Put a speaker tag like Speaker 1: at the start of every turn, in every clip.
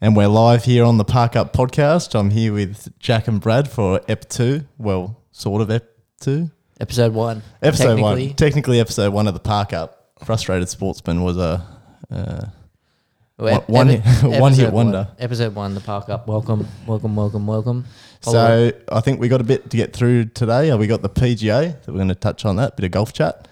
Speaker 1: And we're live here on the Park Up podcast. I'm here with Jack and Brad for Ep 2. Well, sort of Ep 2.
Speaker 2: Episode one.
Speaker 1: Episode
Speaker 2: technically.
Speaker 1: 1. Technically, Episode 1 of the Park Up. Frustrated Sportsman was a. Uh,
Speaker 2: Well, ep-
Speaker 1: One- one
Speaker 2: epi-
Speaker 1: hit- one hit
Speaker 2: episode
Speaker 1: wonder.
Speaker 2: one. Episode one, the park up. Welcome, welcome, welcome, welcome. Follow-
Speaker 1: so I think we got a bit to get through today. Uh, We got the PGA that we're going to touch on that, bit of golf chat.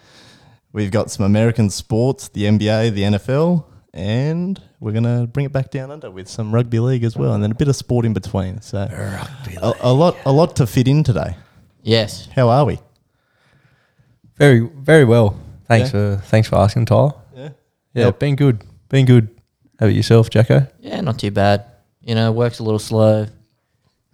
Speaker 1: We've got some American sports, the NBA, the NFL, and we're going to bring it back down under with some rugby league as well, and then a bit of sport in between. So a, a lot, a lot to fit in today.
Speaker 2: yes,
Speaker 1: How are we?
Speaker 3: Very, very well. Thanks for thanks for asking, Tyler.
Speaker 1: Yeah.
Speaker 3: Yeah,
Speaker 1: Yep.
Speaker 3: been good, been good. How about yourself, Jacko?
Speaker 2: yeah, not too bad. You know, work's a little slow. A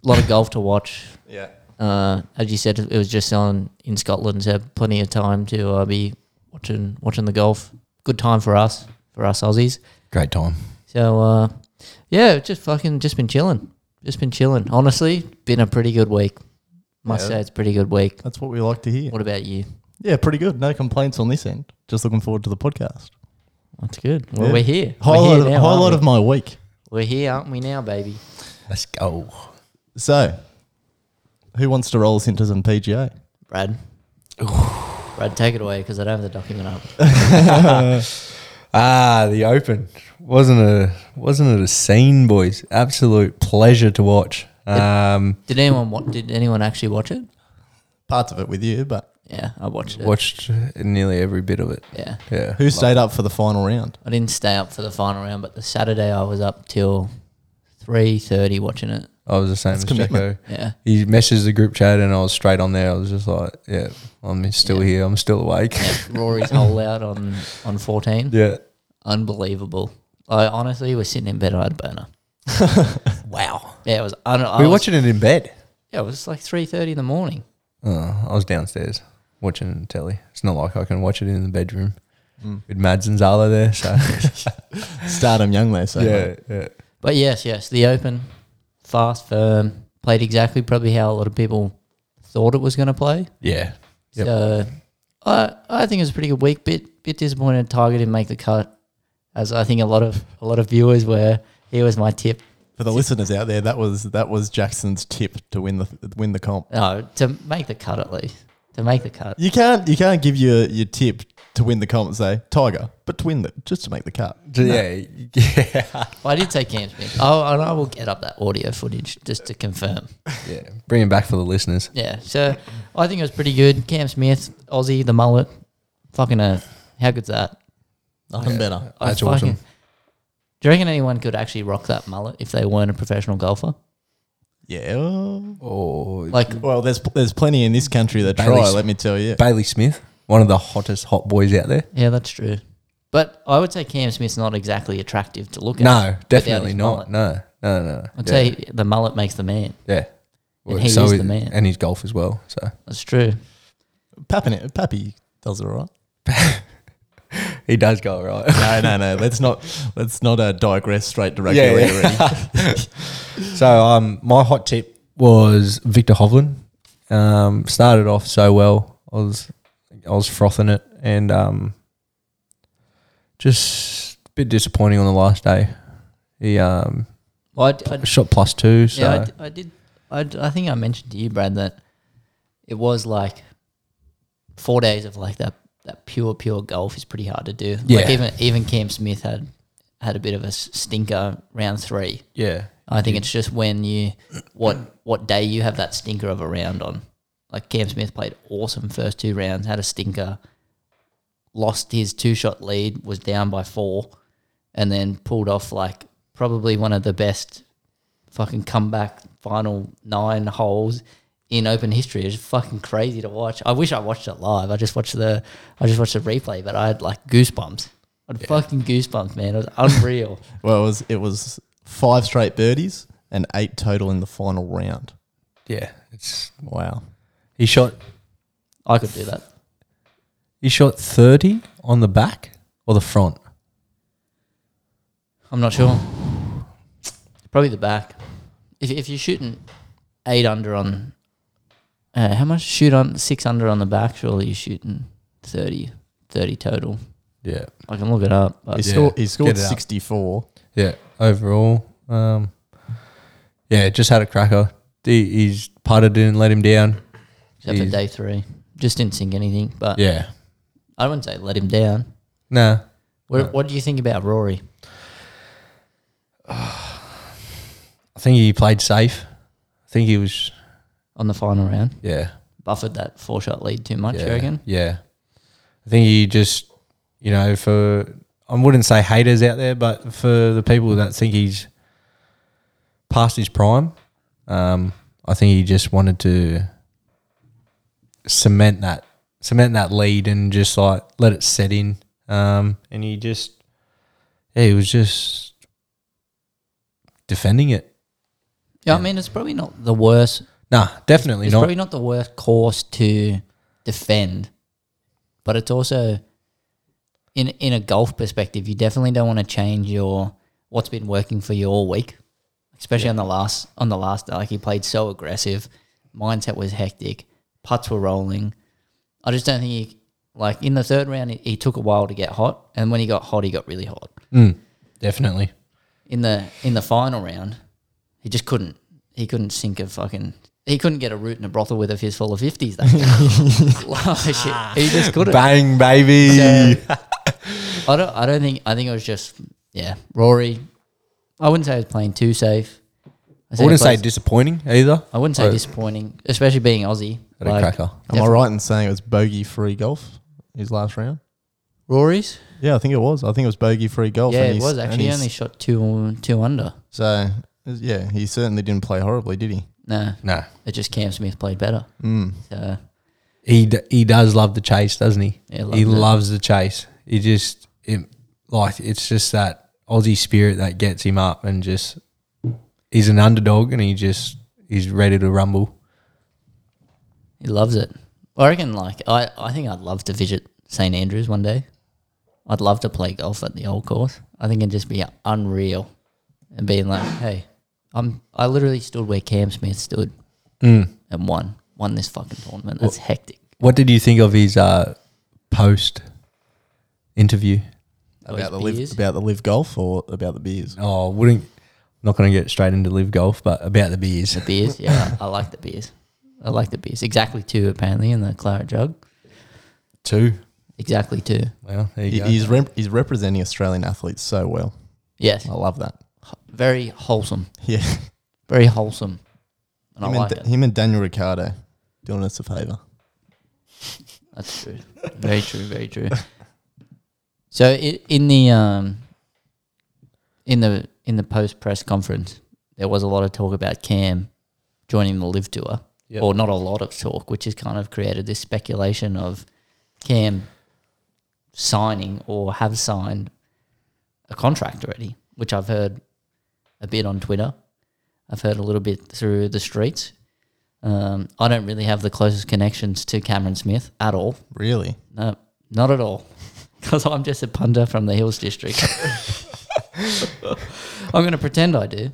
Speaker 2: lot of golf to watch.
Speaker 1: Yeah.
Speaker 2: Uh, as you said, it was just on in Scotland, so had plenty of time to uh, be watching watching the golf. Good time for us, for us Aussies.
Speaker 3: Great time.
Speaker 2: So uh, yeah, just fucking just been chilling, just been chilling. Honestly, been a pretty good week. Must
Speaker 1: Yeah.
Speaker 2: say, it's a pretty good week.
Speaker 1: That's what we like to hear.
Speaker 2: What about you?
Speaker 1: Yeah, pretty good. No complaints on this end. Just looking forward to the podcast.
Speaker 2: That's good. Well,
Speaker 1: Yeah.
Speaker 2: we're here. we're
Speaker 1: Highlight,
Speaker 2: here
Speaker 1: of,
Speaker 2: now, aren't
Speaker 1: highlight
Speaker 2: we?
Speaker 1: of my week.
Speaker 2: We're here, aren't we now, baby?
Speaker 3: Let's go.
Speaker 1: So, who wants to roll us into some PGA?
Speaker 2: Brad. Brad, take it away because I don't have the document up.
Speaker 3: Ah, the Open wasn't a wasn't it a scene, boys? Absolute pleasure to watch. Um,
Speaker 2: Did anyone wa- did anyone actually watch it?
Speaker 1: Parts of it with you, but
Speaker 2: Yeah, I watched it.
Speaker 3: watched nearly every bit of it.
Speaker 2: Yeah.
Speaker 3: Yeah,
Speaker 1: Who stayed up for the final round?
Speaker 2: I didn't stay up for the final round, but the Saturday I was up till three thirty watching it.
Speaker 3: I was the same as Jacko.
Speaker 1: commitment.
Speaker 2: Yeah.
Speaker 3: He messaged the group chat, and I was straight on there. I was just like, "Yeah, I'm still
Speaker 2: Yeah.
Speaker 3: here. I'm still awake."
Speaker 2: yeah. Rory's hole out on on fourteen.
Speaker 3: yeah.
Speaker 2: Unbelievable. I honestly was sitting in bed I had a burner.
Speaker 3: Wow.
Speaker 2: Yeah, it was un- I
Speaker 3: We were
Speaker 2: was-
Speaker 3: watching it in bed.
Speaker 2: Yeah, it was like three thirty in the morning.
Speaker 3: Uh, I was downstairs watching telly. It's not like I can watch it in the bedroom with Mads and Zala there. So
Speaker 1: Stardom young they say. mate.
Speaker 3: yeah,
Speaker 2: But yes, yes, the open, fast, firm, played exactly probably how a lot of people thought it was going to play.
Speaker 3: yeah. Yep.
Speaker 2: So I I think it was a pretty good week. Bit bit disappointed Tiger didn't make the cut, as I think a lot of a lot of viewers were. Here was my tip.
Speaker 1: For the listeners out there, that was that was Jackson's tip to win the win the comp.
Speaker 2: No, to make the cut at least. To make the cut.
Speaker 1: You can't you can't give your, your tip to win the comp and say Tiger, but to win the just to make the cut.
Speaker 3: yeah, yeah,
Speaker 2: Well, I did say Cam Smith. Oh, and I will get up that audio footage just to confirm.
Speaker 3: yeah. Bring it back for the listeners.
Speaker 2: Yeah. So I think it was pretty good. Cam Smith, Aussie, the mullet, fucking earth. How good's that?
Speaker 1: Nothing better.
Speaker 2: I
Speaker 3: That's
Speaker 2: fucking-
Speaker 3: awesome.
Speaker 2: Do you reckon anyone could actually rock that mullet if they weren't a professional golfer?
Speaker 1: Yeah. well-
Speaker 3: Oh,
Speaker 2: Like,
Speaker 1: Well, there's there's plenty in this country that
Speaker 3: Bailey
Speaker 1: try.
Speaker 3: Smith.
Speaker 1: Let me tell you.
Speaker 3: Bailey Smith, one of the hottest hot boys out there.
Speaker 2: yeah, that's true. But I would say Cam Smith's not exactly attractive to look at.
Speaker 3: No,
Speaker 2: his
Speaker 3: definitely
Speaker 2: mullet.
Speaker 3: not. No, no, no. no.
Speaker 2: I'd
Speaker 3: yeah.
Speaker 2: say the mullet makes the man.
Speaker 3: yeah.
Speaker 2: And he is the man.
Speaker 3: and he's golf as well. So
Speaker 2: That's true.
Speaker 1: Pappin, Pappy does it all right.
Speaker 3: he does go right.
Speaker 1: No, no, no. Let's not let's not uh, digress straight to rugby league already.
Speaker 3: So um, my hot tip was Victor Hovland. Um, started off so well. I was I was frothing it, and um, just a bit disappointing on the last day. He um,
Speaker 2: Well, I, d- I d-
Speaker 3: shot plus two. So
Speaker 2: yeah, I d- I, did. I, d- I think I mentioned to you, Brad, that it was like four days of like that, that pure, pure golf is pretty hard to do. Like
Speaker 3: Yeah.
Speaker 2: even, even Cam Smith had had a bit of a s- stinker round three.
Speaker 3: yeah,
Speaker 2: I think it's just when you what what day you have that stinker of a round on. Like Cam Smith played awesome first two rounds, had a stinker, lost his two shot lead, was down by four, and then pulled off like probably one of the best fucking comeback final nine holes in open history. It's fucking crazy to watch. I wish I watched it live. I just watched the I just watched the replay, but I had like goosebumps. I had fucking goosebumps, man. It was unreal.
Speaker 1: Well, it was it was five straight birdies and eight total in the final round.
Speaker 3: yeah. It's
Speaker 1: Wow.
Speaker 3: he shot
Speaker 2: I could do that.
Speaker 3: he shot thirty on the back or the front.
Speaker 2: I'm not sure. Probably the back. If, if you're shooting eight under on, uh, how much shoot on six under on the back? Surely you're shooting 30, 30 total.
Speaker 3: Yeah,
Speaker 2: I can look it up.
Speaker 1: He
Speaker 2: But
Speaker 3: Yeah.
Speaker 1: scored he scored
Speaker 3: Get it out.
Speaker 1: sixty four.
Speaker 3: yeah. Overall, Um, yeah, just had a cracker. He, he's putter didn't let him down.
Speaker 2: except for
Speaker 3: Jeez.
Speaker 2: day three. Just didn't sink anything, but
Speaker 3: Yeah,
Speaker 2: I wouldn't say let him down.
Speaker 3: nah.
Speaker 2: What, what do you think about Rory?
Speaker 3: I think he played safe. I think he was.
Speaker 2: on the final round.
Speaker 3: Yeah,
Speaker 2: Buffered that four shot lead too much,
Speaker 3: yeah,
Speaker 2: you reckon?
Speaker 3: yeah. I think he just, you know, for I wouldn't say haters out there, but for the people that think he's past his prime, um, I think he just wanted to cement that cement that lead and just like let it set in. Um, and he just, yeah, he was just defending it.
Speaker 2: Yeah, I mean it's probably not the worst.
Speaker 3: Nah, definitely
Speaker 2: It's
Speaker 3: not.
Speaker 2: probably not the worst course to defend, but it's also in in a golf perspective, you definitely don't want to change your what's been working for you all week, especially on the last on the last day. Like he played so aggressive, mindset was hectic, putts were rolling. I just don't think he like in the third round he, he took a while to get hot, and when he got hot, he got really hot.
Speaker 3: Mm, definitely.
Speaker 2: in the in the final round, he just couldn't. He couldn't sink a fucking. He couldn't get a root in a brothel with a fistful of fifties. That day. Like, he just couldn't.
Speaker 3: Bang, baby.
Speaker 2: I don't. I don't think. I think it was just yeah. Rory. I wouldn't say he was playing too safe.
Speaker 3: I wouldn't say disappointing either.
Speaker 2: I wouldn't say
Speaker 3: Oh.
Speaker 2: disappointing, especially being Aussie.
Speaker 3: Had a cracker.
Speaker 1: Am I right in saying it was bogey free golf his last round?
Speaker 2: Rory's.
Speaker 1: Yeah, I think it was. I think it was bogey free golf.
Speaker 2: Yeah,
Speaker 1: and
Speaker 2: it
Speaker 1: he's-
Speaker 2: was
Speaker 1: and
Speaker 2: actually. He
Speaker 1: he's-
Speaker 2: only shot two two under.
Speaker 1: So yeah, he certainly didn't play horribly, did he?
Speaker 2: No,
Speaker 3: No,
Speaker 2: it just Cam Smith played better.
Speaker 1: Mm.
Speaker 2: So,
Speaker 3: he d- he does love the chase, doesn't he?
Speaker 2: Yeah, loves
Speaker 3: he
Speaker 2: it.
Speaker 3: loves the chase. He just it, like it's just that Aussie spirit that gets him up, and just he's an underdog, and he just he's ready to rumble.
Speaker 2: He loves it. I reckon, like, I, I think I'd love to visit St. Andrews one day. I'd love to play golf at the old course. I think it'd just be unreal and being like, hey, I'm, I literally stood where Cam Smith stood
Speaker 3: Mm.
Speaker 2: and won. Won this fucking tournament. That's hectic.
Speaker 3: What did you think of his uh, post interview?
Speaker 2: All his
Speaker 1: About the live,
Speaker 2: beers.
Speaker 1: about the live golf or about the beers?
Speaker 3: Oh, wouldn't not going to get straight into live golf, but about the beers.
Speaker 2: Beers, yeah. I, I like the beers. I like the beers. Exactly two, apparently, in the claret jug.
Speaker 3: Two.
Speaker 2: Exactly two.
Speaker 3: Well, there you
Speaker 1: He,
Speaker 3: go.
Speaker 1: he's rep- he's representing Australian athletes so well.
Speaker 2: Yes.
Speaker 1: I love that.
Speaker 2: Very wholesome.
Speaker 1: Yeah,
Speaker 2: Very wholesome. And
Speaker 1: him,
Speaker 2: I like
Speaker 1: and, Da-
Speaker 2: it.
Speaker 1: him and Daniel Ricciardo doing us a favour.
Speaker 2: That's true. Very true. Very true. So i in the um, in the in the post press conference, there was a lot of talk about Cam joining the Live Tour,
Speaker 3: Yep.
Speaker 2: or not a lot of talk, which has kind of created this speculation of Cam signing or have signed a contract already, which I've heard a bit on Twitter. I've heard a little bit through the streets. Um, I don't really have the closest connections to Cameron Smith at all.
Speaker 1: Really?
Speaker 2: No, not at all. Because I'm just a punter from the Hills District. I'm going to pretend I do.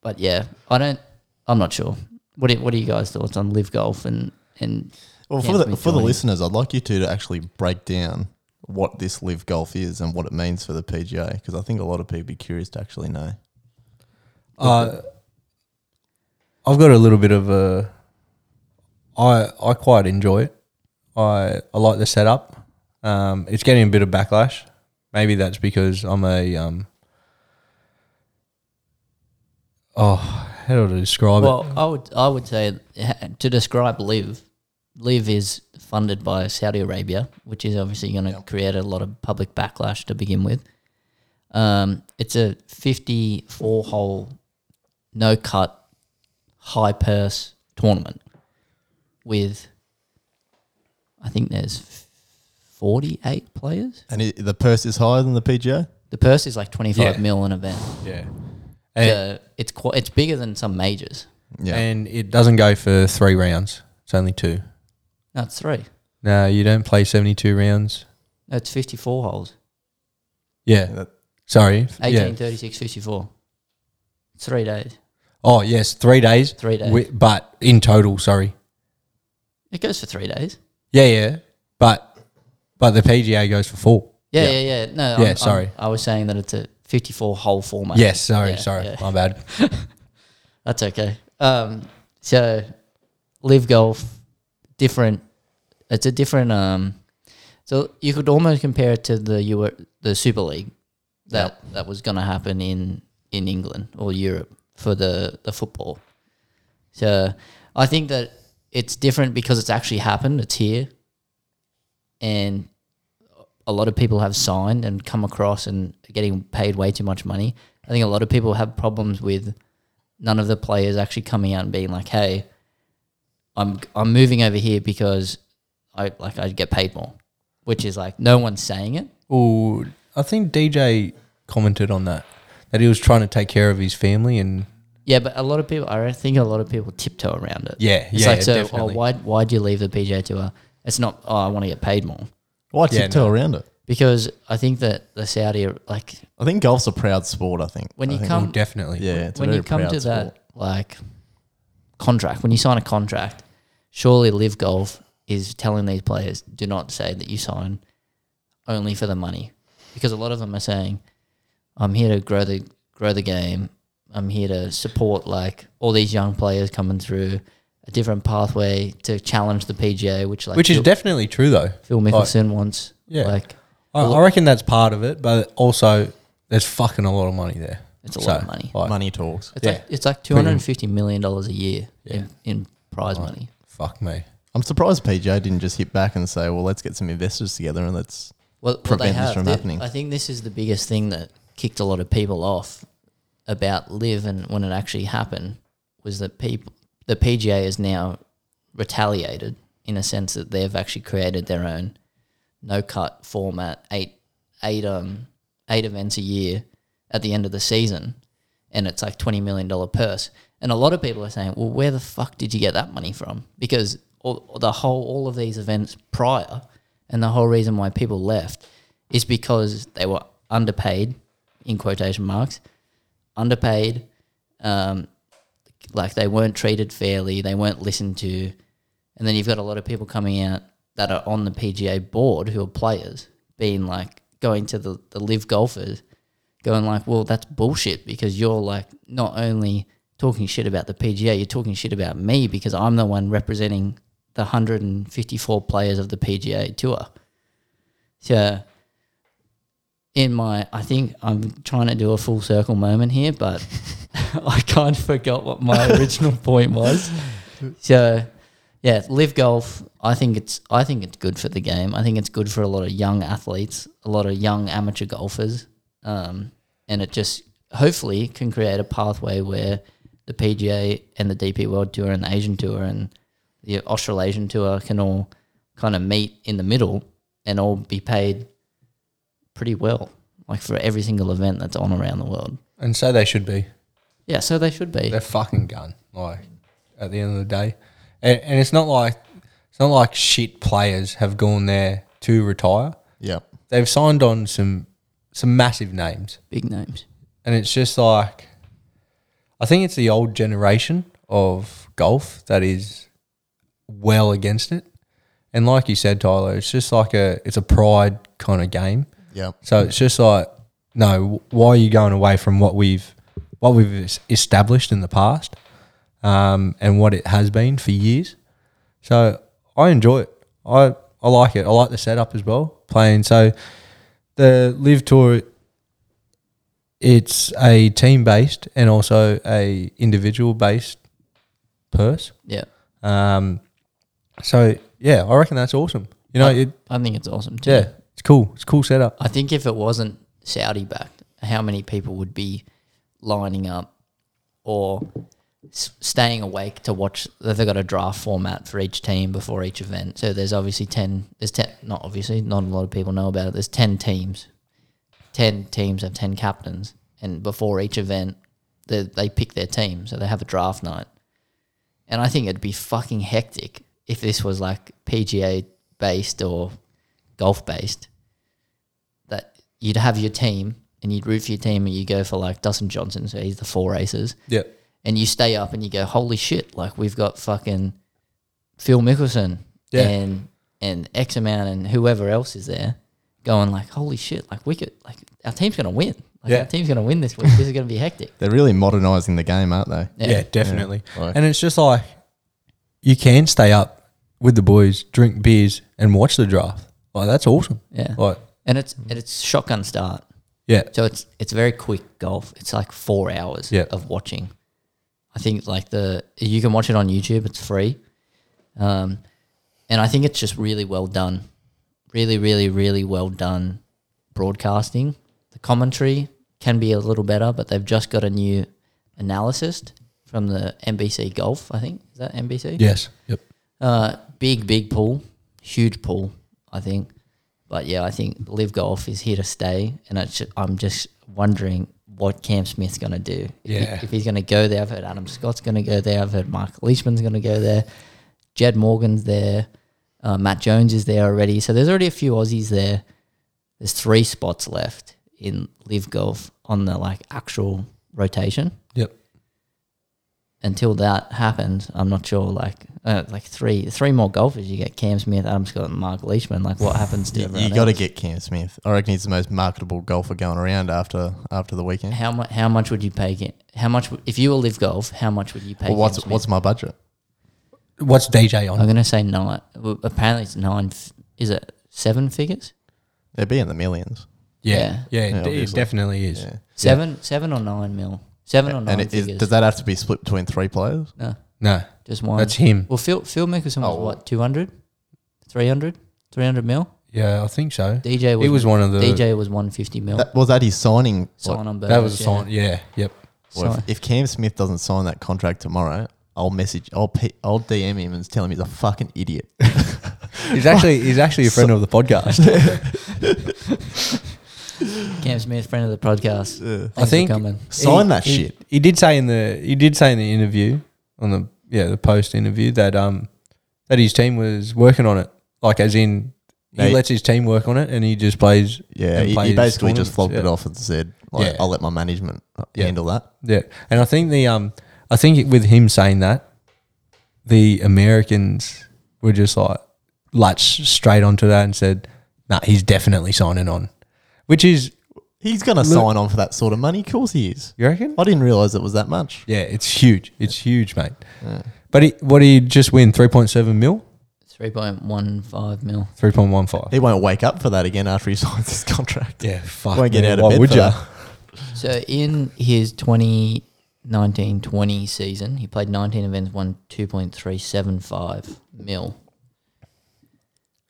Speaker 2: But yeah, I don't, I'm not sure. What are, what are you guys' thoughts on live golf and, and
Speaker 1: Well,
Speaker 2: Cam
Speaker 1: for the
Speaker 2: Smith
Speaker 1: for the
Speaker 2: joining.
Speaker 1: listeners, I'd like you two to actually break down what this live golf is and what it means for the PGA because I think a lot of people would be curious to actually know.
Speaker 3: Uh, I've got a little bit of a. I I quite enjoy it. I I like the setup. Um, it's getting a bit of backlash. Maybe that's because I'm a um. Oh, how do I describe
Speaker 2: Well,
Speaker 3: it?
Speaker 2: I would I would say uh, to describe Live, Live is funded by Saudi Arabia, which is obviously going to create a lot of public backlash to begin with. Um, it's a fifty-four hole, no cut, high purse tournament with. I think there's forty-eight players.
Speaker 1: And it, the purse is higher than the PGA.
Speaker 2: The purse is like twenty-five
Speaker 3: Yeah.
Speaker 2: mil an event.
Speaker 3: Yeah, and,
Speaker 2: So it's quite, it's bigger than some majors.
Speaker 1: Yeah,
Speaker 3: and it doesn't go for three rounds. It's only two.
Speaker 2: No, it's three.
Speaker 3: No, you don't play seventy-two rounds.
Speaker 2: No, it's fifty-four holes.
Speaker 3: Yeah,
Speaker 1: That-
Speaker 3: sorry. Yeah.
Speaker 2: 1836, 54. Three days.
Speaker 3: Oh yes, three days.
Speaker 2: Three days.
Speaker 3: Wi- but in total, sorry.
Speaker 2: it goes for three days.
Speaker 3: Yeah, yeah, but but the PGA goes for four.
Speaker 2: Yeah,
Speaker 3: Yeah.
Speaker 2: yeah, yeah. No,
Speaker 3: Yeah, sorry.
Speaker 2: i was saying that it's a 54 hole format.
Speaker 3: Yes, sorry,
Speaker 2: Yeah,
Speaker 3: sorry,
Speaker 2: yeah.
Speaker 3: my bad.
Speaker 2: That's okay. Um, so live golf, different. It's a different. Um, so you could almost compare it to the U the Super League that that was going to happen in in England or Europe for the the football. So I think that it's different because it's actually happened. It's here, and a lot of people have signed and come across and are getting paid way too much money. I think a lot of people have problems with none of the players actually coming out and being like, "Hey, I'm I'm moving over here because I like I get paid more," which is like no one's saying it.
Speaker 3: Ooh, I think DJ commented on that that he was trying to take care of his family and
Speaker 2: Yeah, but a lot of people, I think a lot of people tiptoe around it.
Speaker 3: yeah,
Speaker 2: It's
Speaker 3: yeah,
Speaker 2: like, so,
Speaker 3: definitely.
Speaker 2: oh, why why do you leave the PGA Tour? It's not, oh, I want to get paid more
Speaker 1: Why
Speaker 3: Yeah,
Speaker 1: tiptoe around it?
Speaker 2: because I think that the Saudi, are, like,
Speaker 1: I think golf's a proud sport. I think
Speaker 2: When
Speaker 1: I
Speaker 2: you
Speaker 1: think-
Speaker 2: come-
Speaker 3: Ooh, definitely.
Speaker 1: yeah, it's a
Speaker 2: when
Speaker 1: very
Speaker 2: you come
Speaker 1: proud
Speaker 2: to
Speaker 1: sport.
Speaker 2: that like contract, when you sign a contract, surely Live Golf is telling these players, do not say that you sign only for the money, because a lot of them are saying, I'm here to grow the grow the game. I'm here to support like all these young players coming through a different pathway to challenge the PGA, which like
Speaker 3: Which is
Speaker 2: Phil,
Speaker 3: definitely true though.
Speaker 2: Phil
Speaker 3: like-
Speaker 2: Mickelson wants.
Speaker 3: Yeah.
Speaker 2: like
Speaker 3: I, I reckon that's part of it, but also there's fucking a lot of money there.
Speaker 2: It's a lot of money.
Speaker 3: like,
Speaker 1: Money talks.
Speaker 2: it's
Speaker 3: Yeah.
Speaker 2: like it's like two hundred and fifty million dollars a year in, in prize money.
Speaker 3: Fuck me.
Speaker 1: I'm surprised PGA didn't just hit back and say, "Well, let's get some investors together and let's."
Speaker 2: well, well,
Speaker 1: prevent
Speaker 2: they
Speaker 1: this
Speaker 2: have.
Speaker 1: from
Speaker 2: Th-
Speaker 1: happening.
Speaker 2: I think this is the biggest thing that kicked a lot of people off about live and when it actually happened was that people the PGA is now retaliated in a sense that they've actually created their own no cut format eight eight um eight events a year at the end of the season and it's like twenty million dollar purse and a lot of people are saying well where the fuck did you get that money from because all, the whole all of these events prior and the whole reason why people left is because they were underpaid in quotation marks underpaid um, like they weren't treated fairly, they weren't listened to, and then you've got a lot of people coming out that are on the PGA board who are players being like going to the, the live golfers, going like, well, that's bullshit because you're like not only talking shit about the PGA, you're talking shit about me because I'm the one representing the 154 players of the PGA tour. So in my I think I'm trying to do a full circle moment here, but I kind of forgot what my original point was. So yeah, live golf. I think it's I think it's good for the game. I think it's good for a lot of young athletes, a lot of young amateur golfers, um, and it just hopefully can create a pathway where the PGA and the DP World Tour and the Asian Tour and the Australasian Tour can all kind of meet in the middle and all be paid pretty well, like for every single event that's on around the world.
Speaker 3: And so they should be.
Speaker 2: Yeah, so they should be.
Speaker 3: They're fucking gun. Like at the end of the day, and, and it's not like it's not like shit players have gone there to retire.
Speaker 1: Yeah,
Speaker 3: They've signed on some some massive names,
Speaker 2: Big names.
Speaker 3: and it's just like I think it's the old generation of golf that is well against it. And like you said, Tyler, it's just like a it's a pride kind of game.
Speaker 1: yeah.
Speaker 3: So it's just like, no, why are you going away from what we've what we've es- established in the past, um, and what it has been for years? So I enjoy it. I I like it. I like the setup as well. Playing so the live tour. It's a team based and also a individual based purse.
Speaker 2: Yeah,
Speaker 3: Um, so yeah, I reckon that's awesome. You know, it,
Speaker 2: I think it's awesome too.
Speaker 3: yeah, it's cool. It's a cool setup.
Speaker 2: I think if it wasn't Saudi backed, how many people would be lining up or s- staying awake to watch? They've got a draft format for each team before each event. So there's obviously 10, there's 10, not obviously, not a lot of people know about it. There's 10 teams. 10 teams have 10 captains. And before each event, they, they pick their team. So they have a draft night. And I think it'd be fucking hectic if this was like PGA based or golf based that you'd have your team and you'd root for your team and you go for like Dustin Johnson, so he's the four aces,
Speaker 3: Yeah.
Speaker 2: and you stay up and you go, holy shit, like we've got fucking Phil Mickelson
Speaker 3: Yeah.
Speaker 2: and and X amount and whoever else is there going like, holy shit, like we could like our team's gonna win. Like,
Speaker 3: Yeah.
Speaker 2: our team's going to win this week. This is going to be hectic.
Speaker 1: They're really modernising the game, aren't they?
Speaker 2: Yeah.
Speaker 3: Yeah, definitely.
Speaker 1: Like-
Speaker 3: And it's just like you can stay up with the boys, drink beers, and watch the draft. Like that's awesome.
Speaker 2: Yeah.
Speaker 3: Like
Speaker 2: And it's and it's shotgun start.
Speaker 3: yeah,
Speaker 2: So it's it's very quick golf. It's like four hours
Speaker 3: Yeah.
Speaker 2: of watching. I think like the you can watch it on YouTube. It's free, um, and I think it's just really well done, really really really well done broadcasting. The commentary can be a little better, but they've just got a new analyst from the NBC Golf. I think is that NBC.
Speaker 3: yes, yep.
Speaker 2: Uh, big, big pool, huge pool, I think. But yeah, I think Live Golf is here to stay, and it's ju- I'm just wondering what Cam Smith's going to do. If, he-
Speaker 3: Yeah.
Speaker 2: if he's going to go there, I've heard Adam Scott's going to go there. I've heard Mark Leishman's going to go there. Jed Morgan's there. Uh, Matt Jones is there already. So there's already a few Aussies there. There's three spots left in Live Golf on the like actual rotation
Speaker 3: Yep.
Speaker 2: until that happens, I'm not sure. Like, uh, like three, three more golfers. You get Cam Smith, Adam Scott, and Mark Leishman. Like, what happens to
Speaker 1: You,
Speaker 2: everyone?
Speaker 1: got to
Speaker 2: else?
Speaker 1: get Cam Smith. I reckon he's the most marketable golfer going around after after the weekend.
Speaker 2: how much? How much would you pay? Cam- How much w- if you were live golf? How much would you pay?
Speaker 1: Well, what's
Speaker 2: Cam Smith?
Speaker 1: what's my budget?
Speaker 3: What's DJ on?
Speaker 2: I'm gonna say nine. well, Apparently, it's nine. f- Is it seven figures?
Speaker 1: It'd be in the millions.
Speaker 3: Yeah,
Speaker 1: Yeah,
Speaker 3: yeah, it, d- it
Speaker 1: obviously.
Speaker 3: definitely is.
Speaker 1: Yeah.
Speaker 2: Seven, seven or nine mil? Seven or nine
Speaker 1: And it is,
Speaker 2: figures?
Speaker 1: does that have to be split between three players?
Speaker 2: no,
Speaker 3: No,
Speaker 2: just one.
Speaker 3: that's him.
Speaker 2: well, Phil Phil Mickelson
Speaker 1: Oh.
Speaker 2: was what 200, 300, 300 mil.
Speaker 3: Yeah, I think so.
Speaker 2: DJ was,
Speaker 3: He was one of the
Speaker 2: DJ was 150 mil.
Speaker 1: That, was that his signing?
Speaker 2: Sign on
Speaker 3: That was a
Speaker 2: bonus,
Speaker 3: sign. Yeah, yep.
Speaker 1: Well,
Speaker 2: Sign-
Speaker 1: if, if Cam Smith doesn't sign that contract tomorrow, I'll message, I'll, P, I'll DM him and tell him he's a fucking idiot.
Speaker 3: He's actually he's actually a friend of the podcast.
Speaker 2: Cam Smith, friend of the podcast. Thanks
Speaker 3: I think
Speaker 2: for coming.
Speaker 1: Sign
Speaker 3: He-
Speaker 1: that
Speaker 3: he-
Speaker 1: shit.
Speaker 3: He did say in the he did say in the interview on the yeah the post interview that um that his team was working on it. Like as in he
Speaker 1: They-
Speaker 3: lets his team work on it and he just plays.
Speaker 1: Yeah,
Speaker 3: and
Speaker 1: he, he
Speaker 3: plays
Speaker 1: basically just
Speaker 3: tournaments,
Speaker 1: flogged it
Speaker 3: yeah.
Speaker 1: off and said, like,
Speaker 3: Yeah.
Speaker 1: I'll let my management uh,
Speaker 3: Yeah.
Speaker 1: handle that.
Speaker 3: Yeah, and I think the um I think it- with him saying that, the Americans were just like latched straight onto that and said, "Nah, he's definitely signing on," which is
Speaker 1: He's going to sign on for that sort of money. Of course he is.
Speaker 3: you reckon?
Speaker 1: I didn't realise it was that much.
Speaker 3: Yeah, it's huge. It's huge, mate. But he, what he just win three point seven mil,
Speaker 2: Three point one five mil.
Speaker 3: three point one five.
Speaker 1: He won't wake up for that again after he signs his contract.
Speaker 3: Yeah, fuck.
Speaker 1: Won't get
Speaker 3: man,
Speaker 1: out of
Speaker 3: why
Speaker 1: bed
Speaker 3: would
Speaker 1: for
Speaker 3: ya?
Speaker 1: that.
Speaker 2: So in his 2019-20 season, he played 19 events, won 2.375 mil.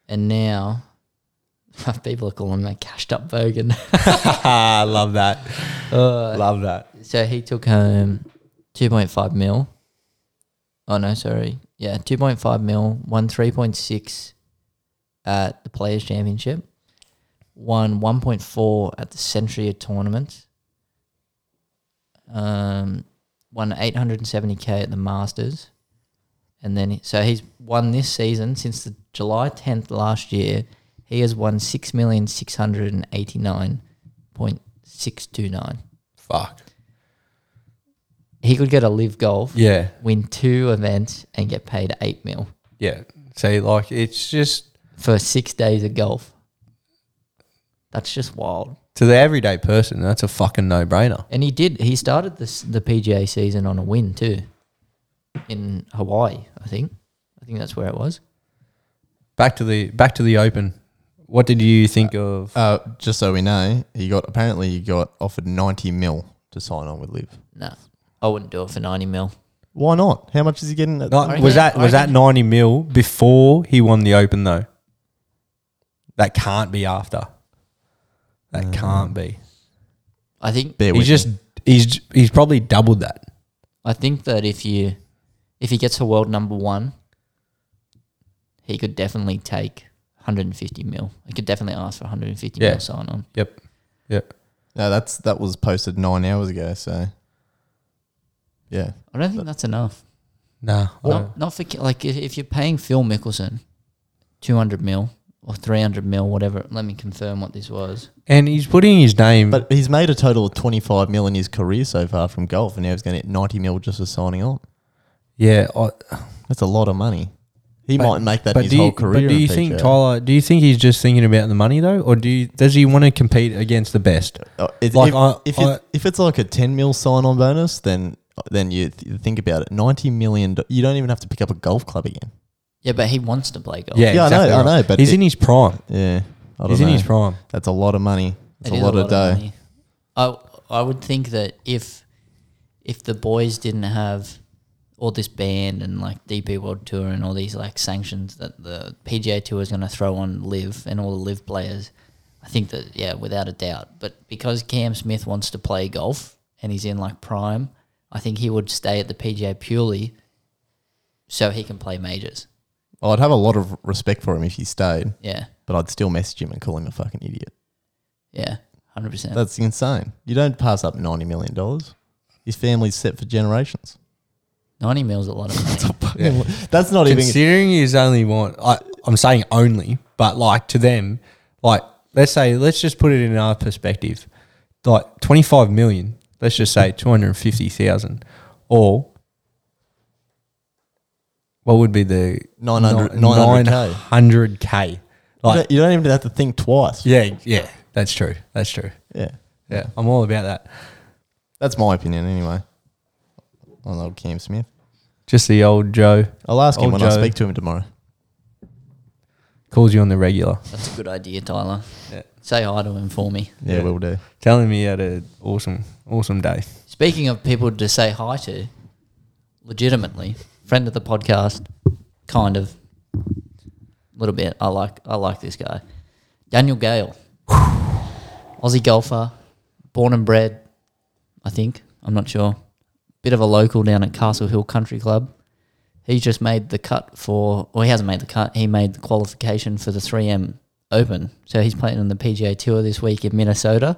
Speaker 2: And now people are calling him a cashed up bogan.
Speaker 3: I love that. Uh, love that.
Speaker 2: so he took um, home 2.5 mil. Oh no, sorry. Yeah, 2.5 mil, won 3.6 at the Players Championship, won 1.4 at the Century Tournament, um, won 870k at the Masters. And then, so he's won this season since the July 10th last year. He has won 6,689.629
Speaker 3: Fuck.
Speaker 2: he could get a live golf,
Speaker 3: Yeah,
Speaker 2: win two events, and get paid eight mil
Speaker 3: yeah. See, like it's just
Speaker 2: for six days of golf. That's just wild.
Speaker 3: to the everyday person. That's a fucking no brainer.
Speaker 2: And he did. He started this the PGA season on a win too, in Hawaii. I think. I think that's where it was.
Speaker 3: Back to the back to the open. What did you think of?
Speaker 1: Uh, just so we know, he got apparently he got offered ninety mil to sign on with Live.
Speaker 2: Nah, I wouldn't do it for ninety mil.
Speaker 1: Why not? How much is he getting? At
Speaker 3: No,
Speaker 2: reckon-
Speaker 3: was that
Speaker 2: I
Speaker 3: was that
Speaker 2: reckon-
Speaker 3: ninety mil before he won the open though? That can't be after. That can't be.
Speaker 2: I think.
Speaker 1: Bear
Speaker 3: He's
Speaker 1: with
Speaker 3: just
Speaker 1: me.
Speaker 3: he's he's probably doubled that.
Speaker 2: I think that if you, if he gets a world number one, he could definitely take. 150 mil. He could definitely ask for 150
Speaker 3: Yeah.
Speaker 2: mil sign on.
Speaker 3: Yep. Yep.
Speaker 1: no, that's that was posted nine hours ago. So, yeah,
Speaker 2: I don't think that's enough.
Speaker 3: Nah.
Speaker 2: Not, not for ki- like if, if you're paying Phil Mickelson, two hundred mil or three hundred mil, whatever. Let me confirm what this was.
Speaker 3: And he's putting his name.
Speaker 1: but he's made a total of twenty five mil in his career so far from golf, and now he's going to get ninety mil just for signing on.
Speaker 3: yeah, I,
Speaker 1: That's a lot of money. He
Speaker 3: But-
Speaker 1: might make that
Speaker 3: but
Speaker 1: his
Speaker 3: do you,
Speaker 1: whole career.
Speaker 3: But do
Speaker 1: in
Speaker 3: you think
Speaker 1: PGA.
Speaker 3: Tyler? Do you think he's just thinking about the money though, or do you, does he want to compete against the best?
Speaker 1: Uh, if,
Speaker 3: Like,
Speaker 1: if,
Speaker 3: I-
Speaker 1: if,
Speaker 3: I-
Speaker 1: it, if it's like a 10 mil sign on bonus, then then you th- think about it. 90 million, do- you don't even have to pick up a golf club again.
Speaker 2: Yeah, but he wants to play golf.
Speaker 3: Yeah,
Speaker 1: Yeah, I know,
Speaker 3: exactly
Speaker 1: I
Speaker 3: right.
Speaker 1: know, but
Speaker 3: he's
Speaker 1: it-
Speaker 3: in his prime.
Speaker 1: Yeah. I don't
Speaker 3: He's
Speaker 1: know.
Speaker 3: in his prime.
Speaker 1: That's a lot of money. It's
Speaker 2: It
Speaker 1: a
Speaker 2: is
Speaker 1: lot, of dough.
Speaker 2: money. I I would think that if if the boys didn't have all this band and like DP World Tour and all these like sanctions that the PGA Tour is going to throw on Live and all the Live players, I think that yeah, without a doubt. But because Cam Smith wants to play golf and he's in like prime, I think he would stay at the PGA purely so he can play majors.
Speaker 1: I'd have a lot of respect for him if he stayed,
Speaker 2: Yeah,
Speaker 1: but I'd still message him and call him a fucking idiot.
Speaker 2: yeah, hundred percent.
Speaker 1: That's insane. You don't pass up $90 million. His family's set for generations.
Speaker 2: Ninety mil's a lot of money.
Speaker 1: Fucking- That's not even.
Speaker 3: Considering he's only one, I, I'm saying only, but like to them, like let's say, let's just put it in our perspective, like 25 million. Let's just say 250,000, or what would be the
Speaker 1: 900
Speaker 3: ni-
Speaker 1: 900K.
Speaker 3: 900K?
Speaker 1: You
Speaker 3: Like,
Speaker 1: don't, you don't even have to think twice.
Speaker 3: yeah, yeah, that's true. That's true.
Speaker 1: yeah.
Speaker 3: Yeah, I'm all about that.
Speaker 1: That's my opinion anyway. On old Cam Smith.
Speaker 3: Just the old Joe
Speaker 1: I'll ask him
Speaker 3: Old
Speaker 1: when I
Speaker 3: Joe.
Speaker 1: speak to him tomorrow.
Speaker 3: calls you on the regular,
Speaker 2: That's a good idea, Tyler.
Speaker 3: Yeah.
Speaker 2: Say hi to him for me.
Speaker 1: Yeah,
Speaker 3: Yeah.
Speaker 1: we'll do.
Speaker 3: telling me he had an awesome, awesome day.
Speaker 2: Speaking of people to say hi to, legitimately, friend of the podcast, kind of, little bit. I like I like this guy, Daniel Gale, Aussie golfer, born and bred. I think I'm not sure. Bit of a local down at Castle Hill Country Club. He just made the cut for, well, he hasn't made the cut. He made the qualification for the 3M Open. So he's playing on the PGA Tour this week in Minnesota.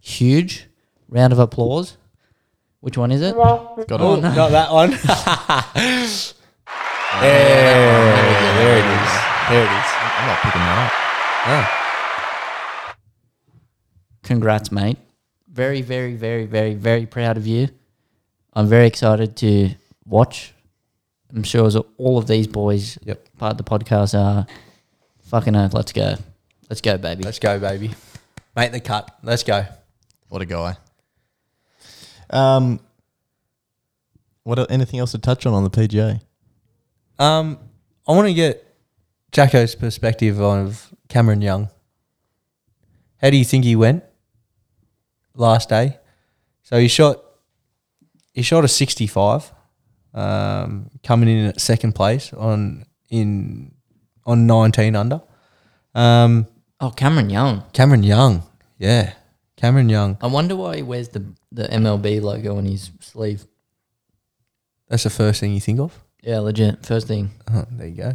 Speaker 2: Huge round of applause. Which one is it?
Speaker 1: Got
Speaker 3: Oh,
Speaker 1: it.
Speaker 3: not that one. yeah, there it is. There it is.
Speaker 1: I'm not picking that
Speaker 2: Congrats, mate. Very, very, very, very, very proud of you. I'm very excited to watch. I'm sure as all of these boys
Speaker 3: Yep.
Speaker 2: part of the podcast are fucking oath. Let's go. Let's go, baby.
Speaker 3: Let's go, baby. Make the cut. Let's go.
Speaker 1: up. What a guy. Um, what el- anything else to touch on on the PGA?
Speaker 3: Um, I want to get Jacko's perspective of Cameron Young. How do you think he went last day? So he shot, he shot a sixty-five, um, coming in at second place on in on nineteen under. Um,
Speaker 2: Oh, Cameron Young.
Speaker 3: Cameron Young, yeah, Cameron Young.
Speaker 2: I wonder why he wears the, the MLB logo on his sleeve.
Speaker 3: That's the first thing you think of.
Speaker 2: Yeah, legit. First thing.
Speaker 3: Oh, there you go.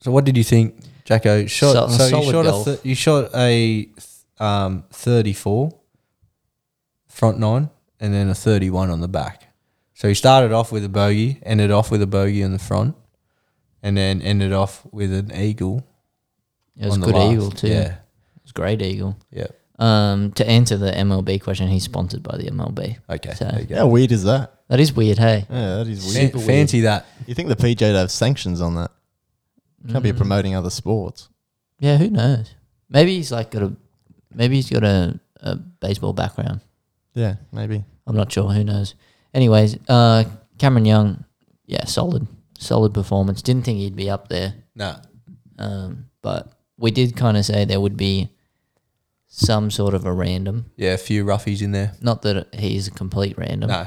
Speaker 3: So, what did you think, Jacko? Shot,
Speaker 2: So-
Speaker 3: so you
Speaker 2: solid
Speaker 3: shot
Speaker 2: golf.
Speaker 3: a th- you shot a th- um, thirty-four front nine, and then a thirty-one on the back. So he started off with a bogey, ended off with a bogey in the front, and then ended off with an eagle.
Speaker 2: It was
Speaker 3: on
Speaker 2: a
Speaker 3: the
Speaker 2: good
Speaker 3: last.
Speaker 2: eagle, too.
Speaker 3: Yeah,
Speaker 2: It was a great eagle.
Speaker 3: yeah.
Speaker 2: Um, to answer the MLB question, he's sponsored by the MLB.
Speaker 3: Okay,
Speaker 2: So-
Speaker 3: there you
Speaker 1: How
Speaker 3: go.
Speaker 1: weird is that?
Speaker 2: That is weird, hey?
Speaker 1: Yeah, that is
Speaker 3: Fan-
Speaker 1: weird. Mm.
Speaker 3: fancy that.
Speaker 1: You think the PGA would have sanctions on that? Can't be
Speaker 2: Mm.
Speaker 1: promoting other sports.
Speaker 2: Yeah, who knows? Maybe he's like got a maybe he's got a, a baseball background.
Speaker 1: Yeah, maybe.
Speaker 2: I'm not sure. Who knows? Anyways, uh, Cameron Young, yeah, solid, solid performance. Didn't think he'd be up there,
Speaker 3: Nah,
Speaker 2: um, but we did kind of say there would be some sort of a random.
Speaker 3: yeah. A few roughies in there.
Speaker 2: Not that he's a complete random,
Speaker 3: No,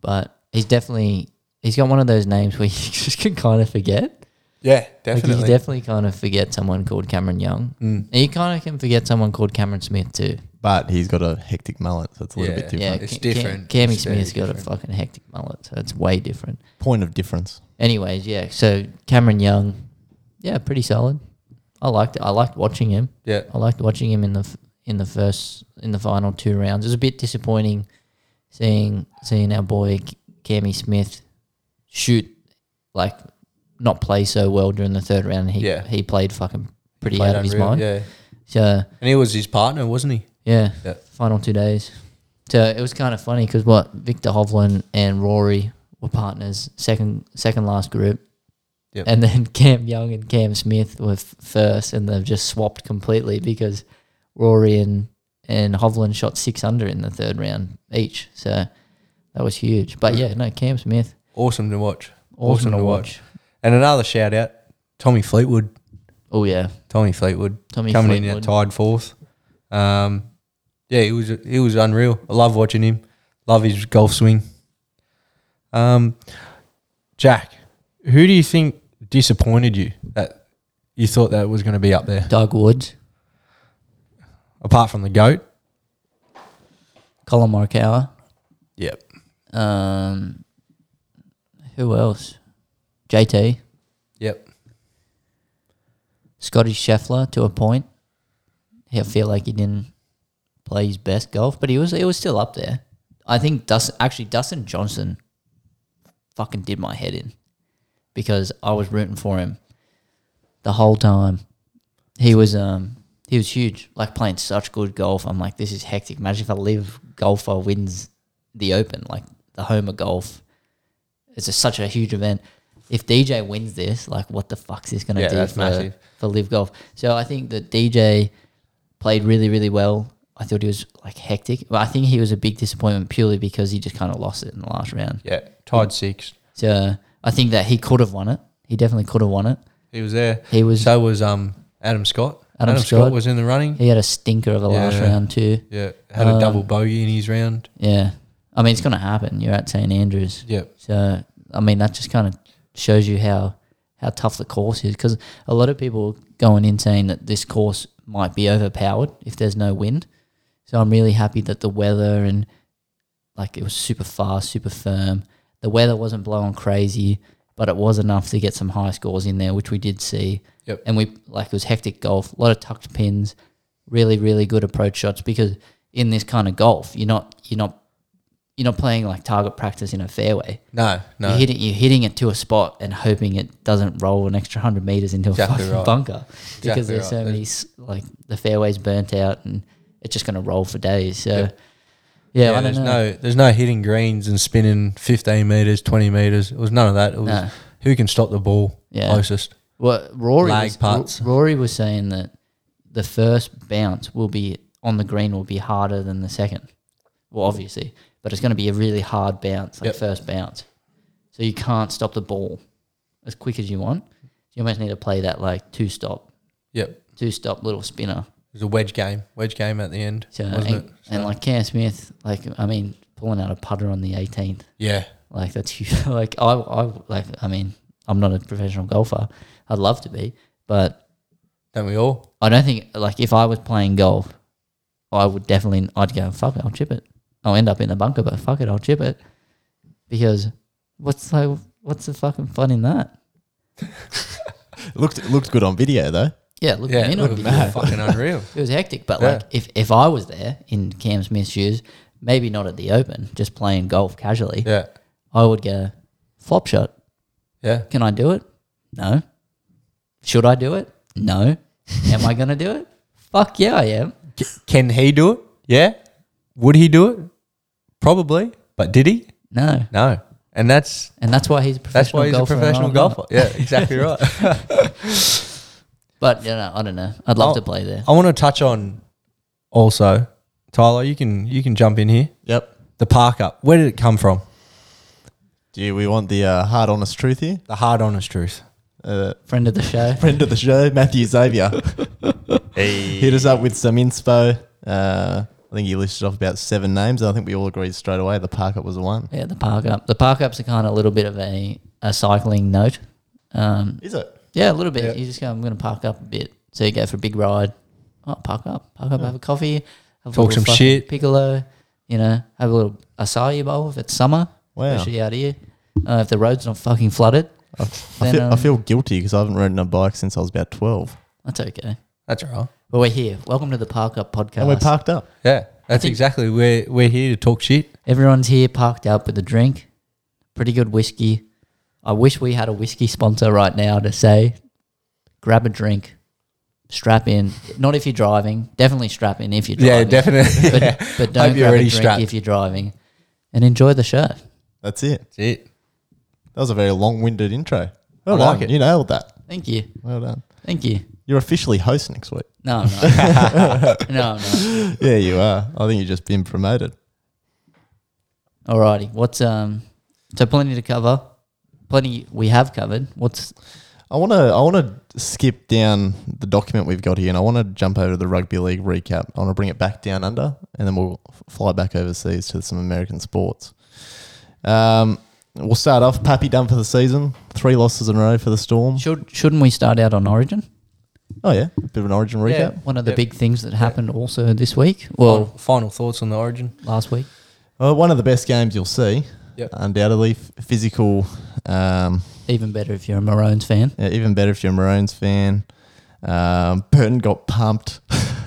Speaker 2: but he's definitely he's got one of those names where you just can kind of forget.
Speaker 3: yeah,
Speaker 2: Like you
Speaker 3: definitely.
Speaker 2: definitely kind of forget someone called Cameron Young.
Speaker 3: Mm.
Speaker 2: And you kind of can forget someone called Cameron Smith too.
Speaker 1: But he's got a hectic mullet, so it's a little
Speaker 3: Yeah.
Speaker 1: bit
Speaker 2: Yeah,
Speaker 1: different.
Speaker 3: It's
Speaker 2: Ca- Cam-
Speaker 3: different.
Speaker 2: Cammy
Speaker 3: It's very
Speaker 2: Smith's got a
Speaker 3: different.
Speaker 2: fucking hectic mullet, so it's way different.
Speaker 1: Point of difference.
Speaker 2: Anyways, yeah. So Cameron Young, yeah, pretty solid. I liked it. I liked watching him.
Speaker 3: yeah,
Speaker 2: I liked watching him in the f- in the first in the final two rounds. It was a bit disappointing seeing seeing our boy C- Cammy Smith shoot like not play so well during the third round. He
Speaker 3: Yeah.
Speaker 2: he played fucking pretty
Speaker 3: Played
Speaker 2: out of his
Speaker 3: unreal,
Speaker 2: mind.
Speaker 3: Yeah,
Speaker 2: So
Speaker 3: and he was his partner, wasn't he?
Speaker 2: yeah,
Speaker 3: Yeah.
Speaker 2: final two days. So it was kind of funny because what Victor Hovland and Rory were partners, second second last group.
Speaker 3: Yep.
Speaker 2: And then Cam Young and Cam Smith were f- first, and they've just swapped completely because Rory and, and Hovland shot six under in the third round each. So that was huge. But yeah, no, Cam Smith,
Speaker 3: Awesome to watch.
Speaker 2: awesome, to watch.
Speaker 3: And another shout out, Tommy Fleetwood.
Speaker 2: Oh, yeah.
Speaker 3: Tommy Fleetwood
Speaker 2: Tommy
Speaker 3: coming in
Speaker 2: Fleetwood.
Speaker 3: at tied fourth. Um, yeah, he was he was unreal. I love watching him. Love his golf swing. Um, Jack, who do you think disappointed you that you thought that was going to be up there?
Speaker 2: Doug Woods,
Speaker 3: Apart from the goat.
Speaker 2: Colin Morikawa.
Speaker 3: Yep.
Speaker 2: Um, who else? JT,
Speaker 3: Yep.
Speaker 2: Scotty Scheffler to a point. I feel like he didn't play his best golf, but he was he was still up there. I think Dustin actually Dustin Johnson fucking did my head in because I was rooting for him the whole time. He was um he was huge, like playing such good golf. I'm like, this is hectic. Imagine if a live golfer wins the Open, like the home of golf. It's just such a huge event. If DJ wins this, like, what the fuck's this gonna
Speaker 3: Yeah,
Speaker 2: do
Speaker 3: that's
Speaker 2: for
Speaker 3: massive.
Speaker 2: for live golf? So I think that DJ played really really well. I thought he was like hectic, but I think he was a big disappointment purely because he just kind of lost it in the last round.
Speaker 3: Yeah. Tied sixth.
Speaker 2: So I think that he could have won it. He definitely could have won it.
Speaker 3: He was there.
Speaker 2: He was
Speaker 3: So was um Adam Scott.
Speaker 2: Adam Scott.
Speaker 3: was in the running.
Speaker 2: he had a stinker of the last
Speaker 3: Yeah.
Speaker 2: round too.
Speaker 3: Yeah. Had
Speaker 2: Uh,
Speaker 3: a double bogey in his round.
Speaker 2: Yeah, I mean it's gonna happen. You're at St Andrews,
Speaker 3: Yep.
Speaker 2: so uh, I mean that just kind of shows you how how tough the course is because a lot of people going in saying that this course might be overpowered if there's no wind. So I'm really happy that the weather and like it was super fast, super firm. The weather wasn't blowing crazy, but it was enough to get some high scores in there, which we did see.
Speaker 3: Yep.
Speaker 2: And we like it was hectic golf, a lot of tucked pins, really, really good approach shots because in this kind of golf, you're not you're not you're not playing like target practice in a fairway.
Speaker 3: No. No.
Speaker 2: You're hitting you're hitting it to a spot and hoping it doesn't roll an extra hundred meters into a
Speaker 3: Exactly
Speaker 2: fucking
Speaker 3: right.
Speaker 2: bunker because
Speaker 3: Exactly
Speaker 2: there's so
Speaker 3: right.
Speaker 2: many s- like the fairways burnt out and it's just going to roll for days. So yeah, I don't
Speaker 3: there's
Speaker 2: know.
Speaker 3: no there's no hitting greens and spinning 15 meters, 20 meters. It was none of that. It was
Speaker 2: No.
Speaker 3: who can stop the ball
Speaker 2: Yeah.
Speaker 3: closest.
Speaker 2: Well, Rory
Speaker 3: Lag
Speaker 2: was,
Speaker 3: putts.
Speaker 2: R- Rory was saying that the first bounce will be on the green will be harder than the second. Well, obviously, but it's going to be a really hard bounce, like
Speaker 3: Yep.
Speaker 2: first bounce. So you can't stop the ball as quick as you want. You almost need to play that like two stop,
Speaker 3: Yep. It
Speaker 2: two stop little spinner.
Speaker 3: was a wedge game. Wedge game at the end,
Speaker 2: So
Speaker 3: wasn't
Speaker 2: and,
Speaker 3: it?
Speaker 2: and like Cam Smith, like I mean, pulling out a putter on the 18th.
Speaker 3: Yeah.
Speaker 2: Like that's huge. like I, I like I mean, I'm not a professional golfer. I'd love to be, but
Speaker 3: Don't we all?
Speaker 2: I don't think like if I was playing golf, I would definitely I'd go fuck it, I'll chip it. I'll end up in the bunker, but fuck it, I'll chip it because what's like what's the fucking fun in that?
Speaker 1: looked looked good on video though.
Speaker 2: Yeah, look
Speaker 3: Yeah.
Speaker 2: at
Speaker 3: Look
Speaker 2: me.
Speaker 3: at that. Fucking unreal.
Speaker 2: It was hectic, but
Speaker 3: Yeah.
Speaker 2: like if if I was there in Cam Smith's shoes, maybe not at the Open, just playing golf casually,
Speaker 3: Yeah.
Speaker 2: I would go flop shot.
Speaker 3: Yeah.
Speaker 2: Can I do it? No. Should I do it? No. am I gonna do it? Fuck yeah, I am.
Speaker 3: C- can he do it? Yeah. Would he do it? Probably. But did he?
Speaker 2: No.
Speaker 3: No. And that's
Speaker 2: And that's why he's a professional
Speaker 3: that's why he's a
Speaker 2: golfer and
Speaker 3: professional
Speaker 2: I'm not.
Speaker 3: golfer. Yeah, exactly right.
Speaker 2: But you know, I don't know. I'd love
Speaker 3: Oh.
Speaker 2: to play there.
Speaker 3: I want to touch on also, Tyler, you can you can jump in here.
Speaker 1: Yep.
Speaker 3: The park up. Where did it come from?
Speaker 1: Do you, we want the uh, hard, honest truth here?
Speaker 3: The hard honest truth.
Speaker 1: Uh,
Speaker 2: Friend of the show.
Speaker 1: friend of the show, Matthew Xavier, hit us up with some inspo. Uh, I think he listed off about seven names. and I think we all agreed straight away the Parker was the one.
Speaker 2: Yeah, the park up. The park ups are kind of a little bit of a, a cycling note. Um,
Speaker 1: Is it?
Speaker 2: yeah, a little bit.
Speaker 3: Yeah.
Speaker 2: You just go, I'm going to park up a bit. So you go for a big ride. Oh, park up. Park up, have a coffee. Have a
Speaker 3: Talk
Speaker 2: little
Speaker 3: some
Speaker 2: fucking
Speaker 3: shit.
Speaker 2: Piccolo. You know, have a little acai bowl if it's summer,
Speaker 3: Oh,
Speaker 1: Wow.
Speaker 2: especially out here. Uh, if the road's not fucking flooded,
Speaker 1: I
Speaker 2: Then,
Speaker 1: feel, I
Speaker 2: um,
Speaker 1: feel guilty because I haven't ridden a bike since I was about 12.
Speaker 2: that's okay.
Speaker 3: That's all right.
Speaker 2: But we're here. Welcome to the Park Up podcast.
Speaker 1: And we're parked up.
Speaker 3: Yeah, that's exactly where we're here to talk shit.
Speaker 2: Everyone's here parked up with a drink, pretty good whiskey. I wish we had a whiskey sponsor right now to say, grab a drink, strap in. Not if you're driving, definitely strap in if you're driving.
Speaker 3: Yeah, definitely.
Speaker 2: But, but don't grab
Speaker 3: you're
Speaker 2: a
Speaker 3: already
Speaker 2: drink
Speaker 3: strapped.
Speaker 2: if you're driving, and enjoy the show.
Speaker 1: That's it.
Speaker 3: That's it.
Speaker 1: That was a very long-winded intro. Well
Speaker 3: I like
Speaker 1: done.
Speaker 3: it.
Speaker 1: You nailed that.
Speaker 2: Thank you.
Speaker 1: Well done.
Speaker 2: Thank you.
Speaker 1: You're officially host next week.
Speaker 2: No, I'm not. no, I'm not.
Speaker 1: yeah, you are. I think you've just been promoted.
Speaker 2: Alrighty. What's um? So plenty to cover. Plenty we have covered. What's
Speaker 1: I want to I want to skip down the document we've got here, and I want to jump over to the rugby league recap. I want to bring it back down under, and then we'll f- fly back overseas to some American sports. Um, we'll start off. Pappy done for the season. Three losses in a row for the Storm.
Speaker 2: should shouldn't we start out on Origin?
Speaker 1: Oh yeah, a bit of an Origin recap.
Speaker 2: One of the
Speaker 3: Yep. Oh.
Speaker 2: big things that happened also this week.
Speaker 3: Well,
Speaker 2: Well,
Speaker 3: final, thoughts on the origin.
Speaker 2: last week.
Speaker 1: Well, Uh, one of the best games you'll see.
Speaker 3: Yep.
Speaker 1: Undoubtedly, F- physical. Um,
Speaker 2: Even better if you're a Maroons fan.
Speaker 1: Yeah, even better if you're a Maroons fan. Um, Burton got pumped.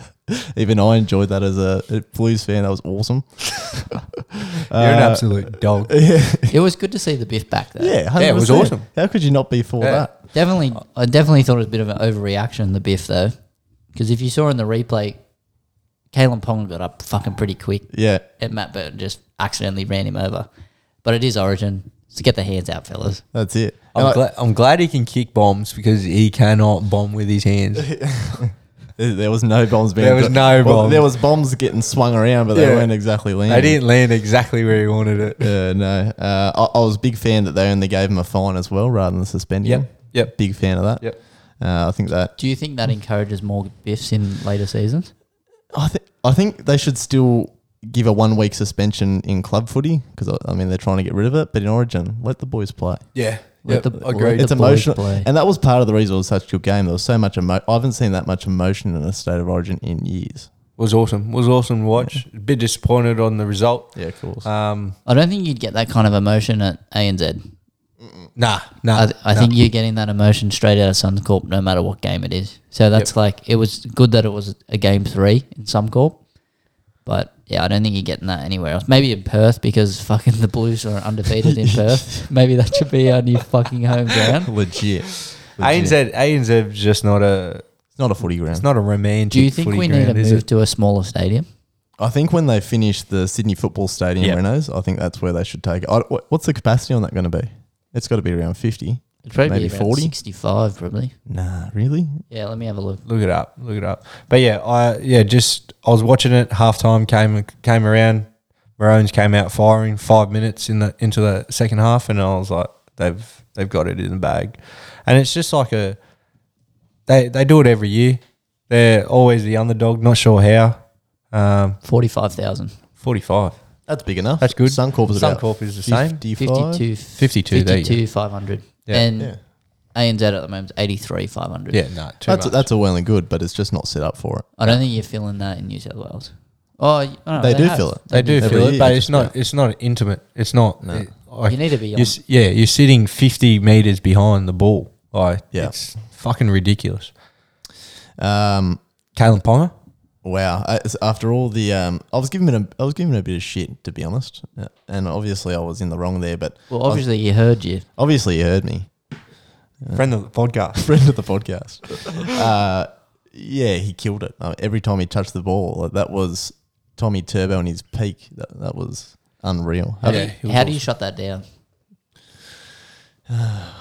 Speaker 1: even I enjoyed that as a a Blues fan. That was awesome.
Speaker 3: You're an
Speaker 1: Uh,
Speaker 3: absolute dog.
Speaker 1: Yeah,
Speaker 2: It was good to see the Biff back though.
Speaker 1: yeah, 100%.
Speaker 3: Yeah, it was awesome.
Speaker 1: How could you not be for
Speaker 3: Yeah.
Speaker 1: that?
Speaker 2: Definitely, I definitely thought it was a bit of an overreaction, the Biff, though. Because if you saw in the replay, Kalen Pong got up fucking pretty quick
Speaker 1: Yeah,
Speaker 2: and Matt Burton just accidentally ran him over. But it is Origin. So get the hands out, fellas.
Speaker 1: that's it. And
Speaker 3: I'm
Speaker 1: I-
Speaker 3: glad, I'm glad he can kick bombs because he cannot bomb with his hands.
Speaker 1: there there was no bombs being.
Speaker 3: There was no bombs.
Speaker 1: There was bombs getting swung around, but they
Speaker 3: Yeah.
Speaker 1: weren't exactly landing.
Speaker 3: They didn't land exactly where he wanted it.
Speaker 1: Yeah, no. Uh, I, I was a big fan that they only gave him a fine as well, rather than suspending him.
Speaker 3: Yep. Yep.
Speaker 1: Big fan of that.
Speaker 3: Yep.
Speaker 1: Uh, I think that
Speaker 2: Do you think that encourages more Biffs in later seasons?
Speaker 1: I think I think they should still give a one week suspension in club footy because I, I mean they're trying to get rid of it. But in Origin, let the boys play.
Speaker 3: Yeah.
Speaker 2: Let
Speaker 3: Yep,
Speaker 2: the-
Speaker 3: agreed.
Speaker 2: let
Speaker 1: it's
Speaker 2: the boys
Speaker 1: emotional,
Speaker 2: play.
Speaker 1: and that was part of the reason it was such a good game. There was so much emo- I haven't seen that much emotion in a state of Origin in years.
Speaker 3: was awesome. Was awesome to watch. A bit disappointed on the result.
Speaker 1: Yeah, of course.
Speaker 3: Um,
Speaker 2: I don't think you'd get that kind of emotion at ANZ.
Speaker 3: nah, nah.
Speaker 2: I, th- I
Speaker 3: nah.
Speaker 2: think you're getting that emotion straight out of Suncorp, no matter what game it is. So that's like it was good that it was a game three in Suncorp, but yeah, I don't think you're getting that anywhere else. Maybe in Perth because fucking the Blues are undefeated in Perth. Maybe that should be our new fucking home ground.
Speaker 1: legit. Legit.
Speaker 3: ANZ ANZ's just not a
Speaker 1: It's not a footy ground.
Speaker 3: it's not a romantic.
Speaker 2: Do you think
Speaker 3: footy
Speaker 2: we need
Speaker 3: ground,
Speaker 2: to
Speaker 3: is
Speaker 2: move
Speaker 3: it?
Speaker 2: to a smaller stadium?
Speaker 1: I think when they finish the Sydney Football Stadium
Speaker 3: Yep.
Speaker 1: renos, I think that's where they should take it. I, wh- what's the capacity on that going to be? It's got to be around fifty.
Speaker 2: It'd probably
Speaker 1: Maybe
Speaker 2: be
Speaker 1: 40?
Speaker 2: 40? 65, probably.
Speaker 1: Nah, really?
Speaker 2: Yeah, let me have a look.
Speaker 3: Look it up. Look it up. But yeah, I yeah just I was watching it. Halftime came came around. Maroons came out firing five minutes in the into the second half, and I was like, they've they've got it in the bag, and it's just like a they they do it every year. They're always the underdog. Not sure how. Um,
Speaker 2: 45,000.
Speaker 3: forty five.
Speaker 1: That's big enough.
Speaker 3: That's good.
Speaker 1: Suncorp is about
Speaker 3: Suncorp is the same.
Speaker 1: 55.
Speaker 2: 52,
Speaker 3: 52, there you go.
Speaker 2: 52 500.
Speaker 3: Yeah.
Speaker 2: And
Speaker 1: Yeah.
Speaker 2: ANZ at the moment, 83, 500.
Speaker 3: Yeah, no, too
Speaker 1: That's
Speaker 3: much.
Speaker 1: that's all well and good, but it's just not set up for it.
Speaker 2: I don't think you're feeling that in New South Wales. Oh, y- I don't know,
Speaker 1: They do
Speaker 2: have.
Speaker 1: feel it.
Speaker 3: They do
Speaker 1: Every
Speaker 3: feel
Speaker 1: year,
Speaker 3: it, but
Speaker 1: just
Speaker 3: it's not. It's not intimate. It's not. it- like,
Speaker 2: You need to be
Speaker 3: you're
Speaker 2: on.
Speaker 3: s- yeah, you're sitting fifty meters behind the ball. Like,
Speaker 1: Yeah.
Speaker 3: it's fucking ridiculous.
Speaker 1: Um,
Speaker 3: Kalen Ponga.
Speaker 1: wow. I- it's- After all the, um, I was giving it a, I was giving it a bit of shit to be honest, Uh, and obviously I was in the wrong there. But
Speaker 2: well, obviously you heard you.
Speaker 1: obviously you heard me,
Speaker 3: friend of the podcast.
Speaker 1: friend of the podcast. Uh, yeah, he killed it. Uh, every time he touched the ball, like, that was Tommy Turbo in his peak. That, that was unreal. How-
Speaker 3: Yeah,
Speaker 2: How
Speaker 3: he was
Speaker 2: do you shut that down?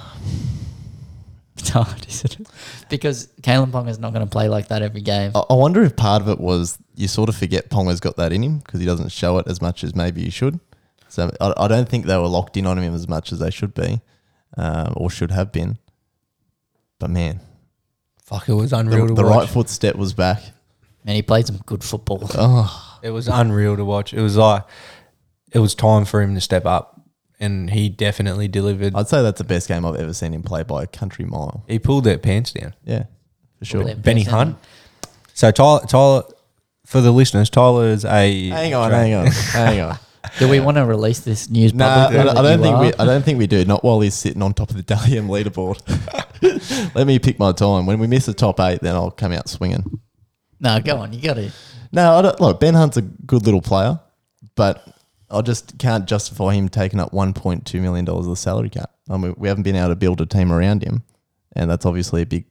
Speaker 2: it's hard, isn't it? Because Kalen Pong is not going to play like that every game.
Speaker 1: I I wonder if part of it was you sort of forget Ponga's got that in him because he doesn't show it as much as maybe he should. So I, I don't think they were locked in on him as much as they should be um, or should have been. But man,
Speaker 3: Fuck, it was
Speaker 1: the,
Speaker 3: unreal to
Speaker 1: the
Speaker 3: watch.
Speaker 1: right footstep was back.
Speaker 2: And he played some good football.
Speaker 1: Oh,
Speaker 3: It was unreal to watch. It was like it was time for him to step up, and he definitely delivered.
Speaker 1: I'd say that's the best game I've ever seen him play by a country mile.
Speaker 3: He pulled their pants down.
Speaker 1: Yeah, for sure.
Speaker 2: With that
Speaker 3: Benny
Speaker 2: person.
Speaker 3: Hunt. So Tyler, Tyler, for the listeners, Tyler is a
Speaker 1: Hang on, hang on, hang on.
Speaker 2: Do we want to release this news?
Speaker 1: No, I
Speaker 2: publicly
Speaker 1: don't-
Speaker 2: that
Speaker 1: I don't
Speaker 2: you
Speaker 1: think
Speaker 2: are?
Speaker 1: we. I don't think we do. Not while he's sitting on top of the Dalian leaderboard. Let me pick my time. When we miss the top eight, then I'll come out swinging.
Speaker 2: No, go on. You got to.
Speaker 1: No, I don't, look, Ben Hunt's a good little player, but I just can't justify him taking up one point two million dollars of the salary cap. I mean, we haven't been able to build a team around him, and that's obviously a big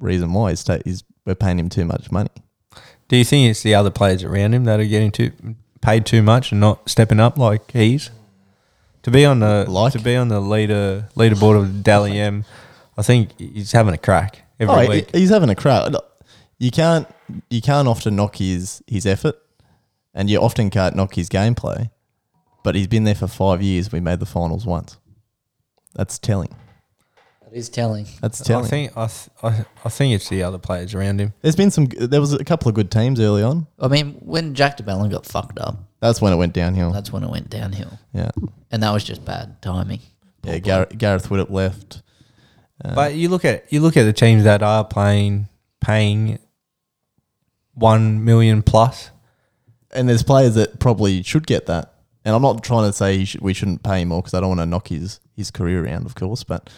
Speaker 1: reason why he's, ta- he's we're paying him too much money.
Speaker 3: Do you think it's the other players around him that are getting too paid too much and not stepping up like he's? To be on the
Speaker 1: Like?
Speaker 3: to be on the leader leaderboard of Dally M, I think he's having a crack every
Speaker 1: Oh, he-
Speaker 3: week.
Speaker 1: he's having a crowd. You can't you can't often knock his his effort, and you often can't knock his gameplay. But he's been there for five years. We made the finals once. That's telling.
Speaker 2: That is telling.
Speaker 1: That's
Speaker 3: I
Speaker 1: telling.
Speaker 3: think I, th- I I think it's the other players around him.
Speaker 1: There's been some. There was a couple of good teams early on.
Speaker 2: I mean, when Jack DeBellin got fucked up,
Speaker 1: That's when it went downhill.
Speaker 2: that's when it went downhill.
Speaker 1: Yeah,
Speaker 2: And that was just bad timing.
Speaker 1: yeah. Gar- Gareth Widdop left. uh,
Speaker 3: But you look at you look at the teams that are playing paying one million plus.
Speaker 1: and there's players that probably should get that. And I'm not trying to say he should, we shouldn't pay him more because I don't want to knock his his career around, of course. But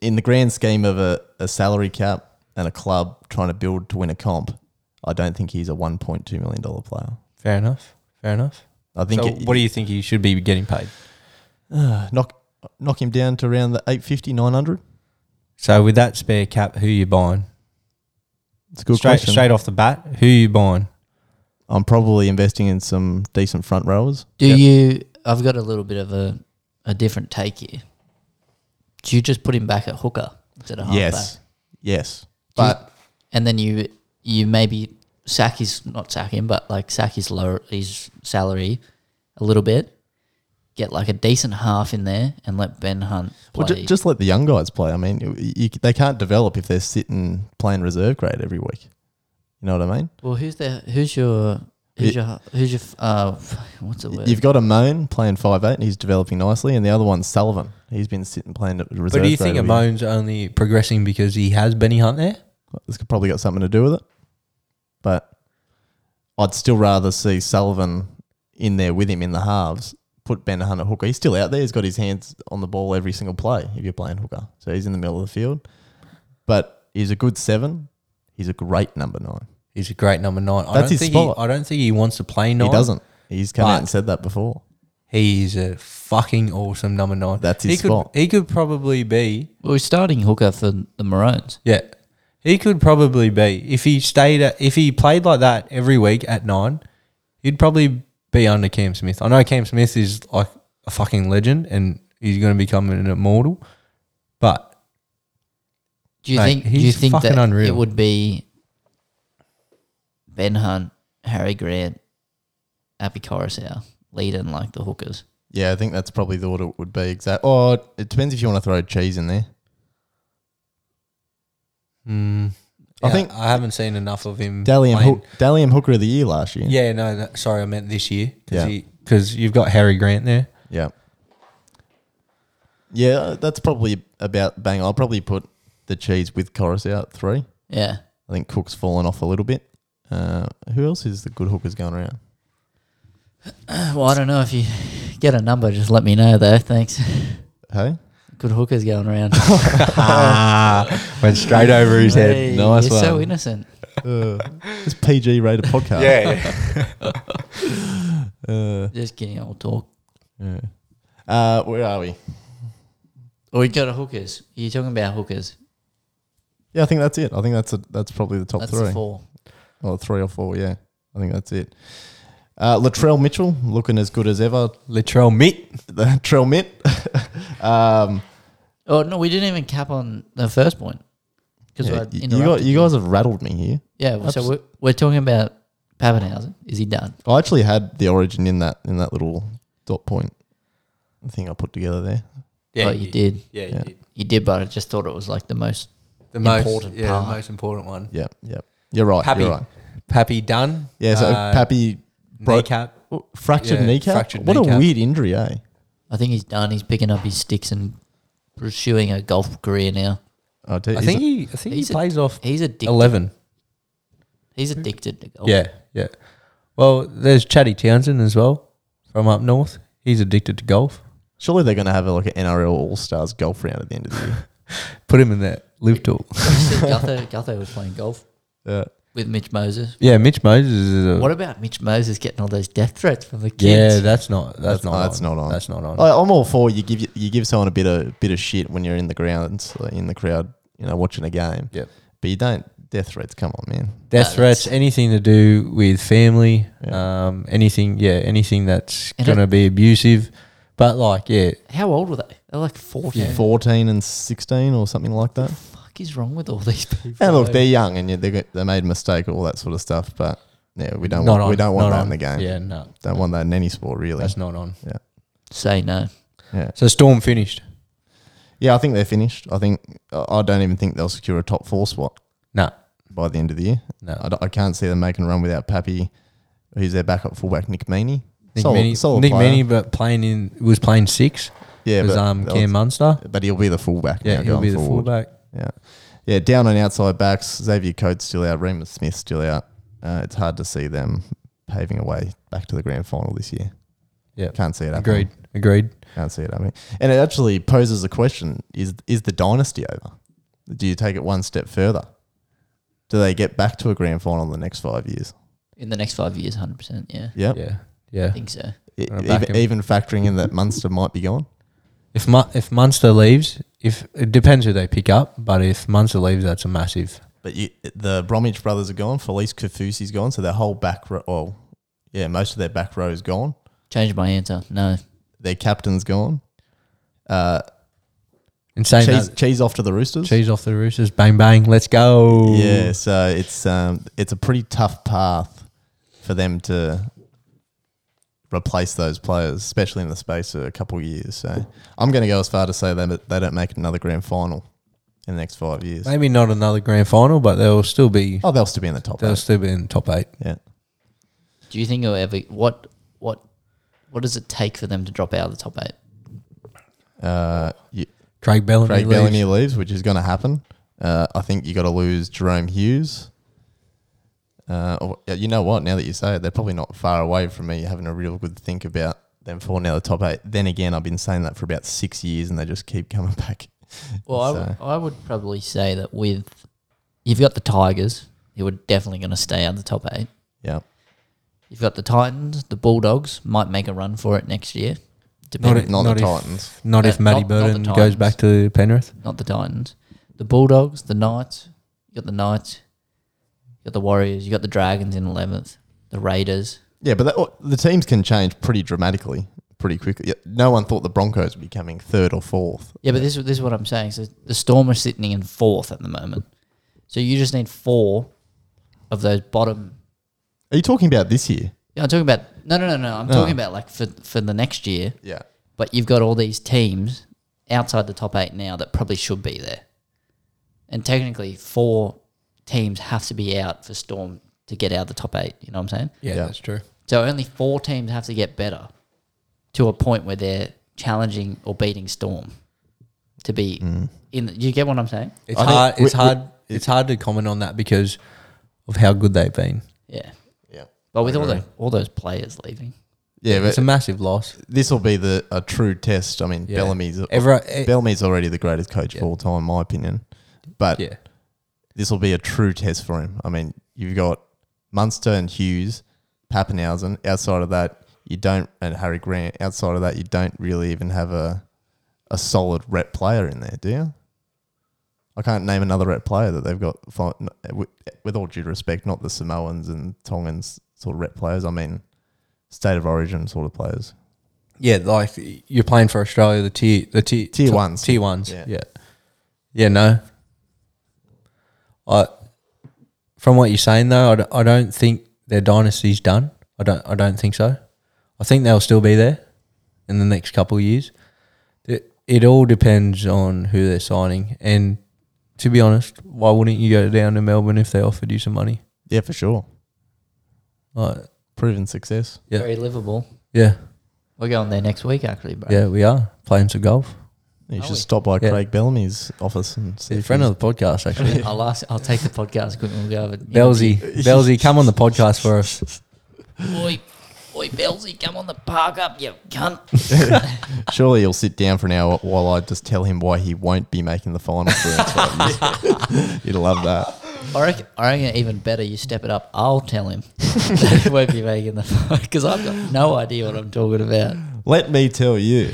Speaker 1: in the grand scheme of a, a salary cap and a club trying to build to win a comp, I don't think he's a 1.2 million dollar player.
Speaker 3: Fair enough. Fair enough.
Speaker 1: I think
Speaker 3: so
Speaker 1: it-
Speaker 3: what do you think he should be getting paid?
Speaker 1: knock knock him down to around the 850 900.
Speaker 3: So with that spare cap, who you buying?
Speaker 1: It's a good
Speaker 3: straight
Speaker 1: question.
Speaker 3: straight off the bat, who you buying?
Speaker 1: I'm probably investing in some decent front rowers.
Speaker 2: Do
Speaker 1: Yep.
Speaker 2: you? I've got a little bit of a, a different take here. Do you just put him back at hooker instead of halfback?
Speaker 1: Yes, yes.
Speaker 2: Do you-
Speaker 1: But
Speaker 2: and then you you maybe sack his not sack him, but like sack his lower his salary a little bit. Get like a decent half in there and let Ben Hunt play.
Speaker 1: Well, ju- just let the young guys play. I mean, you, you, they can't develop if they're sitting playing reserve grade every week. You know what I mean?
Speaker 2: well, who's the who's your who's
Speaker 1: Y-
Speaker 2: your who's your uh what's the word?
Speaker 1: You've got a Moan playing five eight, and he's developing nicely, and the other one's Sullivan. He's been sitting playing at reserve.
Speaker 3: But do you
Speaker 1: grade
Speaker 3: think
Speaker 1: every-
Speaker 3: Amon's only progressing because he has Benny Hunt there?
Speaker 1: It's probably got something to do with it. But I'd still rather see Sullivan in there with him in the halves. Put Ben Hunt at hooker. He's still out there. He's got his hands on the ball every single play if you're playing hooker. So he's in the middle of the field. But he's a good seven. He's a great number nine.
Speaker 3: He's a great number nine. I
Speaker 1: That's
Speaker 3: don't
Speaker 1: his
Speaker 3: think
Speaker 1: spot.
Speaker 3: He, I don't think he wants to play nine.
Speaker 1: He doesn't. He's come out and
Speaker 3: But-
Speaker 1: said that before.
Speaker 3: He's a fucking awesome number nine.
Speaker 1: That's
Speaker 3: he
Speaker 1: his
Speaker 3: could,
Speaker 1: spot.
Speaker 3: He could probably be.
Speaker 2: well, he's starting hooker for the Maroons.
Speaker 3: Yeah, he could probably be if he stayed at, if he played like that every week at nine, he'd probably be under Cam Smith. I know Cam Smith is like a fucking legend and he's going to become an immortal, but
Speaker 2: Do you
Speaker 3: Mate,
Speaker 2: think? Do you
Speaker 3: he's
Speaker 2: think
Speaker 3: fucking
Speaker 2: that it
Speaker 3: unreal.
Speaker 2: would be Ben Hunt, Harry Grant, Appy Coruscant leading like the hookers?
Speaker 1: Yeah, I think that's probably the order it would be. Exact. Or it depends if you want to throw cheese in there. I
Speaker 3: I
Speaker 1: think-
Speaker 3: think mm, I haven't seen enough of him.
Speaker 1: Dalian,
Speaker 3: playing.
Speaker 1: Hook, Dalian Hooker of the Year last year.
Speaker 3: Yeah, no, that, sorry, I meant this year
Speaker 1: Yeah.
Speaker 3: because you've got Harry Grant there.
Speaker 1: Yeah. Yeah, that's probably about bang. I'll probably put the cheese with Chorus out at three.
Speaker 2: Yeah.
Speaker 1: I think Cook's fallen off a little bit. Uh, who else is the good hookers going around?
Speaker 2: Well, I don't know if you get a number, just let me know though. Thanks.
Speaker 1: Hey?
Speaker 2: Good hookers going around.
Speaker 3: Ah, went straight over his
Speaker 2: Hey,
Speaker 1: Nice
Speaker 2: you're so
Speaker 1: one.
Speaker 2: innocent.
Speaker 1: Uh, it's PG rated podcast.
Speaker 3: Yeah,
Speaker 1: Uh,
Speaker 2: Just kidding. I'll talk.
Speaker 1: yeah. Uh, where are we?
Speaker 2: Oh, we got a hookers. You're talking about hookers.
Speaker 1: Yeah, I think that's it. I think that's a, that's probably the top
Speaker 2: That's
Speaker 1: three.
Speaker 2: the four.
Speaker 1: Or three or four, yeah. I think that's it. Uh, Latrell Mitchell looking as good as ever.
Speaker 3: Latrell Mitt.
Speaker 1: The Trell Mitt. um,
Speaker 2: Oh no, we didn't even cap on the first point because
Speaker 1: yeah,
Speaker 2: I
Speaker 1: you,
Speaker 2: interrupted.
Speaker 1: got, you guys have rattled me here.
Speaker 2: yeah. so
Speaker 1: Abs-
Speaker 2: we're, we're talking about Pappenhausen. Is he done?
Speaker 1: I actually had the origin in that in that little dot point thing I put together there.
Speaker 2: oh, you did.
Speaker 3: Yeah,
Speaker 1: Yeah.
Speaker 3: you did.
Speaker 2: You did, but I just thought it was like the most.
Speaker 3: The
Speaker 2: Important
Speaker 3: most, yeah,
Speaker 2: part.
Speaker 3: the most important one.
Speaker 1: Yeah, yeah. You're right.
Speaker 3: Pappy,
Speaker 1: You're right.
Speaker 3: Pappy Dunn.
Speaker 1: Yeah, so
Speaker 3: uh,
Speaker 1: Pappy broke
Speaker 3: kneecap.
Speaker 1: fractured
Speaker 3: yeah,
Speaker 1: kneecap.
Speaker 3: fractured
Speaker 1: what a
Speaker 3: kneecap.
Speaker 1: weird injury, eh?
Speaker 2: I think he's done. He's picking up his sticks and pursuing a golf career now.
Speaker 1: I,
Speaker 3: I think he, I think he
Speaker 2: he's a-
Speaker 3: plays off
Speaker 2: He's addicted.
Speaker 3: eleven.
Speaker 2: He's addicted to
Speaker 1: Oh.
Speaker 2: golf.
Speaker 3: Yeah, yeah. Well, there's Chatty Townsend as well from up north. He's addicted to golf.
Speaker 1: surely they're going to have like an NRL All Stars golf round at the end of the year.
Speaker 3: Put him in that live tool.
Speaker 2: Obviously, Gutho, Gutho was playing golf
Speaker 1: yeah.
Speaker 2: with Mitch Moses.
Speaker 3: Yeah, Mitch Moses is
Speaker 1: Uh.
Speaker 3: a.
Speaker 2: What about Mitch Moses getting all those death threats from the
Speaker 3: yeah,
Speaker 2: kids?
Speaker 3: that's not. That's,
Speaker 1: That's-
Speaker 3: not.
Speaker 1: that's
Speaker 3: on.
Speaker 1: not on.
Speaker 3: That's not on.
Speaker 1: I, I'm all for you give you give someone a bit of bit of shit when you're in the grounds like in the crowd, you know, watching a game.
Speaker 3: Yep.
Speaker 1: But you don't death threats. Come on, man.
Speaker 3: Death
Speaker 2: No,
Speaker 3: threats, anything to do with family,
Speaker 1: Yeah.
Speaker 3: um, anything, yeah, anything that's
Speaker 2: And
Speaker 3: going to be abusive. But like, yeah,
Speaker 2: How old were they? They're like 14. What
Speaker 1: 14 and 16 or something like that.
Speaker 2: the fuck is wrong with all these people?
Speaker 1: And look, they're young and yeah, they got- they made a mistake, all that sort of stuff. But yeah, we don't
Speaker 3: not
Speaker 1: want,
Speaker 3: on,
Speaker 1: we don't want
Speaker 3: not
Speaker 1: that
Speaker 3: on.
Speaker 1: in the game.
Speaker 3: Yeah, no,
Speaker 1: Don't want that in any sport really.
Speaker 3: that's not on.
Speaker 2: Say no.
Speaker 1: Yeah,
Speaker 3: So Storm finished.
Speaker 1: yeah. I think they're finished. I think I I don't even think they'll secure a top four spot
Speaker 3: No,
Speaker 1: by the end of the year.
Speaker 3: no.
Speaker 1: I, don't- I can't see them making a run without Pappy, who's their backup fullback Nick Meaney.
Speaker 3: Nick
Speaker 1: Solid-
Speaker 3: Meaney,
Speaker 1: solid
Speaker 3: Nick
Speaker 1: player.
Speaker 3: Meaney, but playing in was playing six.
Speaker 1: Yeah,
Speaker 3: was
Speaker 1: but,
Speaker 3: um
Speaker 1: they'll-
Speaker 3: Cam Munster.
Speaker 1: but he'll be the fullback.
Speaker 3: Yeah,
Speaker 1: now
Speaker 3: he'll
Speaker 1: going
Speaker 3: be the
Speaker 1: forward.
Speaker 3: fullback.
Speaker 1: Yeah. Yeah, down on outside backs, Xavier Coates still out, Remus Smith still out. Uh, it's hard to see them paving away back to the grand final this year.
Speaker 3: Yeah.
Speaker 1: Can't see it happening.
Speaker 3: Agreed. Agreed.
Speaker 1: Can't see it happening. And it actually poses a question is is the dynasty over? Do you take it one step further? Do they get back to a grand final in the next five years?
Speaker 2: In the next five years, 100%. Yeah.
Speaker 1: Yep.
Speaker 3: Yeah.
Speaker 2: I
Speaker 3: Yeah.
Speaker 2: think so.
Speaker 1: E-
Speaker 3: Gonna back
Speaker 1: even,
Speaker 3: him.
Speaker 1: even factoring in that Munster might be gone.
Speaker 3: If Mu- if Munster leaves, if it depends who they pick up, but if Munster leaves, that's a massive.
Speaker 1: But you, the Bromwich brothers are gone. Felice Kafusi's gone. So their whole back row, well, yeah, most of their back row is gone.
Speaker 2: Change my answer. No.
Speaker 1: Their captain's gone. Uh,
Speaker 3: Insane.
Speaker 1: cheese,
Speaker 3: Cheese,
Speaker 1: cheese off to the Roosters.
Speaker 3: cheese off the Roosters. Bang bang. Let's go.
Speaker 1: Yeah, so it's um, it's a pretty tough path for them to replace those players, especially in the space of a couple of years. So I'm going to go as far to say that they don't make another grand final in the next five years.
Speaker 3: Maybe not another grand final, but they'll still be
Speaker 1: Oh, they'll still be in the top.
Speaker 3: they'll
Speaker 1: Eight.
Speaker 3: still be in top eight.
Speaker 1: Yeah.
Speaker 2: Do you think it'll ever. What, what, what does it take for them to drop out of the top eight?
Speaker 1: Uh, you,
Speaker 3: Craig Bellamy.
Speaker 1: Craig
Speaker 3: leaves.
Speaker 1: Bellamy leaves, which is going to happen. Uh, I think you got to lose Jerome Hughes. Uh, or, yeah, you know what? Now that you say it, they're probably not far away from me having a real good think about them falling out of the top eight. Then again, I've been saying that for about six years, and they just keep coming back.
Speaker 2: Well, I w- I would probably say that with you've got the Tigers, who are definitely going to stay out of the top eight.
Speaker 1: Yeah,
Speaker 2: You've got the Titans, the Bulldogs might make a run for it next year.
Speaker 1: not,
Speaker 2: Depending,
Speaker 3: if-
Speaker 1: not,
Speaker 3: not
Speaker 1: the
Speaker 3: if-
Speaker 1: Titans.
Speaker 3: Not if
Speaker 2: Uh, not-
Speaker 3: Matty
Speaker 2: not the
Speaker 3: Burton
Speaker 2: Titans.
Speaker 3: goes back to Penrith.
Speaker 2: not the Titans, the Bulldogs, the Knights. You got the Knights. You got the Warriors. You got the Dragons in eleventh. The Raiders.
Speaker 1: Yeah, but that, oh, the teams can change pretty dramatically, pretty quickly. Yeah, no one thought the Broncos would be coming third or fourth.
Speaker 2: Yeah, but this is- this is what I'm saying. So the Storm are sitting in fourth at the moment. So you just need four of those bottom.
Speaker 1: Are you talking about this year?
Speaker 2: Yeah, I'm talking about no, no, no, no. I'm
Speaker 1: No.
Speaker 2: talking about like for for the next year.
Speaker 1: Yeah.
Speaker 2: but you've got all these teams outside the top eight now that probably should be there. And technically, four teams have to be out for Storm to get out of the top eight. You know what I'm saying?
Speaker 3: Yeah,
Speaker 1: Yeah.
Speaker 3: that's true.
Speaker 2: So only four teams have to get better to a point where they're challenging or beating Storm to be in. The, you get what I'm saying?
Speaker 3: It's
Speaker 1: I think
Speaker 3: hard.
Speaker 1: we-
Speaker 3: It's
Speaker 1: we-
Speaker 3: hard. it's hard to comment on that because of how good they've been.
Speaker 2: Yeah.
Speaker 1: Yeah.
Speaker 2: But with all
Speaker 1: agree.
Speaker 2: those all those players leaving,
Speaker 1: Yeah,
Speaker 3: it's
Speaker 1: but
Speaker 3: a massive loss.
Speaker 1: this will be the a true test. I mean,
Speaker 3: Yeah.
Speaker 1: Bellamy's
Speaker 3: Every, eh,
Speaker 1: Bellamy's already the greatest coach of
Speaker 3: Yeah.
Speaker 1: all time, in my opinion. But
Speaker 3: yeah,
Speaker 1: this will be a true test for him. I mean, you've got Munster and Hughes, Pappenhausen. Outside of that, you don't, and Harry Grant. Outside of that, you don't really even have a a solid rep player in there, do you? I can't name another rep player that they've got. fi- n- With with all due respect, not the Samoans and Tongans sort of rep players. I mean, state of origin sort of players.
Speaker 3: yeah. Like you're playing for Australia, the tier, the tier,
Speaker 1: Tier ones.
Speaker 3: tier ones.
Speaker 1: Yeah.
Speaker 3: Yeah. yeah, No, I. From what you're saying though, I d- I don't think their dynasty's done. I don't. I don't think so. I think they'll still be there in the next couple of years. It, it all depends on who they're signing, and to be honest, why wouldn't you go down to Melbourne if they offered you some money?
Speaker 1: Yeah, for sure.
Speaker 3: Like,
Speaker 1: Proven success.
Speaker 3: Yeah.
Speaker 2: very livable.
Speaker 3: yeah,
Speaker 2: We're going there next week, actually, bro.
Speaker 3: yeah, we are playing some golf.
Speaker 1: You
Speaker 2: Are
Speaker 1: should
Speaker 2: we?
Speaker 1: stop by
Speaker 3: Yeah.
Speaker 1: Craig Bellamy's office and see
Speaker 3: He's a
Speaker 1: if
Speaker 3: friend
Speaker 1: he's-
Speaker 3: of the podcast, actually.
Speaker 2: I'll ask, I'll take the podcast quick. and We'll go over it.
Speaker 3: Belzy, Belzy, come on the podcast for us.
Speaker 2: Oi, oi, Belzy, come on the park up, you cunt.
Speaker 1: Surely he'll sit down for an hour while I just tell him why he won't be making the final for the next five years. You'd love that.
Speaker 2: I reckon, I reckon even better you step it up. I'll tell him that he won't be making the phone because I've got no idea what I'm talking about.
Speaker 1: Let me tell you.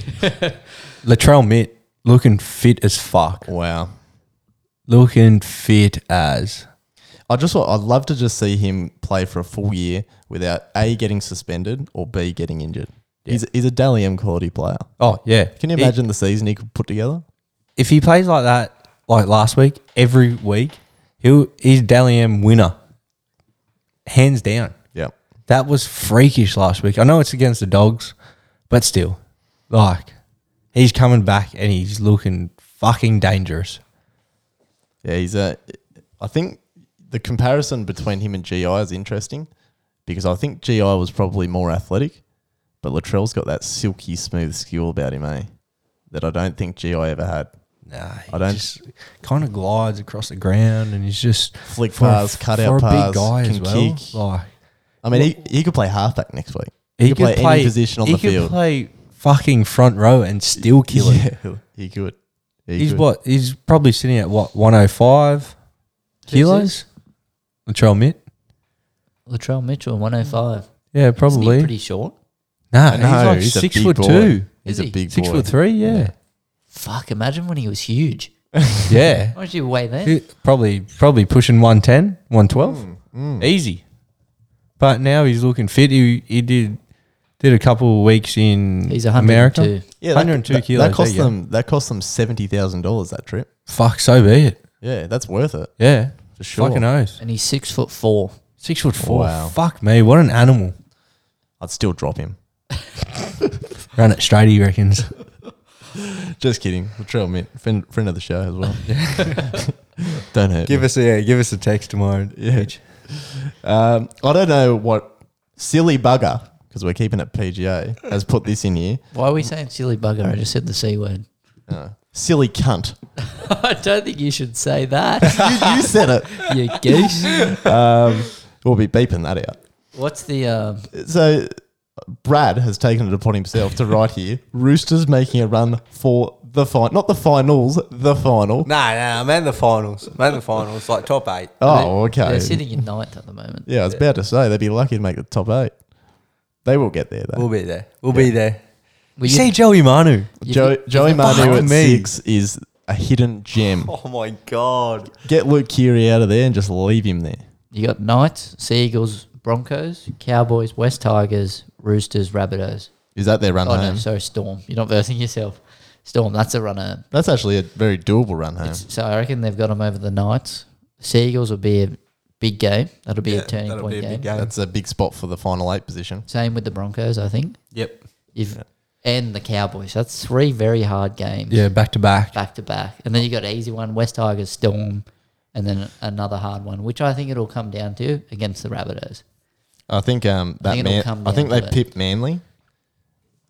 Speaker 3: Latrell Mitt looking fit as fuck.
Speaker 1: Wow.
Speaker 3: Looking fit as.
Speaker 1: I just wa- I'd love to just see him play for a full year without A getting suspended or B getting injured. He's, he's a Dalium quality player.
Speaker 3: Oh yeah.
Speaker 1: Can you
Speaker 3: He-
Speaker 1: imagine the season he could put together?
Speaker 3: if he plays like that, like last week, every week, he'll he's Dally M winner, hands down.
Speaker 1: Yeah.
Speaker 3: That was freakish last week. I know it's against the dogs, but still, like he's coming back and he's looking fucking dangerous.
Speaker 1: Yeah, he's a. I think the comparison between him and GI is interesting because I think GI was probably more athletic, but Latrell's got that silky smooth skill about him, eh? That I don't think GI ever had.
Speaker 3: Nah, he
Speaker 1: I don't-
Speaker 3: just kind of glides across the ground and he's just
Speaker 1: Flick
Speaker 3: for a-
Speaker 1: pass, cut
Speaker 3: for
Speaker 1: out
Speaker 3: a
Speaker 1: pass,
Speaker 3: big guy
Speaker 1: can
Speaker 3: as well.
Speaker 1: kick.
Speaker 3: Like
Speaker 1: I mean, he, he could play halfback next week. He,
Speaker 3: he,
Speaker 1: could, play, any position on
Speaker 3: he
Speaker 1: the
Speaker 3: could
Speaker 1: field.
Speaker 3: play fucking front row and still kill it.
Speaker 1: Yeah, he could. He
Speaker 3: He's
Speaker 1: could.
Speaker 3: what? He's probably sitting at what 105 kilos. Latrell Mitt.
Speaker 2: Latrell Mitchell, 105.
Speaker 3: Yeah,
Speaker 2: Isn't he
Speaker 3: probably.
Speaker 2: pretty short.
Speaker 3: nah,
Speaker 1: I
Speaker 3: he's
Speaker 1: know,
Speaker 3: like
Speaker 1: a
Speaker 3: six
Speaker 1: big
Speaker 3: foot
Speaker 1: boy.
Speaker 3: two,
Speaker 1: He's
Speaker 2: Is
Speaker 1: a
Speaker 2: he?
Speaker 1: big
Speaker 3: six
Speaker 1: boy.
Speaker 3: foot three. Yeah,
Speaker 2: Fuck, imagine when he was huge.
Speaker 3: yeah.
Speaker 2: Why did you weigh then?
Speaker 3: He- probably, probably pushing 110, 112.
Speaker 1: Hmm,
Speaker 3: easy. But now he's looking fit. He he did did a couple of weeks in
Speaker 2: He's
Speaker 3: America.
Speaker 2: 102.
Speaker 1: Yeah, that-
Speaker 3: 102
Speaker 1: that,
Speaker 3: kilos,
Speaker 1: That cost
Speaker 3: there you go.
Speaker 1: them. That cost them seventy thousand dollars that trip.
Speaker 3: Fuck, so be it.
Speaker 1: Yeah, that's worth it
Speaker 3: Yeah,
Speaker 1: for sure.
Speaker 3: fucking oath.
Speaker 2: And he's six foot four.
Speaker 3: Six foot four.
Speaker 1: Wow.
Speaker 3: Fuck me, what an animal.
Speaker 1: I'd still drop him.
Speaker 3: Run it straight, he reckons.
Speaker 1: Just kidding. Latrell Mint, friend, friend of the show as well. don't hurt. me.
Speaker 3: us a yeah, give us a text tomorrow.
Speaker 1: Yeah. Um, I don't know what silly bugger because we're keeping it PGA has put this in here.
Speaker 2: Why are we saying silly bugger? I just said the C word.
Speaker 1: Uh, silly cunt.
Speaker 2: I don't think you should say that,
Speaker 1: You, you said it.
Speaker 2: you goose.
Speaker 1: Um, we'll be beeping that out.
Speaker 2: What's the. Um,
Speaker 1: So. Brad has taken it upon himself to write here. Roosters making a run for the final, not the finals, the final.
Speaker 3: Nah, nah, man, the finals. Man, the finals, like top eight.
Speaker 1: Oh, okay.
Speaker 2: They're sitting in ninth at the moment.
Speaker 1: Yeah, I was about to say they'd be lucky to make the top eight. They will get there though.
Speaker 3: We'll be there. We'll be there.
Speaker 2: Were
Speaker 3: you
Speaker 2: you-
Speaker 3: see Joey Manu.
Speaker 2: you
Speaker 1: Joey,
Speaker 2: think-
Speaker 1: Joey Manu
Speaker 3: Fuck
Speaker 1: at
Speaker 3: me.
Speaker 1: six is a hidden gem.
Speaker 3: Oh my god.
Speaker 1: Get Luke Keary out of there and just leave him there.
Speaker 2: You got Knights, Seagulls, Broncos, Cowboys, West Tigers, Roosters, Rabbitohs.
Speaker 1: Is that their run
Speaker 2: Oh,
Speaker 1: home?
Speaker 2: no, sorry, Storm. You're not versing yourself. Storm, that's a runner.
Speaker 1: That's actually a very doable run home.
Speaker 2: So I reckon they've got them over the Knights. Seagulls will be a big game. That'll be a turning point game.
Speaker 1: That's a big spot for the final eight position.
Speaker 2: Same with the Broncos, I think.
Speaker 3: Yep.
Speaker 2: You've and the Cowboys. That's three very hard games
Speaker 3: Yeah, back to back.
Speaker 2: back to back, and then you got an easy one: West Tigers, Storm, and then another hard one, which I think it'll come down to against the Rabbitohs.
Speaker 1: I think um, that
Speaker 2: think it'll
Speaker 1: man.
Speaker 2: come
Speaker 1: I think they
Speaker 2: down to it.
Speaker 1: pipped Manly.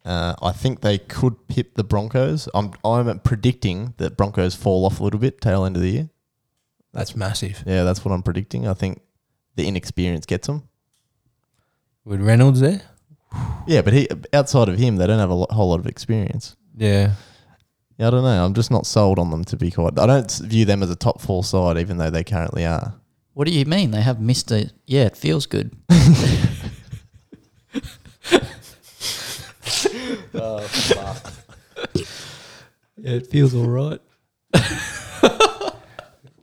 Speaker 1: Uh, I think they could pip the Broncos. I'm I'm predicting that Broncos fall off a little bit tail end of the year.
Speaker 3: That's massive.
Speaker 1: Yeah, that's what I'm predicting. I think the inexperience gets them.
Speaker 3: With Reynolds there?
Speaker 1: Yeah, but he outside of him, they don't have a lo- whole lot of experience.
Speaker 3: Yeah.
Speaker 1: Yeah, I don't know. I'm just not sold on them to be quite. I don't s- view them as a top four side, even though they currently are.
Speaker 2: What do you mean they have missed it? Yeah, it feels good. yeah, it feels all right.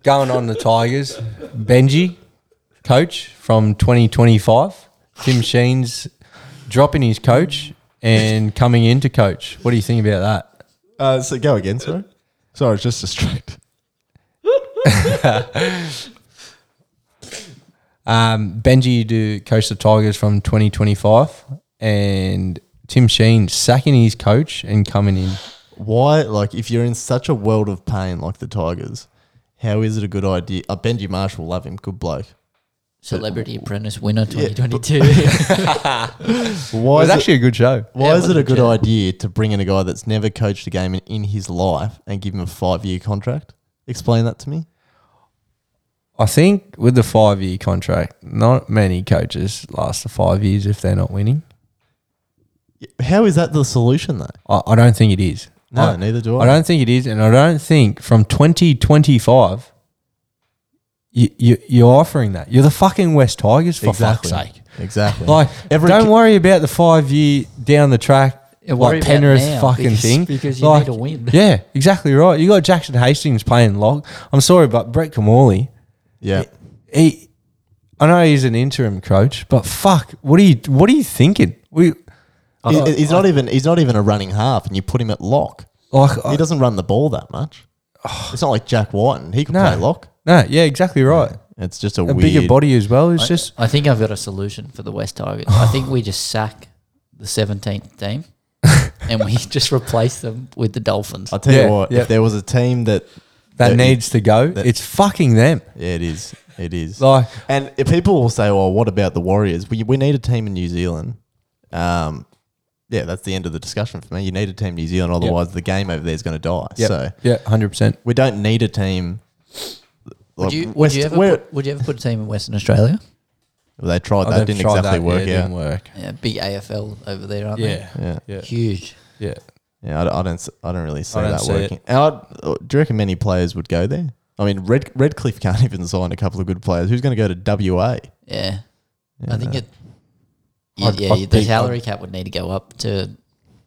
Speaker 3: Going on the Tigers, Benji, coach from 2025. Tim Sheen's dropping his coach and coming into coach. What do you think about that?
Speaker 1: Uh, so go again, sorry. Sorry, I was just distracted.
Speaker 3: Um, Benji to coach the Tigers from 2025 and Tim Sheen sacking his coach and coming in.
Speaker 1: Why, like, if you're in such a world of pain like the Tigers, how is it a good idea? Uh, Benji Marshall, love him, good bloke.
Speaker 2: Celebrity Apprentice winner
Speaker 1: Yeah,
Speaker 2: 2022.
Speaker 1: Why is it,
Speaker 3: a good show.
Speaker 1: why
Speaker 2: Yeah,
Speaker 1: is it a good
Speaker 2: legit.
Speaker 1: idea to bring in a guy that's never coached a game in, in his life and give him a five year contract? Explain that to me.
Speaker 3: I think with the five year contract, not many coaches last the five years if they're not winning.
Speaker 1: How is that the solution, though?
Speaker 3: I, I don't think it is.
Speaker 1: No,
Speaker 3: I,
Speaker 1: neither do I.
Speaker 3: I don't think it is, and I don't think from twenty twenty five. You, you, you're offering that. You're the fucking West Tigers for fuck's sake.
Speaker 1: Exactly.
Speaker 3: Like,
Speaker 1: Every
Speaker 3: don't
Speaker 1: ki-
Speaker 3: worry about the five year down the track,
Speaker 2: Yeah, worry
Speaker 3: like
Speaker 2: about now,
Speaker 3: Penrith fucking
Speaker 2: because-
Speaker 3: thing.
Speaker 2: because you
Speaker 3: Like,
Speaker 2: need a win.
Speaker 3: Yeah, exactly right. You got Jackson Hastings playing lock. I'm sorry, but Brett Kamali,
Speaker 1: yeah.
Speaker 3: he, I know he's an interim coach, but fuck, what are you what are you thinking? We
Speaker 2: I
Speaker 1: He-
Speaker 2: don't-
Speaker 1: he's not even he's not even a running half, and you put him at lock.
Speaker 3: Like, uh,
Speaker 1: He
Speaker 3: I, Oh.
Speaker 1: doesn't run the ball that much. It's not like Jack Whiten. He could
Speaker 3: No.
Speaker 1: play lock.
Speaker 3: no, yeah, exactly right.
Speaker 1: It's just a,
Speaker 3: A
Speaker 1: weird
Speaker 3: bigger body as well. It's
Speaker 1: I-
Speaker 3: just
Speaker 2: I think I've got a solution for the West Tigers. I think we just sack the 17th team and we just replace them with the Dolphins.
Speaker 1: I'll tell
Speaker 3: Yeah,
Speaker 1: you what.
Speaker 3: yeah.
Speaker 1: If there was a team that
Speaker 3: that
Speaker 1: that-
Speaker 3: needs to go.
Speaker 1: that-
Speaker 3: it's fucking them.
Speaker 1: yeah, it is, it is.
Speaker 3: Like,
Speaker 1: And if people will say, "Well, what about the Warriors? We we need a team in New Zealand." Um, yeah, that's the end of the discussion for me. You need a team in New Zealand, otherwise the game over there is going to die.
Speaker 3: yeah,
Speaker 1: So
Speaker 3: yeah, hundred percent.
Speaker 1: we don't need a team.
Speaker 2: Would
Speaker 1: like
Speaker 2: you, would,
Speaker 1: West-
Speaker 2: you ever
Speaker 1: where-
Speaker 2: put, would you ever put a team in Western Australia?
Speaker 1: they tried oh, that didn't exactly work
Speaker 3: yeah,
Speaker 1: out.
Speaker 3: Didn't work.
Speaker 2: Yeah, big AFL over there, aren't
Speaker 3: Yeah,
Speaker 1: Yeah.
Speaker 3: yeah,
Speaker 2: Huge.
Speaker 3: yeah.
Speaker 1: Yeah, I, d- I don't, s- I don't really see
Speaker 3: don't
Speaker 1: that
Speaker 3: see it.
Speaker 1: working. And I'd, uh, do you reckon many players would go there? I mean, Red Redcliffe can't even sign a couple of good players. Who's going to go to WA?
Speaker 2: Yeah.
Speaker 1: Yeah,
Speaker 2: I think it. you-
Speaker 3: I'd-
Speaker 2: yeah,
Speaker 3: I'd
Speaker 2: you- the
Speaker 3: think-
Speaker 2: salary cap would need to go up to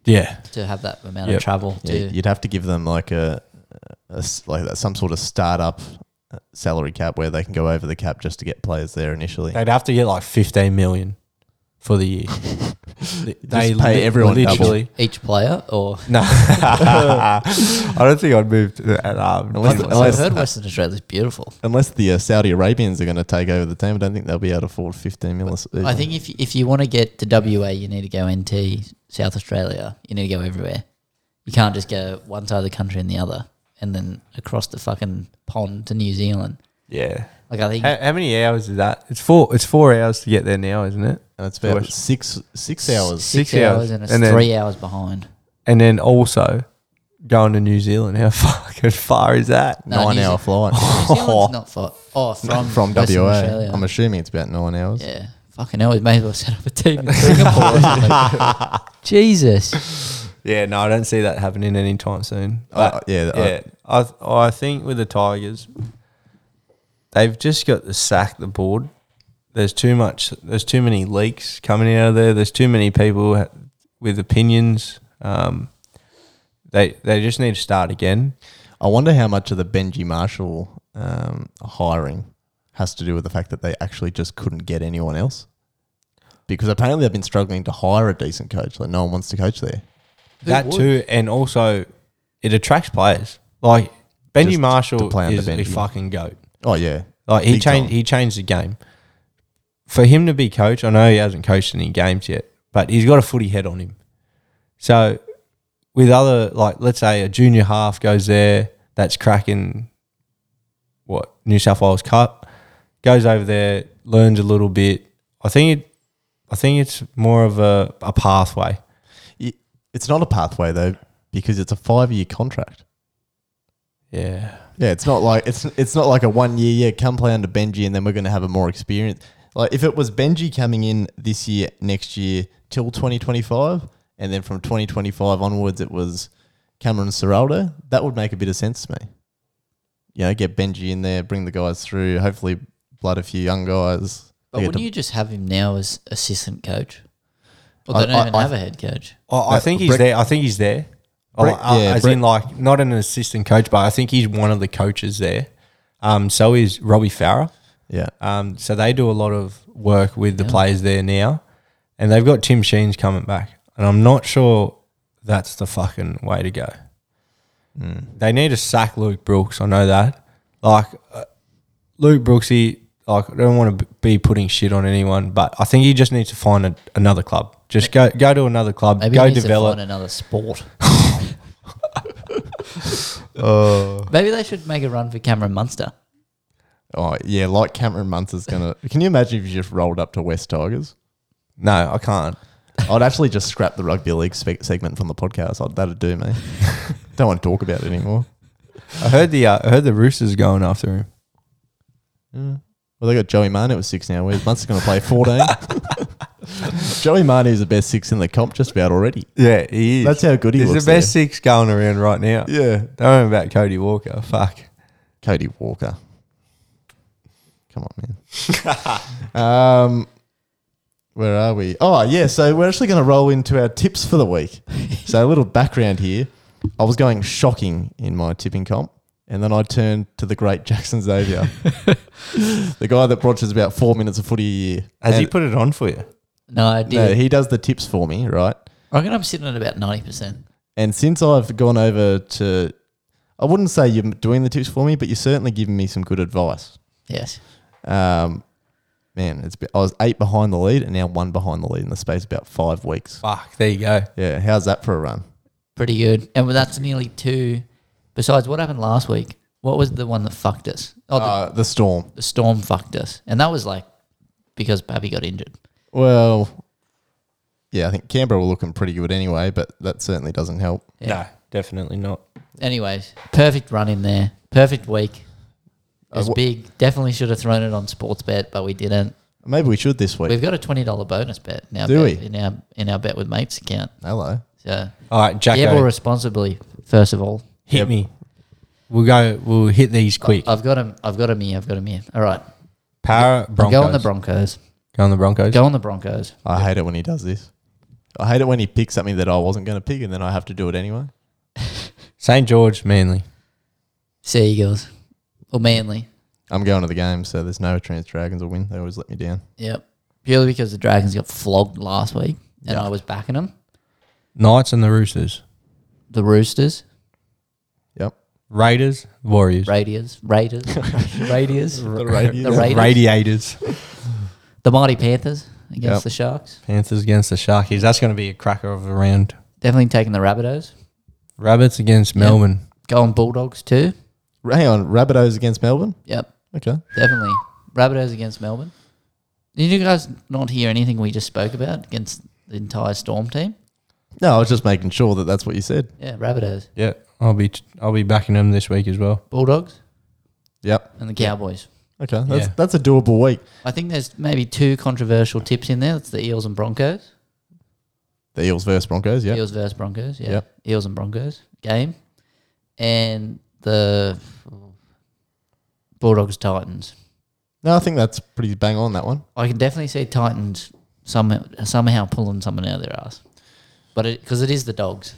Speaker 3: yeah.
Speaker 2: to have that amount
Speaker 3: Yep.
Speaker 2: of travel.
Speaker 1: Yeah,
Speaker 2: to,
Speaker 1: you'd have to give them like a, a s- like that, some sort of startup uh, salary cap where they can go over the cap just to get players there initially.
Speaker 3: They'd have to get like 15 million for the year.
Speaker 1: pay everyone double.
Speaker 2: Each player, or
Speaker 3: No. I don't think I'd move to that. Um,
Speaker 1: Unless-
Speaker 2: I've
Speaker 1: unless-
Speaker 2: heard Western Australia's beautiful.
Speaker 1: Unless the uh, Saudi Arabians are going to take over the team, I don't think they'll be able to afford 15 mil.
Speaker 2: I think if if you want to get to WA, you need to go NT South Australia. You need to go everywhere. You can't just go one side of the country and the other, and then across the fucking pond to New Zealand.
Speaker 3: yeah.
Speaker 2: Like I think
Speaker 3: How, how many hours is that? It's four. It's four hours to get there now, isn't it?
Speaker 1: and it's about
Speaker 3: West-
Speaker 1: six six
Speaker 2: s-
Speaker 1: hours.
Speaker 2: six,
Speaker 3: Six
Speaker 2: hours,
Speaker 3: hours,
Speaker 2: and it's
Speaker 3: and then-
Speaker 2: three hours behind.
Speaker 3: And then also going to New Zealand. How fucking far is that?
Speaker 2: No,
Speaker 1: nine
Speaker 2: New
Speaker 1: hour
Speaker 2: Ze-
Speaker 1: flight
Speaker 2: New Zealand's not far. Oh, from
Speaker 1: from
Speaker 2: Western
Speaker 1: WA.
Speaker 2: Australia.
Speaker 1: I'm assuming it's about nine hours.
Speaker 2: yeah, fucking hell, we may as well set up a team in Singapore. or something. Jesus.
Speaker 3: Yeah, no, I don't see that happening anytime soon.
Speaker 1: Uh,
Speaker 3: But-
Speaker 1: yeah, I-
Speaker 3: yeah. I, th- I think with the Tigers, they've just got to sack the board. There's too much. There's too many leaks coming out of there. There's too many people ha- with opinions. Um, they they just need to start again.
Speaker 1: I wonder how much of the Benji Marshall um, hiring has to do with the fact that they actually just couldn't get anyone else. Because apparently they've been struggling to hire a decent coach. Like no one wants to coach there.
Speaker 2: Who
Speaker 3: that
Speaker 2: would?
Speaker 3: too, and also it attracts players like Benji
Speaker 1: Just to
Speaker 3: Marshall
Speaker 1: play under
Speaker 3: is a
Speaker 1: Benji.
Speaker 3: fucking goat.
Speaker 1: Oh yeah,
Speaker 3: Like he
Speaker 1: Big
Speaker 3: changed,
Speaker 1: time.
Speaker 3: he changed the game. For him to be coach, I know he hasn't coached any games yet, but he's got a footy head on him. So, with other like, let's say a junior half goes there, that's cracking. What New South Wales Cup goes over there, learns a little bit. I think it, I think it's more of a, a pathway.
Speaker 1: Y- it's not a pathway though because it's a five-year contract.
Speaker 3: Yeah,
Speaker 1: Yeah, it's not like it's it's not like a one-year. Yeah, come play under Benji and then we're going to have a more experience. Like if it was Benji coming in this year, next year till 2025, and then from 2025 onwards, it was Cameron Serraldo. That would make a bit of sense to me. You know, get Benji in there, bring the guys through. Hopefully, blood a few young guys.
Speaker 2: But
Speaker 1: They get
Speaker 2: wouldn't
Speaker 1: to-
Speaker 2: you just have him now as assistant coach? Well,
Speaker 1: I-
Speaker 2: they don't
Speaker 1: I-
Speaker 2: even
Speaker 1: I-
Speaker 2: have a head coach.
Speaker 3: Oh, I, I
Speaker 1: No,
Speaker 3: think he's
Speaker 1: Brett-
Speaker 3: there. I think he's there. I-
Speaker 1: Brett-
Speaker 3: I-
Speaker 1: yeah,
Speaker 3: as in, like, not an assistant coach, but I think he's one of the coaches there. Um, so is Robbie Farah.
Speaker 1: yeah,
Speaker 3: Um, so they do a lot of work with the players there now, and they've got Tim Sheens coming back, and I'm not sure that's the fucking way to go.
Speaker 2: Hmm.
Speaker 3: They need to sack Luke Brooks. I know that. Like uh, Luke Brooks, he like I don't want to be putting shit on anyone, but I think he just needs to find a, another club. Just go go to another club.
Speaker 2: Maybe
Speaker 3: go
Speaker 2: he needs to
Speaker 3: develop.
Speaker 2: find another sport. Maybe they should make a run for Cameron Munster.
Speaker 1: oh yeah, like Cameron Munster's gonna. Can you imagine if you just rolled up to West Tigers?
Speaker 3: No, I can't.
Speaker 1: I'd actually just scrap the rugby league spe- segment from the podcast. I'd, that'd do me. Don't want to talk about it anymore.
Speaker 3: I heard the uh, I heard the Roosters going after him.
Speaker 1: Well, they got Joey Manu at six now. Where's Munster going to play 14? Joey Manu's the best six in the comp just about already.
Speaker 3: Yeah, he is.
Speaker 1: That's how good he
Speaker 3: He's
Speaker 1: looks
Speaker 3: the best six going around right now.
Speaker 1: Yeah.
Speaker 3: Don't worry about Cody Walker. Fuck.
Speaker 1: Cody Walker. Come on, man. um, where are we? Oh, yeah. So we're actually going to roll into our tips for the week. so a little background here. I was going shocking in my tipping comp, and then I turned to the great Jackson Xavier, the guy that watches about four minutes of footy a year.
Speaker 3: Has he
Speaker 1: And-
Speaker 3: put it on for you?
Speaker 2: No, I did.
Speaker 1: No, he does the tips for me, right?
Speaker 2: I reckon I'm sitting at about ninety percent.
Speaker 1: And since I've gone over to, I wouldn't say you're doing the tips for me, but you're certainly giving me some good advice.
Speaker 2: Yes.
Speaker 1: Um, man, it's been, I was eight behind the lead and now one behind the lead in the space of about five weeks.
Speaker 3: Fuck, there you go.
Speaker 1: Yeah, how's that for a run?
Speaker 2: Pretty good. And that's nearly two. Besides, what happened last week? What was the one that fucked us? Oh, the,
Speaker 1: Uh, the storm.
Speaker 2: the storm fucked us. And that was like because Babby got injured.
Speaker 1: Well, yeah, I think Canberra were looking pretty good anyway, but that certainly doesn't help.
Speaker 2: Yeah.
Speaker 3: No, definitely not.
Speaker 2: Anyways, perfect run in there. Perfect week. It
Speaker 1: Uh,
Speaker 2: was
Speaker 1: wha-
Speaker 2: big. Definitely should have thrown it on sports bet, but we didn't.
Speaker 1: Maybe we should this week.
Speaker 2: We've got a twenty dollar bonus bet now
Speaker 1: Do
Speaker 2: bet,
Speaker 1: we?
Speaker 2: in our in our bet with mates account.
Speaker 1: Hello.
Speaker 2: So
Speaker 3: All right, Jacko,
Speaker 2: gamble responsibly, first of all.
Speaker 3: hit
Speaker 1: Yep.
Speaker 3: me. We'll go. We'll hit these quick.
Speaker 2: I've got him. I've got him here. I've got him here. All right,
Speaker 3: Para Broncos.
Speaker 2: go on the Broncos.
Speaker 3: Go on the Broncos.
Speaker 2: Go on the Broncos.
Speaker 1: I hate it when he does this. I hate it when he picks something that I wasn't going to pick and then I have to do it anyway.
Speaker 3: St George, Manly.
Speaker 2: Sea Eagles or Manly.
Speaker 1: I'm going to the game, so there's no chance Dragons will win. They always let me down.
Speaker 2: Yep. Purely because the Dragons got flogged last week, and I was backing them.
Speaker 3: Knights and the Roosters.
Speaker 2: The Roosters,
Speaker 1: Yep.
Speaker 3: Raiders, Warriors.
Speaker 2: Raiders, Raiders, Raiders,
Speaker 1: The Raiders.
Speaker 2: The Raiders.
Speaker 3: Radiators.
Speaker 2: the Mighty Panthers against
Speaker 1: Yep.
Speaker 2: the Sharks.
Speaker 3: Panthers against the Sharkies. That's going to be a cracker of a round.
Speaker 2: Definitely taking the Rabbitohs.
Speaker 3: Rabbits against Melbourne.
Speaker 2: Going Bulldogs too.
Speaker 1: Hang on, Rabbitohs against Melbourne.
Speaker 2: Yep,
Speaker 1: Okay.
Speaker 2: definitely. Rabbitohs against Melbourne. Did you guys not hear anything we just spoke about against the entire Storm team?
Speaker 1: No, I was just making sure that that's what you said.
Speaker 2: Yeah, Rabbitohs,
Speaker 3: Yeah, I'll be I'll be backing them this week as well.
Speaker 2: Bulldogs,
Speaker 1: Yep.
Speaker 2: and the Cowboys.
Speaker 1: Okay. That's
Speaker 3: Yeah.
Speaker 1: that's a doable week.
Speaker 2: I think there's maybe two controversial tips in there. That's the Eels and Broncos.
Speaker 1: The Eels versus Broncos. Yeah.
Speaker 2: Eels versus Broncos. Yeah.
Speaker 1: Yep.
Speaker 2: Eels and Broncos game. And the Bulldogs Titans.
Speaker 1: No, I think that's pretty bang on that one.
Speaker 2: I can definitely see Titans somehow somehow pulling someone out of their ass. But it because it is the dogs.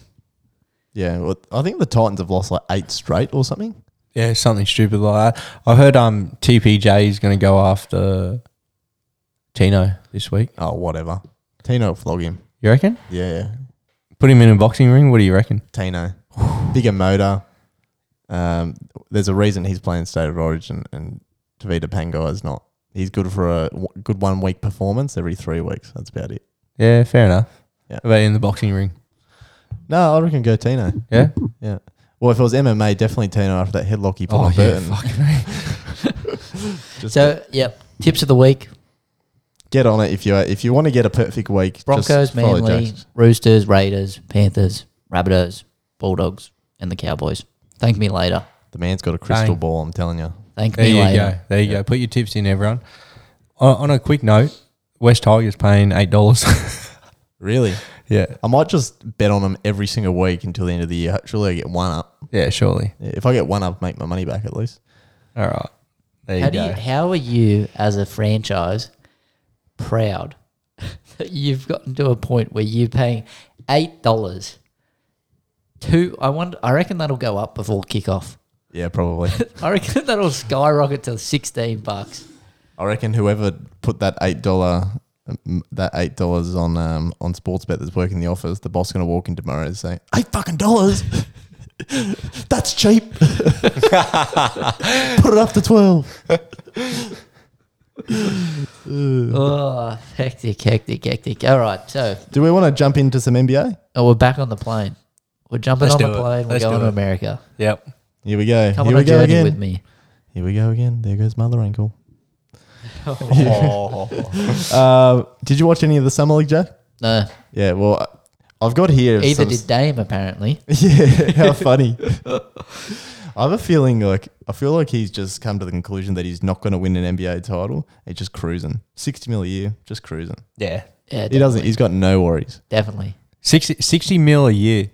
Speaker 1: Yeah. Well, I think the Titans have lost like eight straight or something.
Speaker 3: Yeah, something stupid like that. I heard um TPJ is going to go after Tino this week.
Speaker 1: Oh, whatever. Tino will flog him.
Speaker 3: You reckon?
Speaker 1: Yeah.
Speaker 3: Put him in a boxing ring. What do you reckon?
Speaker 1: Tino, bigger motor. Um, there's a reason he's playing State of Origin, and Tavita Pangai is not. He's good for a w- good one week performance every three weeks. That's about it.
Speaker 3: Yeah, fair enough.
Speaker 1: Yeah.
Speaker 3: How About in the boxing ring.
Speaker 1: No, I reckon go Tino.
Speaker 3: Yeah.
Speaker 1: Yeah. Well, if it was MMA, definitely Tino after that headlock he put
Speaker 3: Oh
Speaker 1: on
Speaker 3: yeah.
Speaker 1: Burton.
Speaker 3: Fuck.
Speaker 1: Just
Speaker 2: So yep. Tips of the week.
Speaker 1: get on it if you if you want to get a perfect week. just
Speaker 2: Broncos,
Speaker 1: follow
Speaker 2: Manly,
Speaker 1: Jackson.
Speaker 2: Roosters, Raiders, Panthers, Rabbitohs, Bulldogs, and the Cowboys. Thank me later.
Speaker 1: The man's got a crystal
Speaker 3: Bang.
Speaker 1: ball. I'm telling you.
Speaker 2: Thank
Speaker 3: There
Speaker 2: me
Speaker 3: you
Speaker 2: later.
Speaker 3: go. There you go. Put your tips in, everyone. On, on a quick note, West Tigers paying eight dollars.
Speaker 1: Really,
Speaker 3: yeah.
Speaker 1: I might just bet on them every single week until the end of the year. Surely I get one up.
Speaker 3: Yeah. Surely.
Speaker 1: Yeah, If I get one up, make my money back at least.
Speaker 3: All right. There you
Speaker 2: How do
Speaker 3: go.
Speaker 2: you, how are you as a franchise proud that you've gotten to a point where you're paying eight dollars? Two, I wonder. I reckon that'll go up before kickoff.
Speaker 1: Yeah, probably.
Speaker 2: I reckon that'll skyrocket to sixteen bucks.
Speaker 1: I reckon whoever put that eight dollar that eight dollars on um, on sports bet that's working the office, the boss gonna walk in tomorrow and say eight fucking dollars. that's cheap. put it up to twelve.
Speaker 2: Oh, hectic, hectic, hectic. All right, so
Speaker 1: Do we want to jump into some NBA?
Speaker 2: oh, we're back on the plane. We're jumping
Speaker 3: Let's
Speaker 2: on
Speaker 3: do
Speaker 2: the
Speaker 3: it.
Speaker 2: plane. We're
Speaker 3: Let's
Speaker 2: going
Speaker 3: do
Speaker 2: to
Speaker 3: it.
Speaker 2: America.
Speaker 3: Yep.
Speaker 1: Here we go.
Speaker 2: Come
Speaker 1: Here we
Speaker 2: on a
Speaker 1: go
Speaker 2: journey
Speaker 1: again.
Speaker 2: with me.
Speaker 1: Here we go again. There goes mother ankle.
Speaker 3: Oh.
Speaker 1: Uh, did you watch any of the summer league, Jack?
Speaker 2: No,
Speaker 1: Yeah. Well, I- I've got here.
Speaker 2: either
Speaker 1: some
Speaker 2: did Dame apparently.
Speaker 1: Yeah, how funny. I have a feeling like I feel like he's just come to the conclusion that he's not going to win an NBA title. He's just cruising, sixty mil a year, just cruising.
Speaker 3: Yeah.
Speaker 2: Yeah,
Speaker 1: He doesn't. He's got no worries.
Speaker 2: definitely.
Speaker 3: 60, 60 mil a year,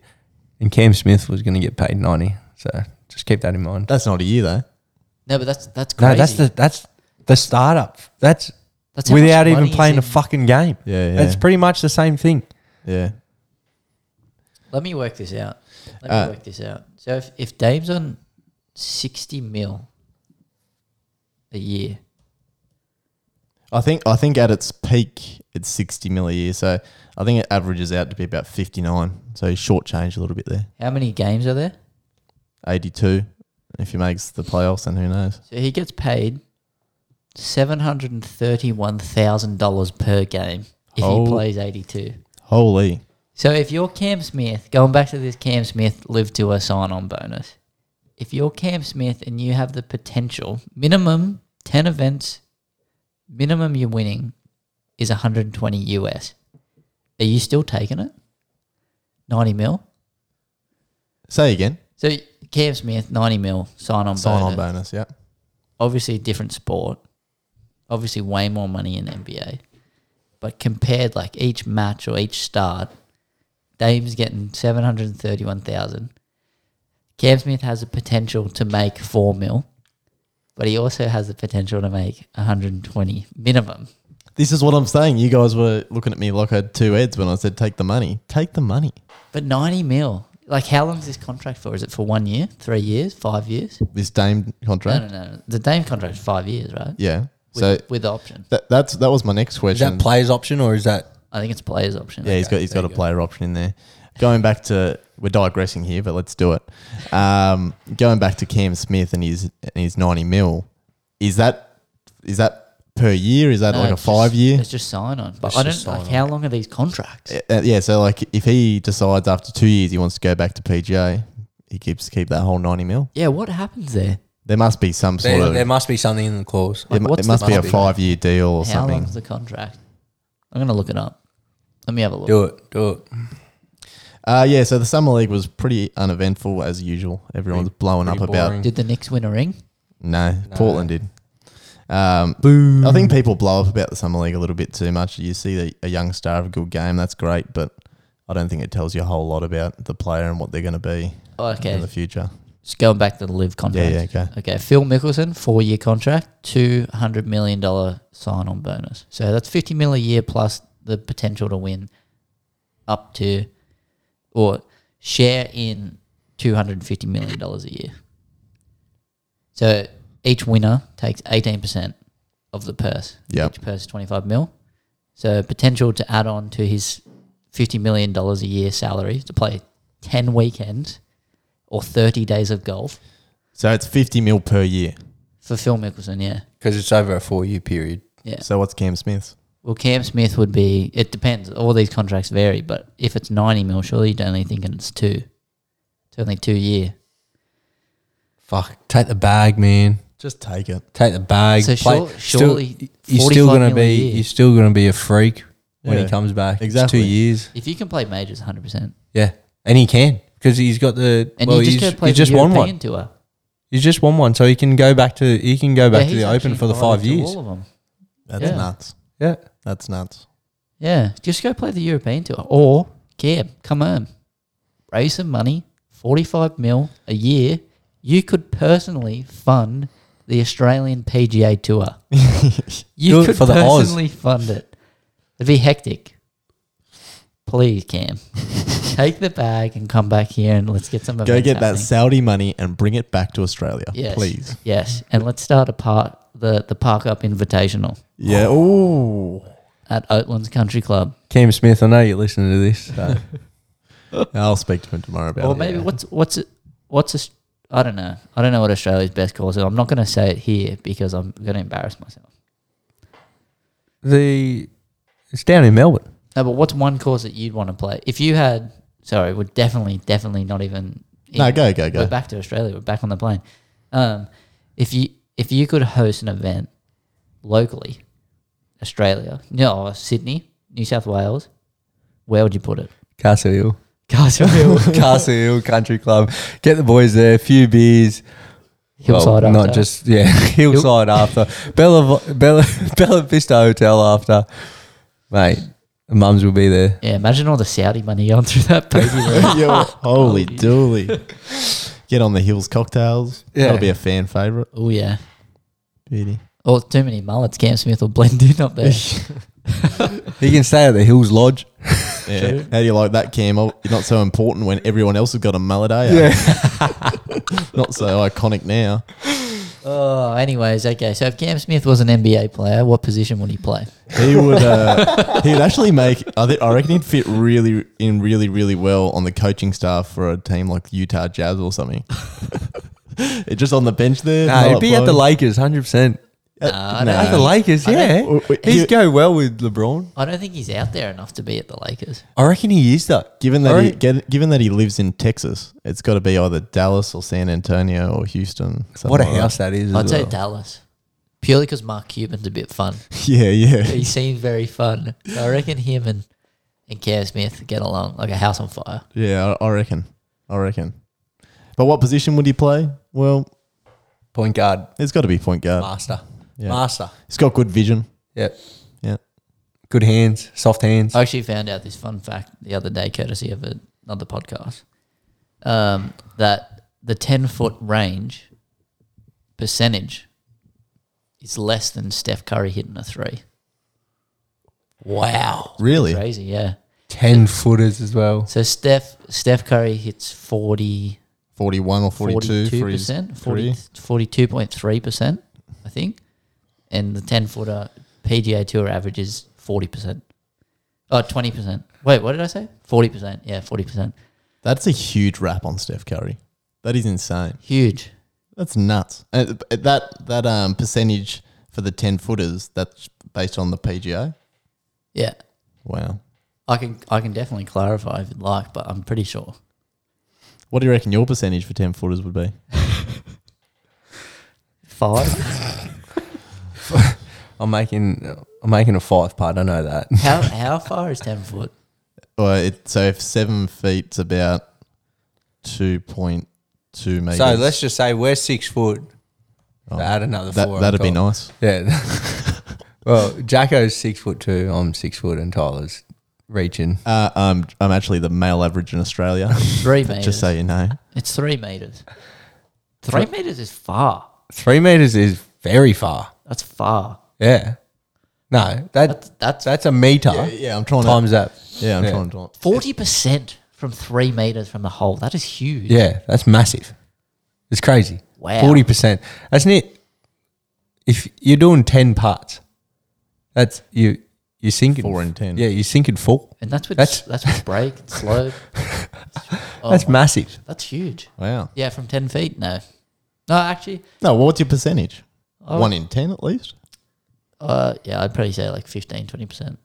Speaker 3: and Cam Smith was going to get paid ninety. So just keep that in mind.
Speaker 1: That's not a year though.
Speaker 2: No, but that's that's crazy.
Speaker 3: No, that's the that's the startup. That's,
Speaker 2: That's how much
Speaker 3: without even
Speaker 2: money is
Speaker 3: playing a
Speaker 2: in-
Speaker 3: fucking game.
Speaker 1: Yeah, yeah,
Speaker 3: That's pretty much the same thing.
Speaker 1: yeah.
Speaker 2: Let me work this out. Let
Speaker 1: Uh,
Speaker 2: me work this out. So if, if Dame's on 60 mil a year,
Speaker 1: I think I think at its peak it's sixty mil a year, so I think it averages out to be about fifty nine. So short change a little bit there,
Speaker 2: How many games are there?
Speaker 1: eighty two. If he makes the playoffs, then who knows?
Speaker 2: So he gets paid seven hundred and thirty-one thousand dollars per game if
Speaker 1: Oh.
Speaker 2: he plays eighty-two.
Speaker 1: Holy,
Speaker 2: So if you're Cam Smith, going back to this Cam Smith live to a sign-on bonus, if you're Cam Smith and you have the potential, minimum ten events, minimum you're winning is one hundred and twenty US. Are you still taking it? Ninety mil.
Speaker 1: say again.
Speaker 2: So Cam Smith, ninety mil sign-on
Speaker 1: Sign on
Speaker 2: bonus.
Speaker 1: bonus, yeah.
Speaker 2: obviously a different sport, obviously way more money in NBA. But compared like each match or each start, Dame's getting seven hundred and thirty one thousand. Cam Smith has the potential to make four mil, but he also has the potential to make one hundred and twenty minimum.
Speaker 1: This is what I'm saying. You guys were looking at me like I had two heads when I said take the money. Take the money.
Speaker 2: But ninety mil. Like how long's this contract for? Is it for one year, three years, five years?
Speaker 1: This Dame contract.
Speaker 2: No, no, no. The Dame contract's five years, right?
Speaker 1: Yeah.
Speaker 2: With,
Speaker 1: so
Speaker 2: with the option.
Speaker 1: that, that's that was my next
Speaker 3: Is
Speaker 1: question.
Speaker 3: that player's option or is that
Speaker 2: I think it's player's option.
Speaker 1: Yeah, he's
Speaker 3: Okay,
Speaker 1: got he's
Speaker 3: there
Speaker 1: got a
Speaker 3: you go.
Speaker 1: player option in there. Going back to we're digressing here, but let's do it. Um, going back to Cam Smith and his and his ninety mil, is that is that per year? Is that
Speaker 2: No,
Speaker 1: like a
Speaker 2: it's
Speaker 1: five
Speaker 2: just-
Speaker 1: year?
Speaker 2: It's just sign on. But
Speaker 3: It's
Speaker 2: I
Speaker 3: just
Speaker 2: don't like
Speaker 3: sign-on.
Speaker 2: how long are these contracts?
Speaker 1: Uh, yeah, so like if he decides after two years he wants to go back to PGA, he keeps keep that whole ninety mil.
Speaker 2: yeah, what happens there?
Speaker 1: There must be some sort
Speaker 3: there,
Speaker 1: of
Speaker 3: there must be something in the clause?
Speaker 1: it, mu-
Speaker 2: what's
Speaker 1: it must
Speaker 2: the
Speaker 1: be a
Speaker 3: must be?
Speaker 1: five year deal or
Speaker 2: how
Speaker 1: something.
Speaker 2: long's the contract? I'm gonna look it up. Let me have a look.
Speaker 3: Do it, do it.
Speaker 1: Uh, yeah, so the summer league was pretty uneventful as usual. Everyone's blowing up
Speaker 3: pretty
Speaker 1: about
Speaker 3: boring.
Speaker 2: Did the Knicks win a ring?
Speaker 1: No, Portland did. Um, I think people blow up about the summer league a little bit too much. You see the, a young star of a good game, that's great, but I don't think it tells you a whole lot about the player and what they're going to be
Speaker 2: Oh,
Speaker 1: in
Speaker 2: okay,
Speaker 1: the future.
Speaker 2: just going back to the live
Speaker 1: Yeah,
Speaker 2: contract.
Speaker 1: yeah, okay.
Speaker 2: Okay, Phil Mickelson, four year contract, two hundred million dollar sign on bonus. So that's fifty mil a year plus the potential to win up to or share in two hundred and fifty million dollars a year. So each winner takes eighteen percent of the purse.
Speaker 1: Yep.
Speaker 2: Each purse twenty five mil. So potential to add on to his fifty million dollars a year salary to play ten weekends or thirty days of golf.
Speaker 1: So it's 50 mil per year.
Speaker 2: For Phil Mickelson, yeah.
Speaker 3: Because it's over a four year period.
Speaker 2: Yeah.
Speaker 1: So what's Cam Smith's?
Speaker 2: Well, Cam Smith would be, it depends. All these contracts vary, but if it's 90 mil, surely you're only thinking it's two. It's only two year.
Speaker 3: Fuck. Take the bag, man.
Speaker 1: Just take it.
Speaker 3: Take the bag.
Speaker 2: So
Speaker 3: Play-
Speaker 2: sure- surely
Speaker 3: you're
Speaker 2: 45
Speaker 3: still gonna
Speaker 2: million a
Speaker 3: be
Speaker 2: year.
Speaker 3: you're still gonna be a freak when
Speaker 1: Yeah.
Speaker 3: he comes back. It's
Speaker 1: Exactly.
Speaker 3: two years.
Speaker 2: If you can play majors 100%.
Speaker 3: Yeah, and he can because he's got the
Speaker 2: And
Speaker 3: well,
Speaker 2: you just
Speaker 3: he's,
Speaker 2: go play
Speaker 3: he's
Speaker 2: the
Speaker 3: just won
Speaker 2: European
Speaker 3: one.
Speaker 2: tour.
Speaker 3: He's just won one, so he can go back to he can go back
Speaker 2: Yeah,
Speaker 3: to
Speaker 2: he's
Speaker 3: the Open
Speaker 2: actually
Speaker 3: for the
Speaker 2: entitled
Speaker 3: five
Speaker 2: to
Speaker 3: years.
Speaker 2: All of them.
Speaker 1: That's
Speaker 2: Yeah.
Speaker 1: nuts.
Speaker 3: Yeah,
Speaker 1: That's nuts.
Speaker 2: Yeah. Just go play the European tour. Or Cam, come on. Raise some money, 45 mil a year. You could personally fund the Australian PGA tour. You
Speaker 3: Do it
Speaker 2: could
Speaker 3: for the Oz.
Speaker 2: personally fund it. It'd be hectic. Please, Cam, take the bag and come back here and let's get some.
Speaker 1: Go
Speaker 2: events
Speaker 1: get that
Speaker 2: happening.
Speaker 1: Saudi money and bring it back to Australia,
Speaker 2: Yes. Oh.
Speaker 1: please.
Speaker 2: Yes, and let's start a park the the park up invitational
Speaker 1: Yeah. Ooh.
Speaker 2: at Oatlands Country Club,
Speaker 3: Cam Smith. I know you're listening to this. So.
Speaker 1: I'll speak to him tomorrow about
Speaker 2: or
Speaker 1: it.
Speaker 2: maybe what's what's it- what's a, I don't know. I don't know what Australia's best course is. I'm not going to say it here because I'm going to embarrass myself.
Speaker 3: the it's down in Melbourne.
Speaker 2: No, but what's one course that you'd want to play if you had? Sorry, we're definitely definitely not even.
Speaker 1: No,
Speaker 2: in-
Speaker 1: go, go, go.
Speaker 2: We're back to Australia. We're back on the plane. Um, if you if you could host an event locally, Australia, no Sydney, New South Wales, where would you put it?
Speaker 3: Castle Hill.
Speaker 2: Castle Hill,
Speaker 3: Castle Hill Country Club. Get the boys there, a few beers.
Speaker 2: Hillside.
Speaker 3: Well, Not
Speaker 2: after.
Speaker 3: just yeah, hillside after Bella Bella Bella Vista Hotel after, mate. Mums will be there.
Speaker 2: yeah. Imagine all the Saudi money going through that pavement.
Speaker 1: Yo,
Speaker 2: Oh,
Speaker 1: holy dooly. Get on the hills cocktails.
Speaker 3: Yeah.
Speaker 1: That'll be a fan favourite.
Speaker 2: oh yeah.
Speaker 1: Beauty.
Speaker 2: Or too many mullets. Cam Smith will blend in up there.
Speaker 3: He can stay at the Hills Lodge.
Speaker 1: Yeah. How do you like that, Cam? Oh, You're not so important when everyone else has got a mullet, eh? Not so iconic now.
Speaker 2: Oh, anyways, okay. So if Cam Smith was an NBA player, what position would he play?
Speaker 1: He would. Uh, he would actually make. I, think, I reckon he'd fit really in really really well on the coaching staff for a team like Utah Jazz or something. It just on the bench there.
Speaker 3: Nah,
Speaker 1: not
Speaker 3: it'd be at the
Speaker 1: blowing-
Speaker 3: Lakers, hundred percent.
Speaker 2: Nah, I don't
Speaker 3: At the eh? Lakers, yeah.
Speaker 1: don't- w- w-
Speaker 3: He'd
Speaker 1: you-
Speaker 3: go well with LeBron.
Speaker 2: I don't think he's out there enough to be at the Lakers.
Speaker 3: I reckon he is though.
Speaker 1: Given that
Speaker 3: I
Speaker 1: he
Speaker 3: reckon-
Speaker 1: get, given that he lives in Texas, it's got to be either Dallas or San Antonio or Houston. something
Speaker 3: what a
Speaker 1: like that.
Speaker 3: house that is.
Speaker 2: I'd
Speaker 3: as
Speaker 2: say
Speaker 3: well.
Speaker 2: Dallas. Purely because Mark Cuban's a bit fun.
Speaker 1: Yeah, yeah.
Speaker 2: he seems very fun. So I reckon him and, and Cam Smith get along like a house on fire.
Speaker 1: Yeah, I, I reckon. I reckon. But what position would he play? Well,
Speaker 3: point guard,
Speaker 1: it's got to be point guard.
Speaker 3: master,
Speaker 1: Yeah.
Speaker 3: master.
Speaker 1: He's got good vision.
Speaker 3: Yep.
Speaker 1: Yeah.
Speaker 3: Good hands, soft hands.
Speaker 2: I actually found out this fun fact the other day, courtesy of a- another podcast, um, that the 10 foot range percentage is less than Steph Curry hitting a three. Wow.
Speaker 1: Really?
Speaker 2: Crazy, yeah.
Speaker 3: Ten footers as well.
Speaker 2: So Steph Steph Curry hits 40,
Speaker 1: 41 or 42 for his
Speaker 2: 42%, 40,
Speaker 1: career.
Speaker 2: 42.3%, I think. And the 10 footer PGA Tour average is 40%. Oh, 20%. Wait, what did I say? 40%. Yeah, 40%.
Speaker 1: That's a huge rap on Steph Curry. That is insane.
Speaker 2: Huge.
Speaker 1: That's nuts. And th- that that um percentage for the 10 footers that's based on the PGA.
Speaker 2: Yeah.
Speaker 1: Wow.
Speaker 2: I can I can definitely clarify if you'd like, but I'm pretty sure.
Speaker 1: What do you reckon your percentage for 10 footers would be?
Speaker 2: Five?
Speaker 3: I'm making I'm making a five part. I know that.
Speaker 2: how how far is ten foot?
Speaker 1: Well, it, so if 7 feet's about 2.2 meters.
Speaker 3: So let's just say we're six foot.
Speaker 1: Oh,
Speaker 3: Add another
Speaker 1: that,
Speaker 3: four. on
Speaker 1: that'd be
Speaker 3: top.
Speaker 1: nice.
Speaker 3: Yeah. well, Jacko's six foot two. I'm six foot, and Tyler's reaching.
Speaker 1: Uh, um, I'm actually the male average in Australia,
Speaker 2: Three meters.
Speaker 1: just so you know.
Speaker 2: It's three meters. Three meters is far.
Speaker 3: Three meters is very far.
Speaker 2: That's far.
Speaker 3: Yeah. No, that
Speaker 2: That's that's
Speaker 3: that's a meter
Speaker 1: Yeah, I'm trying
Speaker 3: times that.
Speaker 1: to. Yeah, I'm
Speaker 3: yeah.
Speaker 1: trying to.
Speaker 2: forty percent from three meters from the hole. That is huge.
Speaker 3: Yeah, that's massive. It's crazy.
Speaker 2: Wow.
Speaker 3: Forty percent. That's it. If you're doing ten parts, that's you. You sinking
Speaker 1: Four and 10.
Speaker 3: Yeah, you sinking four.
Speaker 2: And that's with
Speaker 3: That's-
Speaker 2: that's, that's with break and slope. Oh
Speaker 3: that's
Speaker 2: my-
Speaker 3: massive.
Speaker 2: that's huge.
Speaker 1: Wow.
Speaker 2: Yeah, from ten feet, no. No, actually
Speaker 1: No, well, what's your percentage?
Speaker 2: Oh.
Speaker 1: One in 10 at least?
Speaker 2: uh yeah, I'd probably say like 15, 20 percent.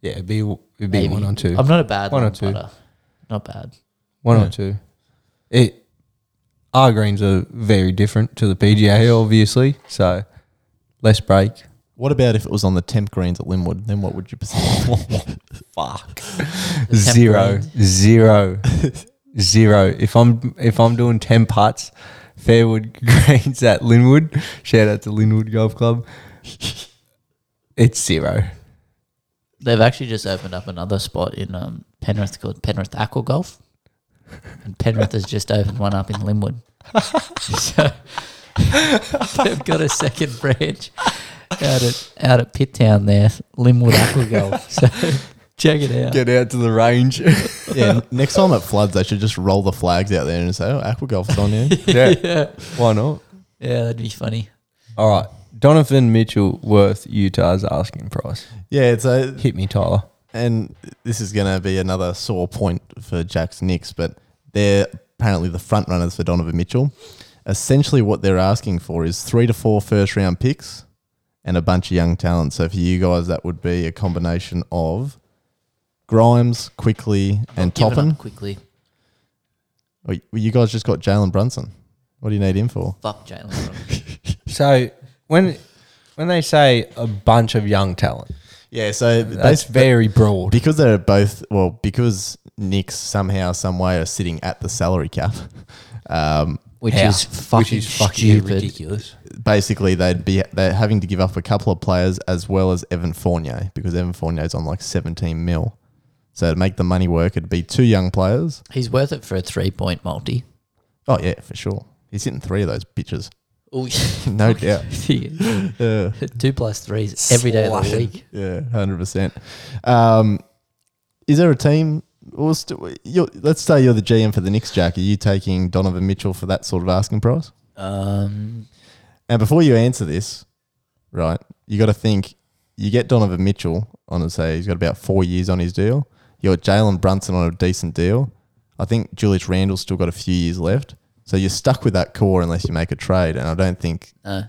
Speaker 3: Yeah, it'd be it'd be one on two.
Speaker 2: I'm not a bad
Speaker 3: One
Speaker 2: one
Speaker 3: or
Speaker 2: on
Speaker 3: two.
Speaker 2: two. Not bad.
Speaker 3: One
Speaker 1: Yeah.
Speaker 3: or two. It our greens are very different to the PGA, obviously. So less break.
Speaker 1: What about if it was on the temp greens at Linwood? Then what would your percentage?
Speaker 3: Fuck.
Speaker 2: The temp
Speaker 3: Zero.
Speaker 2: range-
Speaker 3: Zero. Zero. If I'm if I'm doing ten putts, Fairwood greens at Linwood. Shout out to Linwood Golf Club. It's zero.
Speaker 2: They've actually just opened up another spot in um, Penrith called Penrith Aqua Golf, and Penrith has just opened one up in Linwood. so they've got a second branch out at out at Pitt Town there, Linwood Aqua Golf. So check it out.
Speaker 3: Get out to the range.
Speaker 1: yeah, next time it floods, they should just roll the flags out there and say, oh, aqua golf's on here.
Speaker 3: yeah.
Speaker 2: Yeah,
Speaker 3: Why not?
Speaker 2: yeah, that'd be funny.
Speaker 3: All right. Donovan Mitchell worth Utah's asking price.
Speaker 1: yeah, it's a,
Speaker 3: Hit me, Tyler.
Speaker 1: and this is going to be another sore point for Jack's Knicks, but they're apparently the front runners for Donovan Mitchell. Essentially, what they're asking for is three to four first round picks and a bunch of young talent. So for you guys, that would be a combination of Grimes, Quickly, and
Speaker 2: Giving up
Speaker 1: Toppin.
Speaker 2: quickly.
Speaker 1: Oh, y- well, you guys just got Jalen Brunson. What do you need him for?
Speaker 2: Fuck Jalen. Brunson.
Speaker 3: So when when they say a bunch of young talent,
Speaker 1: Yeah, so
Speaker 3: that's very broad.
Speaker 1: because they're both well because Knicks somehow some way are sitting at the salary cap. Um,
Speaker 2: Which
Speaker 3: How?
Speaker 2: is fucking stupid.
Speaker 3: ridiculous.
Speaker 1: basically, they'd be they're having to give up a couple of players as well as Evan Fournier because Evan Fournier's on like seventeen mil. So to make the money work, it'd be two young players.
Speaker 2: He's worth it for a three point multi.
Speaker 1: Oh yeah, for sure. He's hitting three of those bitches,
Speaker 2: Oh,
Speaker 1: no doubt.
Speaker 3: Uh,
Speaker 1: Yeah.
Speaker 2: Two plus threes every day of the
Speaker 3: Slushing.
Speaker 2: week.
Speaker 1: Yeah, hundred percent. Um, is there a team? Or st- you're, let's say you're the GM for the Knicks, Jack. Are you taking Donovan Mitchell for that sort of asking price?
Speaker 2: Um,
Speaker 1: Now, before you answer this, right, you got to think. You get Donovan Mitchell on, and say he's got about four years on his deal. You got Jalen Brunson on a decent deal. I think Julius Randle's still got a few years left. So you're stuck with that core unless you make a trade. And I don't think
Speaker 2: no.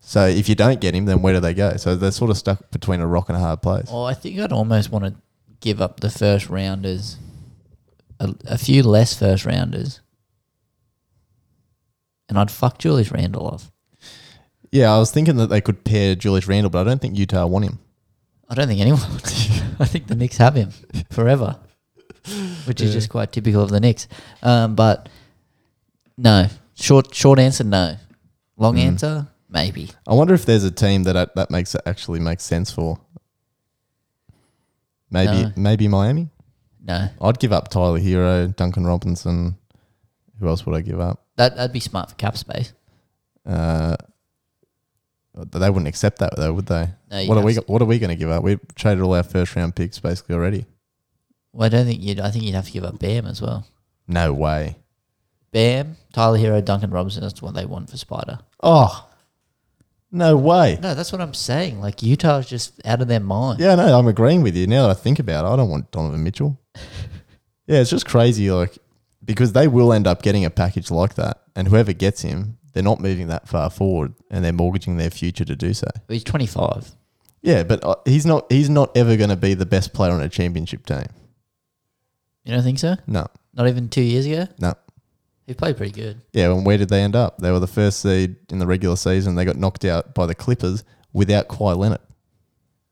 Speaker 1: so. If you don't get him, then where do they go? So they're sort of stuck between a rock and a hard place.
Speaker 2: Well, Oh, I think I'd almost want to give up the first rounders, a, a few less first rounders, and I'd fuck Julius Randle off.
Speaker 1: Yeah, I was thinking that they could pair Julius Randle, but I don't think Utah want him.
Speaker 2: I don't think anyone. would. I think the Knicks have him forever, which is just quite typical of the Knicks. Um, but no, short short answer, no.
Speaker 1: Mm.
Speaker 2: Long answer, maybe.
Speaker 1: I wonder if there's a team that that makes it actually makes sense for. Maybe
Speaker 2: No.
Speaker 1: maybe Miami.
Speaker 2: No,
Speaker 1: I'd give up Tyler Hero, Duncan Robinson. Who else would I give up?
Speaker 2: that that'd be smart for cap space.
Speaker 1: Uh, they wouldn't accept that though, would they?
Speaker 2: No, you
Speaker 1: what are
Speaker 2: can't
Speaker 1: we?
Speaker 2: s-
Speaker 1: What are we going to give up? We traded all our first round picks basically already.
Speaker 2: Well, I don't think you'd. I think you'd have to give up Bam as well.
Speaker 1: No way.
Speaker 2: Bam, Tyler Hero, Duncan Robinson. That's what they want for Spider.
Speaker 1: Oh, no way.
Speaker 2: No, that's what I'm saying. Like Utah's just out of their mind.
Speaker 1: Yeah, no, I'm agreeing with you. Now that I think about it, I don't want Donovan Mitchell. yeah, it's just crazy, like because they will end up getting a package like that, and whoever gets him, they're not moving that far forward, and they're mortgaging their future to do so.
Speaker 2: He's 25.
Speaker 1: Yeah, but uh, he's not. He's not ever going to be the best player on a championship team.
Speaker 2: You don't think so?
Speaker 1: No,
Speaker 2: Not even two years ago.
Speaker 1: no.
Speaker 2: He played pretty good.
Speaker 1: Yeah, and where did they end up? They were the first seed in the regular season. They got knocked out by the Clippers without Kawhi Leonard.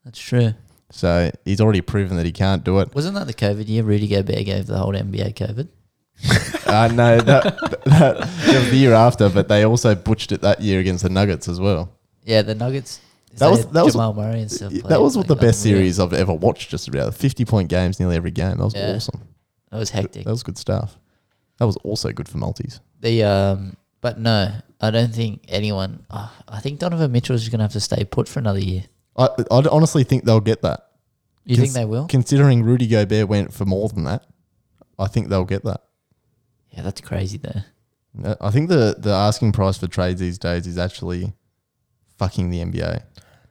Speaker 2: That's true.
Speaker 1: So he's already proven that he can't do it.
Speaker 2: Wasn't that the COVID year? Rudy Gobert gave the whole NBA COVID.
Speaker 1: uh, no, that, that, that was the year after, but they also butched it that year against the Nuggets as well.
Speaker 2: Yeah, the Nuggets.
Speaker 1: That was-
Speaker 2: they-
Speaker 1: that was-
Speaker 2: Jamal Murray and stuff.
Speaker 1: that
Speaker 2: played,
Speaker 1: was what
Speaker 2: like,
Speaker 1: the best
Speaker 2: unreal.
Speaker 1: series I've ever watched. Just about fifty point games nearly every game. That was
Speaker 2: Yeah.
Speaker 1: awesome.
Speaker 2: That was hectic.
Speaker 1: That was good stuff. That was also good for multis.
Speaker 2: The um, but no, I don't think anyone. Uh, I think Donovan Mitchell is just gonna have to stay put for another year.
Speaker 1: I I honestly think they'll get that.
Speaker 2: You think
Speaker 1: Cons-
Speaker 2: they will?
Speaker 1: Considering Rudy Gobert went for more than that, I think they'll get that.
Speaker 2: yeah, that's crazy though.
Speaker 1: Uh, I think the the asking price for trades these days is actually fucking the NBA.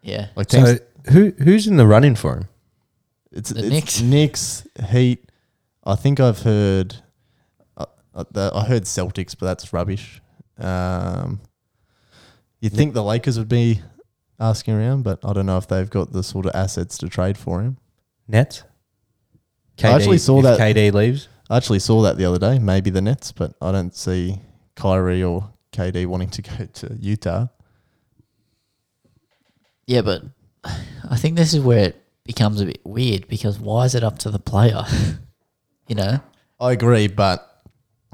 Speaker 2: Yeah,
Speaker 1: Like teams,
Speaker 3: So who who's in the running for him?
Speaker 1: it's,
Speaker 2: the
Speaker 1: it's
Speaker 2: Knicks.
Speaker 1: Knicks, Heat. I think I've heard. Uh, uh, the, I heard Celtics, but that's rubbish. Um, you would think the Lakers would be asking around, but I don't know if they've got the sort of assets to trade for him.
Speaker 3: Nets.
Speaker 1: I actually saw
Speaker 3: if
Speaker 1: that-
Speaker 3: KD leaves.
Speaker 1: I actually saw that the other day. Maybe the Nets, but I don't see Kyrie or KD wanting to go to Utah.
Speaker 2: yeah, but I think this is where it becomes a bit weird because why is it up to the player? you know,
Speaker 1: I agree, but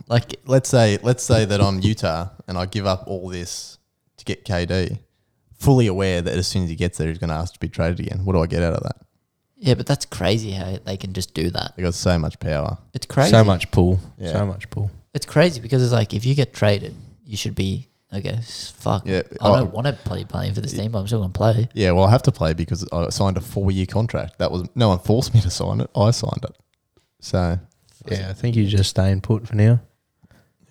Speaker 2: like
Speaker 1: let's say let's say that I'm Utah and I give up all this to get KD, fully aware that as soon as he gets there, he's going to ask to be traded again. What do I get out of that?
Speaker 2: yeah, but that's crazy how they can just do that.
Speaker 1: They got so much power.
Speaker 2: It's crazy.
Speaker 3: So much pull.
Speaker 1: Yeah.
Speaker 3: So much pull.
Speaker 2: It's crazy because it's like if you get traded, you should be okay. s- Fuck.
Speaker 1: Yeah, Oh.
Speaker 2: I don't
Speaker 1: I-
Speaker 2: want to play playing for this team, but I'm still gonna play.
Speaker 1: Yeah, well, I have to play because I signed a four-year contract. That was no one forced me to sign it. I signed it. So
Speaker 3: Yeah, I think he's just staying put for now.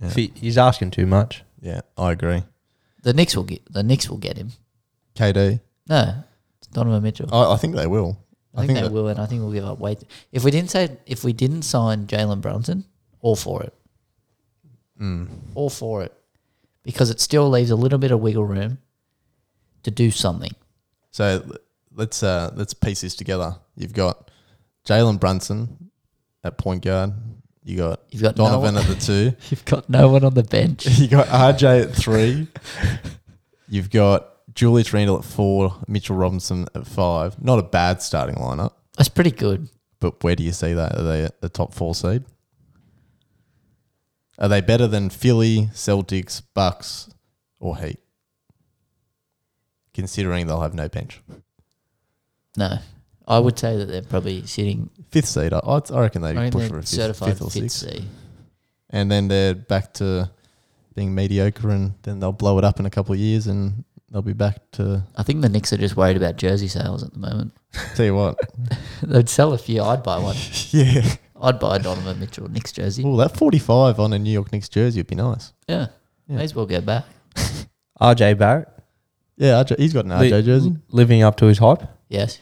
Speaker 1: Yeah.
Speaker 3: If he- he's asking too much.
Speaker 1: yeah, I agree.
Speaker 2: The Knicks will get the Knicks will get him.
Speaker 1: KD,
Speaker 2: No, it's Donovan Mitchell.
Speaker 1: I, I think they will.
Speaker 2: I, think, they
Speaker 1: that-
Speaker 2: will, and I think we'll give up weight. If we didn't say if we didn't sign Jalen Brunson, all for it,
Speaker 1: Mm.
Speaker 2: all for it, because it still leaves a little bit of wiggle room to do something.
Speaker 1: So l- let's uh, let's piece this together. You've got Jalen Brunson at point guard. You got
Speaker 2: You've got
Speaker 1: Donovan
Speaker 2: No
Speaker 1: at the two.
Speaker 2: you've got no one on the bench.
Speaker 1: you got RJ at three. You've got Julius Randle at four, Mitchell Robinson at five. Not a bad starting lineup,
Speaker 2: That's pretty good.
Speaker 1: but where do you see that? Are they at the top four seed? Are they better than Philly, Celtics, Bucks, or Heat? Considering they'll have no bench,
Speaker 2: No, I would say that they're probably sitting.
Speaker 1: fifth seed, I, I'd- I reckon they
Speaker 2: I mean,
Speaker 1: push for
Speaker 2: they're
Speaker 1: a fifth,
Speaker 2: certified
Speaker 1: fifth or
Speaker 2: fifth
Speaker 1: sixth,
Speaker 2: seed.
Speaker 1: and then they're back to being mediocre, and then they'll blow it up in a couple of years, and they'll be back to
Speaker 2: I think the Knicks are just worried about jersey sales at the moment.
Speaker 1: tell you what,
Speaker 2: They'd sell a few. I'd buy one.
Speaker 1: yeah.
Speaker 2: I'd buy a Donovan Mitchell Knicks jersey.
Speaker 1: Well, that 45 on a New York Knicks jersey would be nice.
Speaker 2: Yeah. May as well go back.
Speaker 3: RJ Barrett
Speaker 1: Yeah, RJ, he's got an
Speaker 3: Li-
Speaker 1: RJ jersey.
Speaker 3: living up to his hype.
Speaker 2: Yes.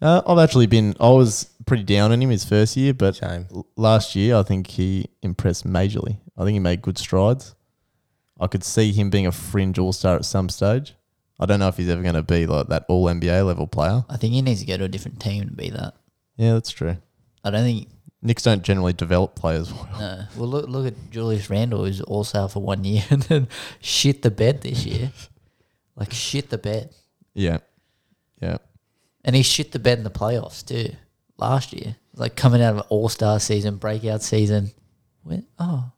Speaker 1: Uh, I've actually been. I was pretty down on him his first year, but
Speaker 3: Shame.
Speaker 1: l- last year I think he impressed majorly. I think he made good strides. I could see him being a fringe all star at some stage. I don't know if he's ever going to be like that all NBA level player.
Speaker 2: I think he needs to go to a different team to be that.
Speaker 1: Yeah, that's true.
Speaker 2: I don't think.
Speaker 1: Knicks don't generally develop players well.
Speaker 2: No. Well, look look at Julius Randle, who's all sale for one year and then shit the bed this year. like shit the bed,
Speaker 1: Yeah, yeah,
Speaker 2: and he shit the bed in the playoffs too last year. Like coming out of an all star season, breakout season. Went oh.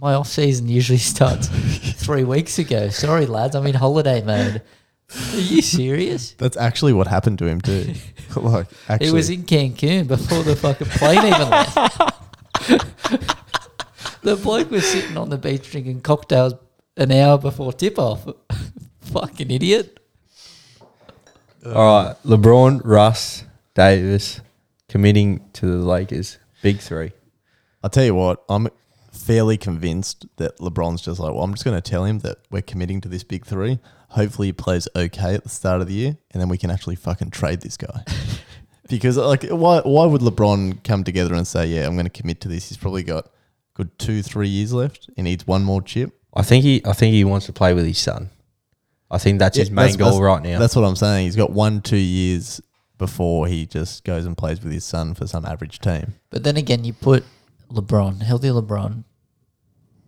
Speaker 2: My off season usually starts three weeks ago. Sorry, lads, I'm in holiday mode. Are you serious?
Speaker 1: that's actually what happened to him too. like actually,
Speaker 2: He was in Cancun before the fucking plane even left. the bloke was sitting on the beach drinking cocktails an hour before tip off. fucking idiot.
Speaker 1: uh,
Speaker 3: All right, LeBron, Russ, Davis, committing to the Lakers. Big three.
Speaker 1: I'll tell you what, I'm fairly convinced that LeBron's just like, well, I'm just going to tell him that we're committing to this big three. Hopefully, he plays okay at the start of the year, and then we can actually fucking trade this guy. because, like, why, why would LeBron come together and say, yeah, I'm going to commit to this? He's probably got good two, three years left. He needs one more chip.
Speaker 3: I think he. I think he wants to play with his son. I think that's his
Speaker 1: Yeah,
Speaker 3: main
Speaker 1: that's-
Speaker 3: goal
Speaker 1: that's-
Speaker 3: right now.
Speaker 1: That's what I'm saying. He's got one, two years before he just goes and plays with his son for some average team.
Speaker 2: But then again, you put LeBron, healthy LeBron,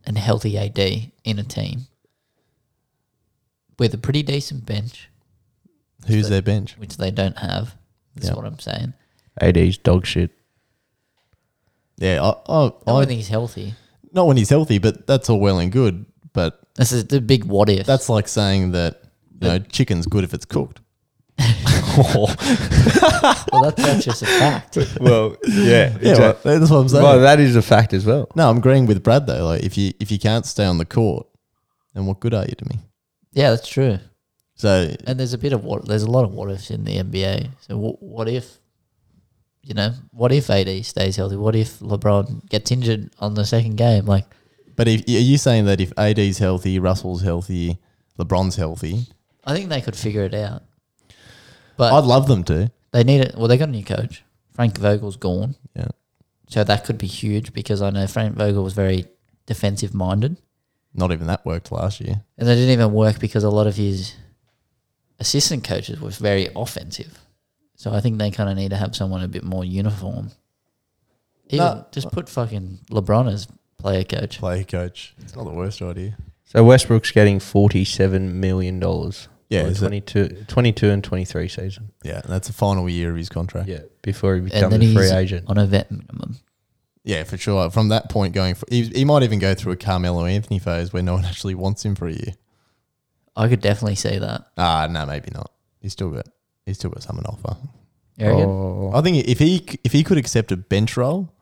Speaker 2: and healthy AD in a team with a pretty decent bench,
Speaker 1: Who's their bench?
Speaker 2: which they don't have. That's
Speaker 1: Yeah.
Speaker 2: what I'm saying.
Speaker 3: AD's dog shit.
Speaker 1: Yeah, I, I,
Speaker 2: I
Speaker 1: I,
Speaker 2: don't think he's healthy.
Speaker 1: not when he's healthy, but that's all well and good. But
Speaker 2: This is the big what if.
Speaker 1: That's like saying that you know chicken's good if it's cooked.
Speaker 2: well, that's, that's just a fact.
Speaker 3: well, yeah,
Speaker 1: Yeah, well, that's what I'm saying.
Speaker 3: well, that is a fact as well.
Speaker 1: no, I'm agreeing with Brad though. Like if you if you can't stay on the court, then what good are you to me?
Speaker 2: Yeah, that's true.
Speaker 1: So
Speaker 2: And there's a bit of what there's a lot of what ifs in the NBA. So what, what if, you know, what if AD stays healthy? What if LeBron gets injured on the second game? Like,
Speaker 1: but if, are you saying that if AD's healthy, Russell's healthy, LeBron's healthy,
Speaker 2: I think they could figure it out. But
Speaker 1: I'd love them to.
Speaker 2: they need it. Well, they got a new coach. Frank Vogel's gone,
Speaker 1: Yeah.
Speaker 2: so that could be huge because I know Frank Vogel was very defensive minded,
Speaker 1: Not even that worked last year.
Speaker 2: and that didn't even work because a lot of his assistant coaches were very offensive. So I think they kind of need to have someone a bit more uniform. Even
Speaker 1: No.
Speaker 2: just put fucking LeBron as player coach.
Speaker 1: Play coach. It's not the worst idea.
Speaker 3: So Westbrook's getting forty-seven million dollars.
Speaker 1: Yeah,
Speaker 3: for
Speaker 1: is it-
Speaker 3: 22, 22 and twenty-three season.
Speaker 1: Yeah, and that's the final year of his contract.
Speaker 3: Yeah, before he
Speaker 2: And
Speaker 3: becomes
Speaker 2: then
Speaker 3: a
Speaker 2: he's
Speaker 3: free agent.
Speaker 2: on a vet minimum.
Speaker 1: Yeah, for sure. From that point going, for, he, he might even go through a Carmelo Anthony phase where no one actually wants him for a year.
Speaker 2: I could definitely see that.
Speaker 1: Ah, no, maybe not. He's still got he's still got something to offer.
Speaker 2: You reckon?
Speaker 3: Oh.
Speaker 1: I think if he if he could accept a bench role,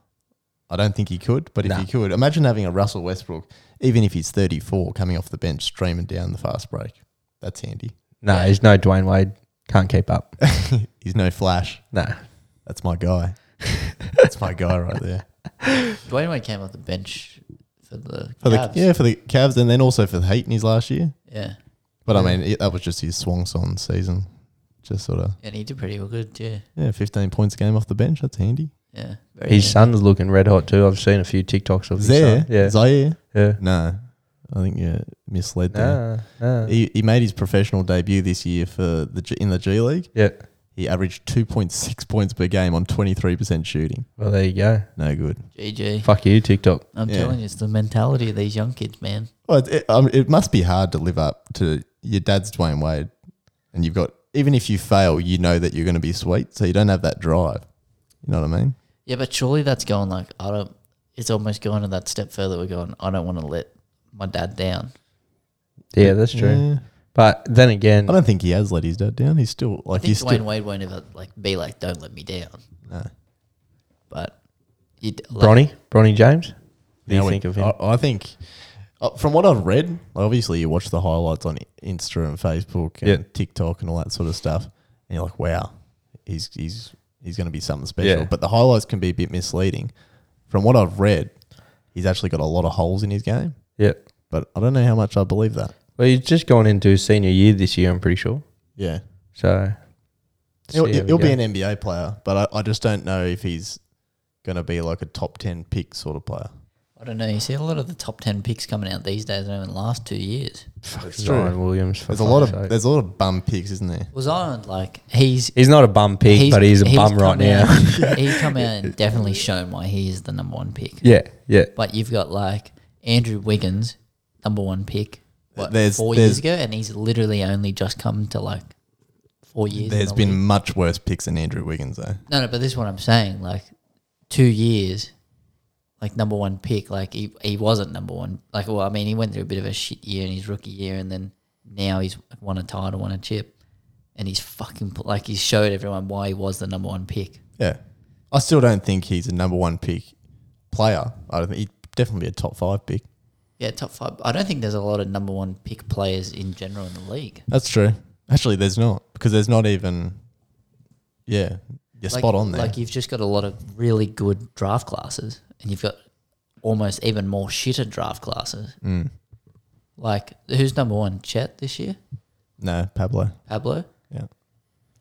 Speaker 1: I don't think he could. But if
Speaker 3: Nah.
Speaker 1: he could, imagine having a Russell Westbrook, even if he's thirty four, coming off the bench, streaming down the fast break. That's handy.
Speaker 3: No, he's no Dwayne Wade. Can't keep up.
Speaker 1: He's no flash.
Speaker 3: No.
Speaker 1: That's my guy. That's my guy right there.
Speaker 2: Dwayne Wade came off the bench for the
Speaker 1: For
Speaker 2: Cavs.
Speaker 1: the yeah, for the Cavs, and then also for the Heat in his last year.
Speaker 2: yeah,
Speaker 1: But I mean, it, that was just his swan song season. Just sort of
Speaker 2: and he did pretty well good too.
Speaker 1: yeah, fifteen points a game off the bench. That's handy.
Speaker 2: Yeah, very
Speaker 3: His
Speaker 2: good.
Speaker 3: son's looking red hot too. I've seen a few TikToks of his
Speaker 1: Zaire,
Speaker 3: son. Yeah.
Speaker 1: Zaire.
Speaker 3: yeah.
Speaker 1: No, I think you're misled there.
Speaker 3: Nah, nah.
Speaker 1: He, he made his professional debut this year for the G, in the G League.
Speaker 3: yeah.
Speaker 1: He averaged 2.6 points per game on 23% shooting.
Speaker 3: Well, there you go.
Speaker 1: No good.
Speaker 2: GG.
Speaker 3: Fuck you, TikTok.
Speaker 2: I'm
Speaker 1: Yeah.
Speaker 2: telling you, it's the mentality of these young kids, man.
Speaker 1: Well, it, it, um, it must be hard to live up to your dad's Dwayne Wade. And you've got, even if you fail, you know that you're going to be sweet. So you don't have that drive. You know what I mean?
Speaker 2: Yeah, but surely that's going like I don't. It's almost going to that step further. We're going. I don't want to let my dad down.
Speaker 3: Yeah, that's true.
Speaker 1: Yeah.
Speaker 3: But then again,
Speaker 1: Mm. I don't think he has let his dad down. He's still
Speaker 2: I
Speaker 1: like,
Speaker 2: think
Speaker 1: he's
Speaker 2: Dwayne
Speaker 1: still.
Speaker 2: Wade won't ever like be like, "Don't let me down."
Speaker 1: No.
Speaker 2: But you d- like,
Speaker 3: Bronny, Bronny James. What do
Speaker 1: Now
Speaker 3: you
Speaker 1: we-
Speaker 3: think of him?
Speaker 1: I, I think, uh, from what I've read, obviously you watch the highlights on Insta and Facebook and
Speaker 3: Yeah.
Speaker 1: TikTok and all that sort of stuff, and you're like, wow, he's he's he's going to be something special.
Speaker 3: Yeah.
Speaker 1: But the highlights can be a bit misleading. From what I've read, he's actually got a lot of holes in his game,
Speaker 3: yeah.
Speaker 1: but I don't know how much I believe that.
Speaker 3: Well, you're just going into senior year this year, I'm pretty sure.
Speaker 1: Yeah,
Speaker 3: So
Speaker 1: he'll,
Speaker 3: see how we
Speaker 1: he'll be
Speaker 3: go.
Speaker 1: an NBA player, but I, I just don't know if he's going to be like a top ten pick sort of player.
Speaker 2: I don't know. You see a lot of the top ten picks coming out these days over the last two years.
Speaker 1: That's
Speaker 3: Zion Williams. for
Speaker 1: There's a lot
Speaker 3: fuck's
Speaker 1: of
Speaker 3: sake.
Speaker 1: there's a lot of bum picks, isn't there?
Speaker 2: Was Zion like he's
Speaker 3: He's not a bum pick, but he's a bum right
Speaker 2: come
Speaker 3: now.
Speaker 2: out- he's come out and definitely shown why he is the number one pick.
Speaker 3: yeah, yeah.
Speaker 2: But you've got like Andrew Wiggins, number one pick, what,
Speaker 1: There's-
Speaker 2: four
Speaker 1: there's-
Speaker 2: years ago, and he's literally only just come to like four years. in
Speaker 1: There's
Speaker 2: the
Speaker 1: been
Speaker 2: league.
Speaker 1: much worse picks than Andrew Wiggins though.
Speaker 2: no, no, but this is what I'm saying. Like two years, like number one pick. Like he he wasn't number one. Like well, I mean, he went through a bit of a shit year in his rookie year, and then now he's won a title, won a chip, and he's fucking pl- like he's showed everyone why he was the number one pick.
Speaker 1: Yeah, I still don't think he's a number one pick player. I don't think he'd definitely be a top five pick.
Speaker 2: Yeah, top five. I don't think there's a lot of number one pick players in general in the league.
Speaker 1: That's true. Actually, there's not because there's not even. Yeah, you're
Speaker 2: Like-
Speaker 1: spot on there.
Speaker 2: Like you've just got a lot of really good draft classes, and you've got almost even more shitter draft classes.
Speaker 1: Mm.
Speaker 2: Like who's number one? Chet this year?
Speaker 1: no, Pablo.
Speaker 2: Pablo?
Speaker 1: Yeah,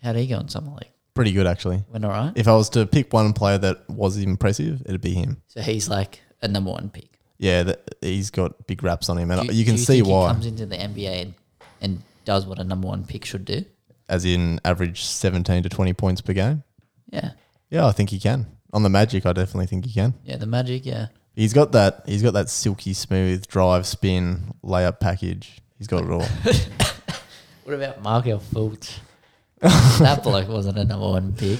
Speaker 2: How'd he go in summer league?
Speaker 1: pretty good actually.
Speaker 2: Went all right.
Speaker 1: If I was to pick one player that was impressive, it'd be him.
Speaker 2: So he's like a number one pick.
Speaker 1: Yeah, that, he's got big raps on him, and
Speaker 2: Do
Speaker 1: you can
Speaker 2: do
Speaker 1: see
Speaker 2: think
Speaker 1: why.
Speaker 2: he comes into the NBA and, and does what a number one pick should do.
Speaker 1: as in average 17 to 20 points per game.
Speaker 2: Yeah,
Speaker 1: Yeah, I think he can. On the Magic, I definitely think he can.
Speaker 2: yeah, the Magic. Yeah,
Speaker 1: He's got that. He's got that silky smooth drive, spin, layup package. He's got it all.
Speaker 2: What about Markel Fultz? that bloke wasn't a number one pick.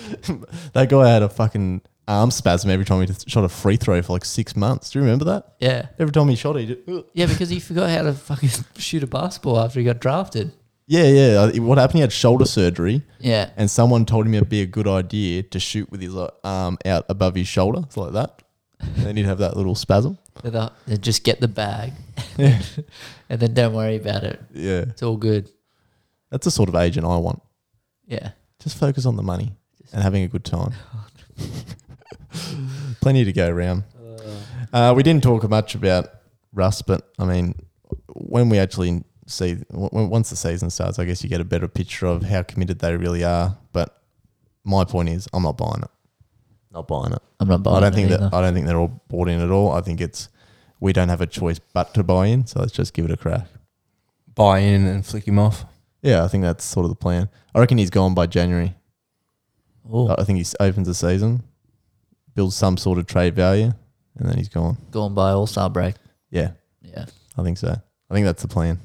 Speaker 1: that guy had a fucking arm spasm every time he just shot a free throw for like six months. Do you remember that?
Speaker 2: Yeah.
Speaker 1: Every time he shot, he did, "Ugh."
Speaker 2: Yeah, because he forgot how to fucking shoot a basketball after he got drafted.
Speaker 1: yeah, yeah. I- What happened? He had shoulder surgery,
Speaker 2: Yeah.
Speaker 1: and someone told him it'd be a good idea to shoot with his like, arm out above his shoulder, it's like that. And then he'd have that little spasm.
Speaker 2: With a- then just get the bag
Speaker 1: Yeah,
Speaker 2: and then don't worry about it.
Speaker 1: yeah.
Speaker 2: It's all good.
Speaker 1: That's the sort of agent I want.
Speaker 2: Yeah.
Speaker 1: Just focus on the money and having a good time. Plenty to go around. Uh, we didn't talk much about Russ, but I mean, when we actually see, w- w- once the season starts, I guess you get a better picture of how committed they really are. But my point is, I'm not buying it. Not buying it.
Speaker 2: I'm not buying
Speaker 1: I don't
Speaker 2: it
Speaker 1: think
Speaker 2: either.
Speaker 1: that. I don't think they're all bought in at all. I think it's we don't have a choice but to buy in, so let's just give it a crack.
Speaker 3: Buy in and flick him off.
Speaker 1: Yeah, I think that's sort of the plan. I reckon he's gone by January.
Speaker 2: Ooh,
Speaker 1: I think he s- opens the season, builds some sort of trade value, and then he's gone.
Speaker 2: gone by All Star break.
Speaker 1: Yeah,
Speaker 2: Yeah.
Speaker 1: I think so. I think that's the plan.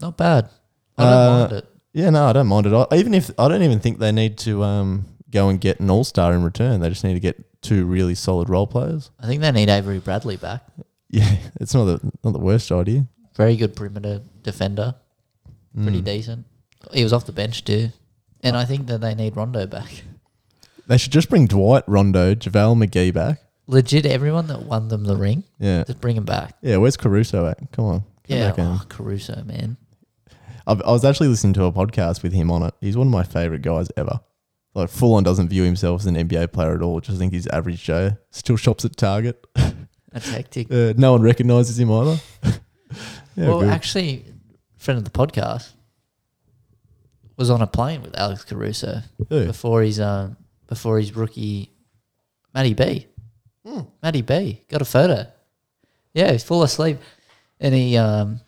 Speaker 2: Not bad. I don't
Speaker 1: Uh,
Speaker 2: mind it.
Speaker 1: Yeah, no, I don't mind it. I, even if I don't even think they need to um, go and get an all star in return, they just need to get two really solid role players.
Speaker 2: I think they need Avery Bradley back.
Speaker 1: Yeah, it's not the not the worst idea. Mm.
Speaker 2: Very good perimeter defender.
Speaker 1: Hmm.
Speaker 2: Pretty decent. He was off the bench too. And I think that they need Rondo back.
Speaker 1: They should just bring Dwight Rondo, JaVale McGee back.
Speaker 2: Legit, everyone that won them the ring,
Speaker 1: Yeah,
Speaker 2: just bring him back.
Speaker 1: yeah. Where's Caruso at? Come on, come
Speaker 2: Yeah,
Speaker 1: back in.
Speaker 2: oh, Caruso, man.
Speaker 1: I've, I was actually listening to a podcast with him on it. He's one of my favorite guys ever. Like full on doesn't view himself as an NBA player at all. Just think he's average Joe. Still shops at Target.
Speaker 2: That's hectic.
Speaker 1: Uh, no one recognizes him either. yeah,
Speaker 2: well,
Speaker 1: good.
Speaker 2: actually, friend of the podcast was on a plane with Alex Caruso
Speaker 1: Yeah.
Speaker 2: before his um before his rookie, Matty B. Matty B got a photo. Yeah, he's full asleep, and he um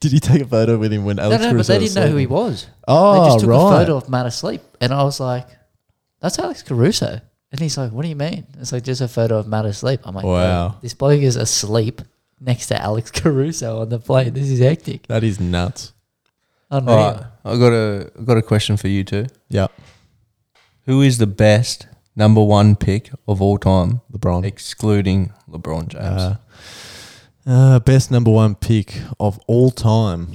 Speaker 1: Did he take a photo with him when Alex?
Speaker 2: no no, but
Speaker 1: Caruso
Speaker 2: they
Speaker 1: was
Speaker 2: didn't know who he
Speaker 1: sleeping?
Speaker 2: was.
Speaker 1: Oh,
Speaker 2: they just took
Speaker 1: right.
Speaker 2: a photo of Matt asleep, and I was like, "That's Alex Caruso." And he's like, "What do you mean?" It's like just a photo of Matt asleep. I'm like, "Bro,
Speaker 1: Wow.
Speaker 2: this bloke is asleep next to Alex Caruso on the plane. This is hectic,
Speaker 1: That is nuts.
Speaker 2: unreal."
Speaker 3: All right, I got a I got a question for you two.
Speaker 1: Yeah,
Speaker 3: Who is the best number one pick of all time,
Speaker 1: LeBron.
Speaker 3: excluding LeBron James?
Speaker 1: Uh, uh, best number one pick of all time.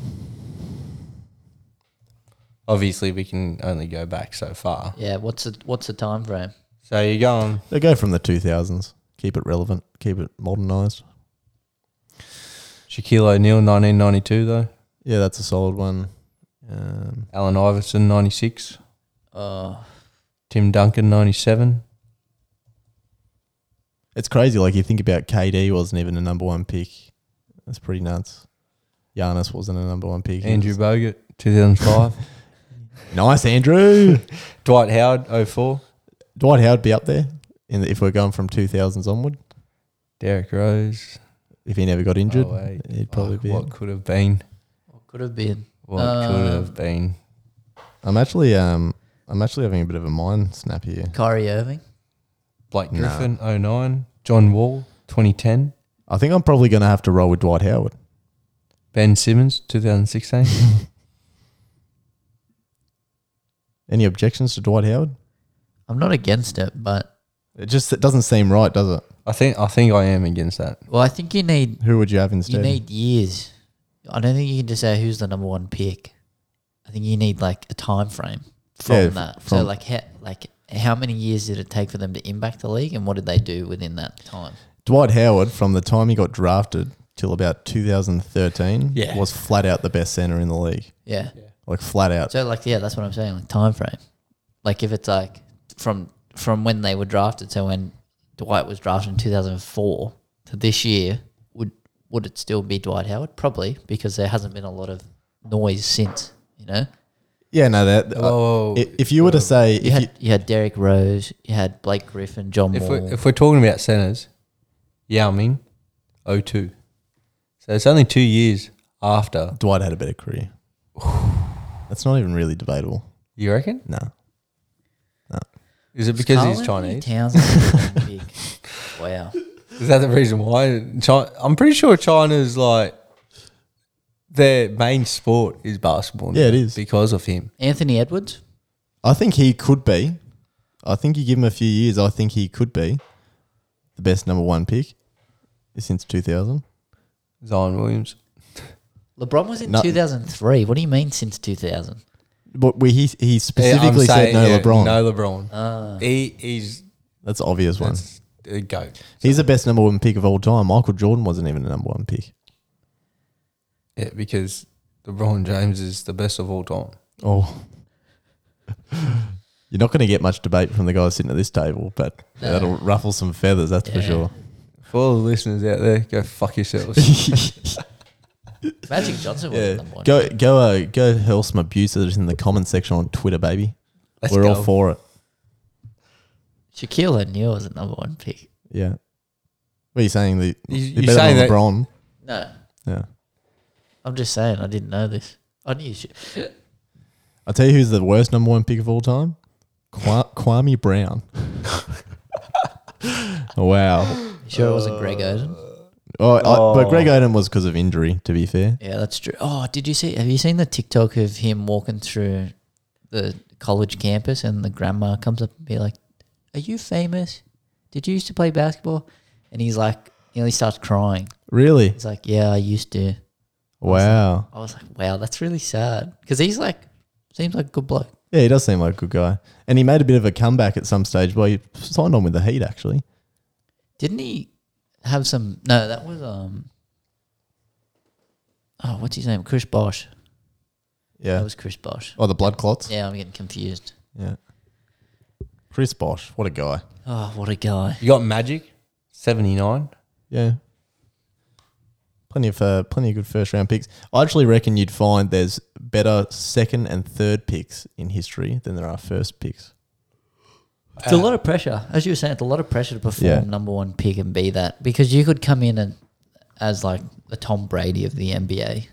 Speaker 3: Obviously, we can only go back so far.
Speaker 2: Yeah, what's the what's the time frame?
Speaker 3: So you're going
Speaker 1: They go from the two thousands. Keep it relevant. Keep it modernized.
Speaker 3: Shaquille O'Neal, 1992, though.
Speaker 1: Yeah, that's a solid one. Um,
Speaker 3: Allen Iverson, 96.
Speaker 2: Uh,
Speaker 3: Tim Duncan, 97.
Speaker 1: It's crazy. Like you think about KD wasn't even a number one pick That's pretty nuts. Giannis wasn't a number one pick. He
Speaker 3: Andrew
Speaker 1: was-
Speaker 3: Bogut, 2005.
Speaker 1: nice Andrew.
Speaker 3: Dwight Howard, 04.
Speaker 1: Dwight Howard be up there in the, if we're going from two thousands onward.
Speaker 3: Derek Rose.
Speaker 1: If he never got injured,
Speaker 3: Oh, wait.
Speaker 1: he'd probably
Speaker 3: Fuck,
Speaker 1: be.
Speaker 3: What
Speaker 1: it.
Speaker 3: could have been?
Speaker 2: What could have been?
Speaker 3: What
Speaker 2: Um,
Speaker 3: could have been?
Speaker 1: I'm actually um I'm actually having a bit of a mind snap here.
Speaker 2: Kyrie Irving.
Speaker 3: Blake
Speaker 1: nah.
Speaker 3: Griffin, 09. John Wall, 2010.
Speaker 1: I think I'm probably going to have to roll with Dwight Howard.
Speaker 3: Ben Simmons, 2016.
Speaker 1: Any objections to Dwight Howard?
Speaker 2: I'm not against it, but
Speaker 1: It just it doesn't seem right, does it?
Speaker 3: I think I think I am against that.
Speaker 2: well, I think you need
Speaker 1: Who would you have
Speaker 2: you
Speaker 1: instead?
Speaker 2: need years. I don't think you can just say who's the number one pick. I think you need like a time frame from
Speaker 1: Yeah, f-
Speaker 2: that. so
Speaker 1: from-
Speaker 2: like how, like how many years did it take for them to impact the league, and what did they do within that time?
Speaker 1: Dwight Howard, from the time he got drafted till about 2013,
Speaker 3: Yeah.
Speaker 1: was flat out the best center in the league.
Speaker 2: Yeah.
Speaker 1: Like flat out.
Speaker 2: So like yeah, that's what I'm saying. Like time frame. Like if it's like from from when they were drafted to when Dwight was drafted in 2004 to this year, would would it still be Dwight Howard? Probably because there hasn't been a lot of noise since. You know,
Speaker 1: yeah, no, that. uh,
Speaker 3: Oh,
Speaker 1: I- if, you were to say,
Speaker 2: you
Speaker 1: if you,
Speaker 2: had you had Derek Rose, you had Blake Griffin, John
Speaker 3: if
Speaker 2: Wall.
Speaker 3: we're, if we're talking about centers, Yao Ming, 02. So it's only two years after.
Speaker 1: Dwight had a better career, that's not even really debatable.
Speaker 3: You reckon?
Speaker 1: No.
Speaker 3: Is it because he's
Speaker 2: Carl Anthony
Speaker 3: Chinese?
Speaker 2: Towns is the big- wow.
Speaker 3: Is that the reason why? China, I'm pretty sure China's like their main sport is basketball. now
Speaker 1: Yeah, it is.
Speaker 3: because of him.
Speaker 2: Anthony Edwards.
Speaker 1: I think he could be. I think you give him a few years, I think he could be the best number one pick since 2000.
Speaker 3: Zion Williams.
Speaker 2: LeBron was in
Speaker 1: No.
Speaker 2: 2003. What do you mean since 2000?
Speaker 1: But we, he, he specifically
Speaker 3: Yeah, I'm
Speaker 1: said no
Speaker 3: yeah,
Speaker 1: LeBron.
Speaker 3: No LeBron.
Speaker 1: Uh,
Speaker 3: he, he's
Speaker 1: That's the obvious one.
Speaker 3: that's a goat.
Speaker 1: He's the best number one pick of all time. Michael Jordan wasn't even a number one pick.
Speaker 3: Yeah, because LeBron James is the best of all time.
Speaker 1: Oh. You're not going to get much debate from the guys sitting at this table, but that'll ruffle some feathers, that's for
Speaker 2: Yeah.
Speaker 1: sure.
Speaker 3: For all the listeners out there, go fuck yourselves.
Speaker 2: Magic Johnson was
Speaker 1: Yeah.
Speaker 2: number one.
Speaker 1: Go go uh, go hurl some abuse at us in the comment section on Twitter, baby.
Speaker 3: Let's
Speaker 1: We're
Speaker 3: go.
Speaker 1: all for it.
Speaker 2: Shaquille O'Neal was the number one pick.
Speaker 1: Yeah. What are you saying? The, you,
Speaker 3: You- you
Speaker 1: are better
Speaker 3: saying
Speaker 1: than
Speaker 3: that-
Speaker 1: LeBron.
Speaker 2: No,
Speaker 1: Yeah.
Speaker 2: I'm just saying I didn't know this. I knew shit.
Speaker 1: I'll tell you who's the worst number one pick of all time? Kwa- Kwame Brown. wow.
Speaker 2: You sure it wasn't Greg
Speaker 1: Uh,
Speaker 2: Oden?
Speaker 1: Oh, I- but Greg Oden was because of injury, to be fair.
Speaker 2: Yeah, that's true. Oh, did you see? Have you seen the TikTok of him walking through the college campus and the grandma comes up and be like, "Are you famous? Did you used to play basketball?" And he's like, you know, he starts crying.
Speaker 1: Really?
Speaker 2: He's like, "Yeah, I used to."
Speaker 1: Wow.
Speaker 2: I was like, "Wow, that's really sad," because he's like, seems like a good bloke.
Speaker 1: Yeah, he does seem like a good guy. And he made a bit of a comeback at some stage. Well, he signed on with the Heat, actually.
Speaker 2: Didn't he have some? No, that was um. Oh, what's his name? Chris Bosch.
Speaker 1: Yeah.
Speaker 2: That was Chris Bosch.
Speaker 1: oh, the blood clots.
Speaker 2: Yeah, I'm getting confused.
Speaker 1: Yeah. Chris Bosch, what a guy.
Speaker 2: Oh, what a guy!
Speaker 3: You got Magic, 79.
Speaker 1: Yeah. Plenty of uh, plenty of good first round picks. I actually reckon you'd find there's better second and third picks in history than there are first picks.
Speaker 2: It's a
Speaker 3: Uh,
Speaker 2: lot of pressure, as you were saying. It's a lot of pressure to perform
Speaker 1: Uh, Yeah.
Speaker 2: number one pick and be that because you could come in and as like the Tom Brady of the NBA,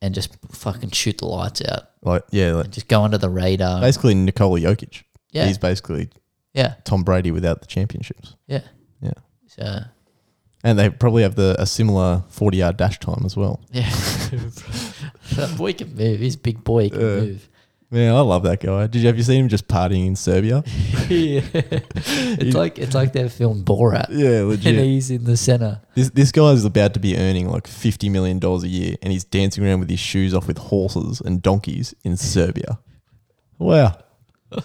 Speaker 2: and just fucking shoot the lights out
Speaker 1: Like, yeah, like
Speaker 2: and just go under the radar.
Speaker 1: basically Nikola Jokic.
Speaker 2: Uh, Yeah.
Speaker 1: He's basically
Speaker 2: yeah,
Speaker 1: Tom Brady without the championships.
Speaker 2: yeah,
Speaker 1: Yeah.
Speaker 2: So
Speaker 1: And they probably have the a similar 40 yard dash time as well.
Speaker 2: yeah, that boy can move. He's a big boy. He can
Speaker 1: Yeah.
Speaker 2: move.
Speaker 1: Man, I love that guy. Did you have you seen him just partying in Serbia?
Speaker 2: yeah. It's like it's like their film Borat.
Speaker 1: Yeah,
Speaker 2: And
Speaker 1: legit.
Speaker 2: he's in the center.
Speaker 1: this this guy is about to be earning like fifty million dollars a year, and he's dancing around with his shoes off with horses and donkeys in Serbia. Wow,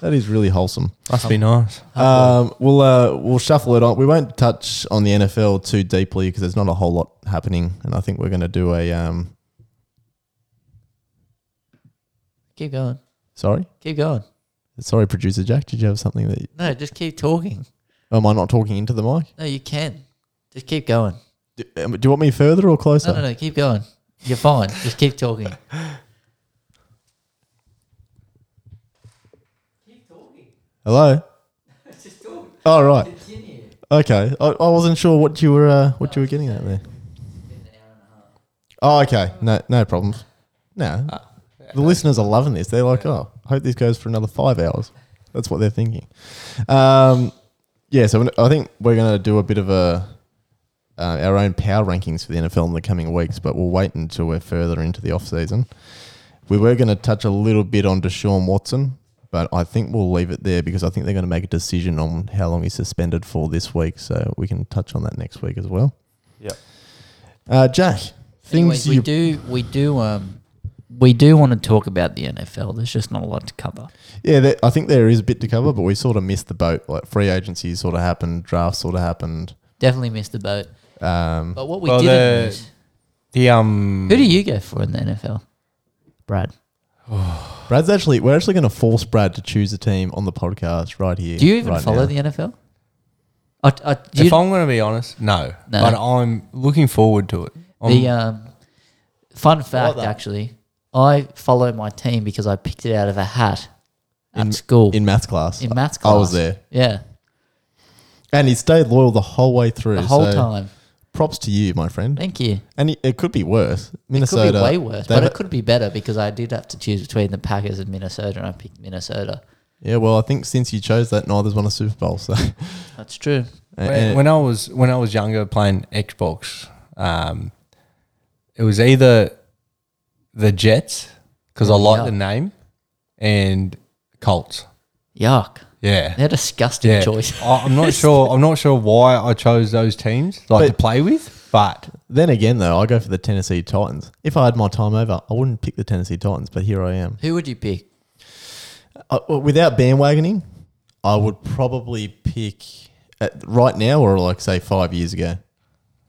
Speaker 1: that is really wholesome.
Speaker 3: Must be nice.
Speaker 1: Um, we'll uh, we'll shuffle it on. We won't touch on the NFL too deeply because there's not a whole lot happening, and I think we're going to do a um.
Speaker 2: Keep going.
Speaker 1: Sorry,
Speaker 2: Keep going.
Speaker 1: sorry, producer Jack. Did you have something that?
Speaker 2: No, just keep talking.
Speaker 1: Am I not talking into the mic?
Speaker 2: No, you can. Just keep going.
Speaker 1: Do, um, do you want me further or closer?
Speaker 2: No, no, no. Keep going. You're fine. Just keep talking. keep talking.
Speaker 1: Hello.
Speaker 2: Just talk.
Speaker 1: All right.
Speaker 2: Continue.
Speaker 1: Okay. I, I wasn't sure what you were uh, what you were getting at there. Oh, okay. No, no problems. No.
Speaker 2: Ah.
Speaker 1: The listeners are loving this. They're like, oh, I hope this goes for another five hours. That's what they're thinking. Um, yeah, so I think we're going to do a bit of a uh, our own power rankings for the NFL in the coming weeks, but we'll wait until we're further into the off season. We were going to touch a little bit on Deshaun Watson, but I think we'll leave it there because I think they're going to make a decision on how long he's suspended for this week, so we can touch on that next week as well.
Speaker 4: Yep.
Speaker 1: Uh, Jack,
Speaker 2: Anyways,
Speaker 1: things
Speaker 2: we
Speaker 1: you
Speaker 2: do, we do, um, we do want to talk about the NFL. There's just not a lot to cover.
Speaker 1: Yeah, there, I think there is a bit to cover, but we sort of missed the boat. Like free agency sort of happened, draft sort of happened.
Speaker 2: Definitely missed the boat.
Speaker 1: Um,
Speaker 2: But what we
Speaker 3: Well,
Speaker 2: didn't
Speaker 3: the-
Speaker 2: miss.
Speaker 3: The um,
Speaker 2: Who do you go for in the NFL? Brad. Oh.
Speaker 1: Brad's actually, we're actually going to force Brad to choose a team on the podcast right here.
Speaker 2: Do you even
Speaker 1: right
Speaker 2: follow
Speaker 1: now.
Speaker 2: the NFL? I, I, do
Speaker 3: if
Speaker 2: you,
Speaker 3: I'm going to be honest, no, uh,
Speaker 2: No.
Speaker 3: but I'm looking forward to it. I'm,
Speaker 2: the um, fun fact,
Speaker 1: that.
Speaker 2: actually, I follow my team because I picked it out of a hat at school
Speaker 1: in maths class?
Speaker 2: in maths class.
Speaker 1: I was there,
Speaker 2: Yeah,
Speaker 1: and he stayed loyal the whole way through.
Speaker 2: the whole
Speaker 1: so
Speaker 2: time.
Speaker 1: Props to you, my friend.
Speaker 2: Thank you.
Speaker 1: And he, it could be worse.
Speaker 2: It
Speaker 1: Minnesota
Speaker 2: could be way worse,
Speaker 1: they've-
Speaker 2: but it could be better because I did have to choose between the Packers and Minnesota, and I picked Minnesota.
Speaker 1: Yeah, well, I think since you chose that, neither's won a Super Bowl. So,
Speaker 2: That's true.
Speaker 3: when,
Speaker 1: and-
Speaker 3: when I was when I was younger playing Xbox, um, it was either the Jets because I like
Speaker 2: Yeah.
Speaker 3: the name, and Colts.
Speaker 2: Yuck.
Speaker 3: Yeah,
Speaker 2: They're disgusting
Speaker 3: yeah.
Speaker 2: choice.
Speaker 3: I, I'm not sure. I'm not sure why I chose those teams like to
Speaker 1: But-
Speaker 3: play with, but
Speaker 1: then again, though, I go for the Tennessee Titans. If I had my time over, I wouldn't pick the Tennessee Titans, but here I am.
Speaker 2: Who would you pick?
Speaker 1: Uh, well, without bandwagoning, I would probably pick at right now or like say five years ago.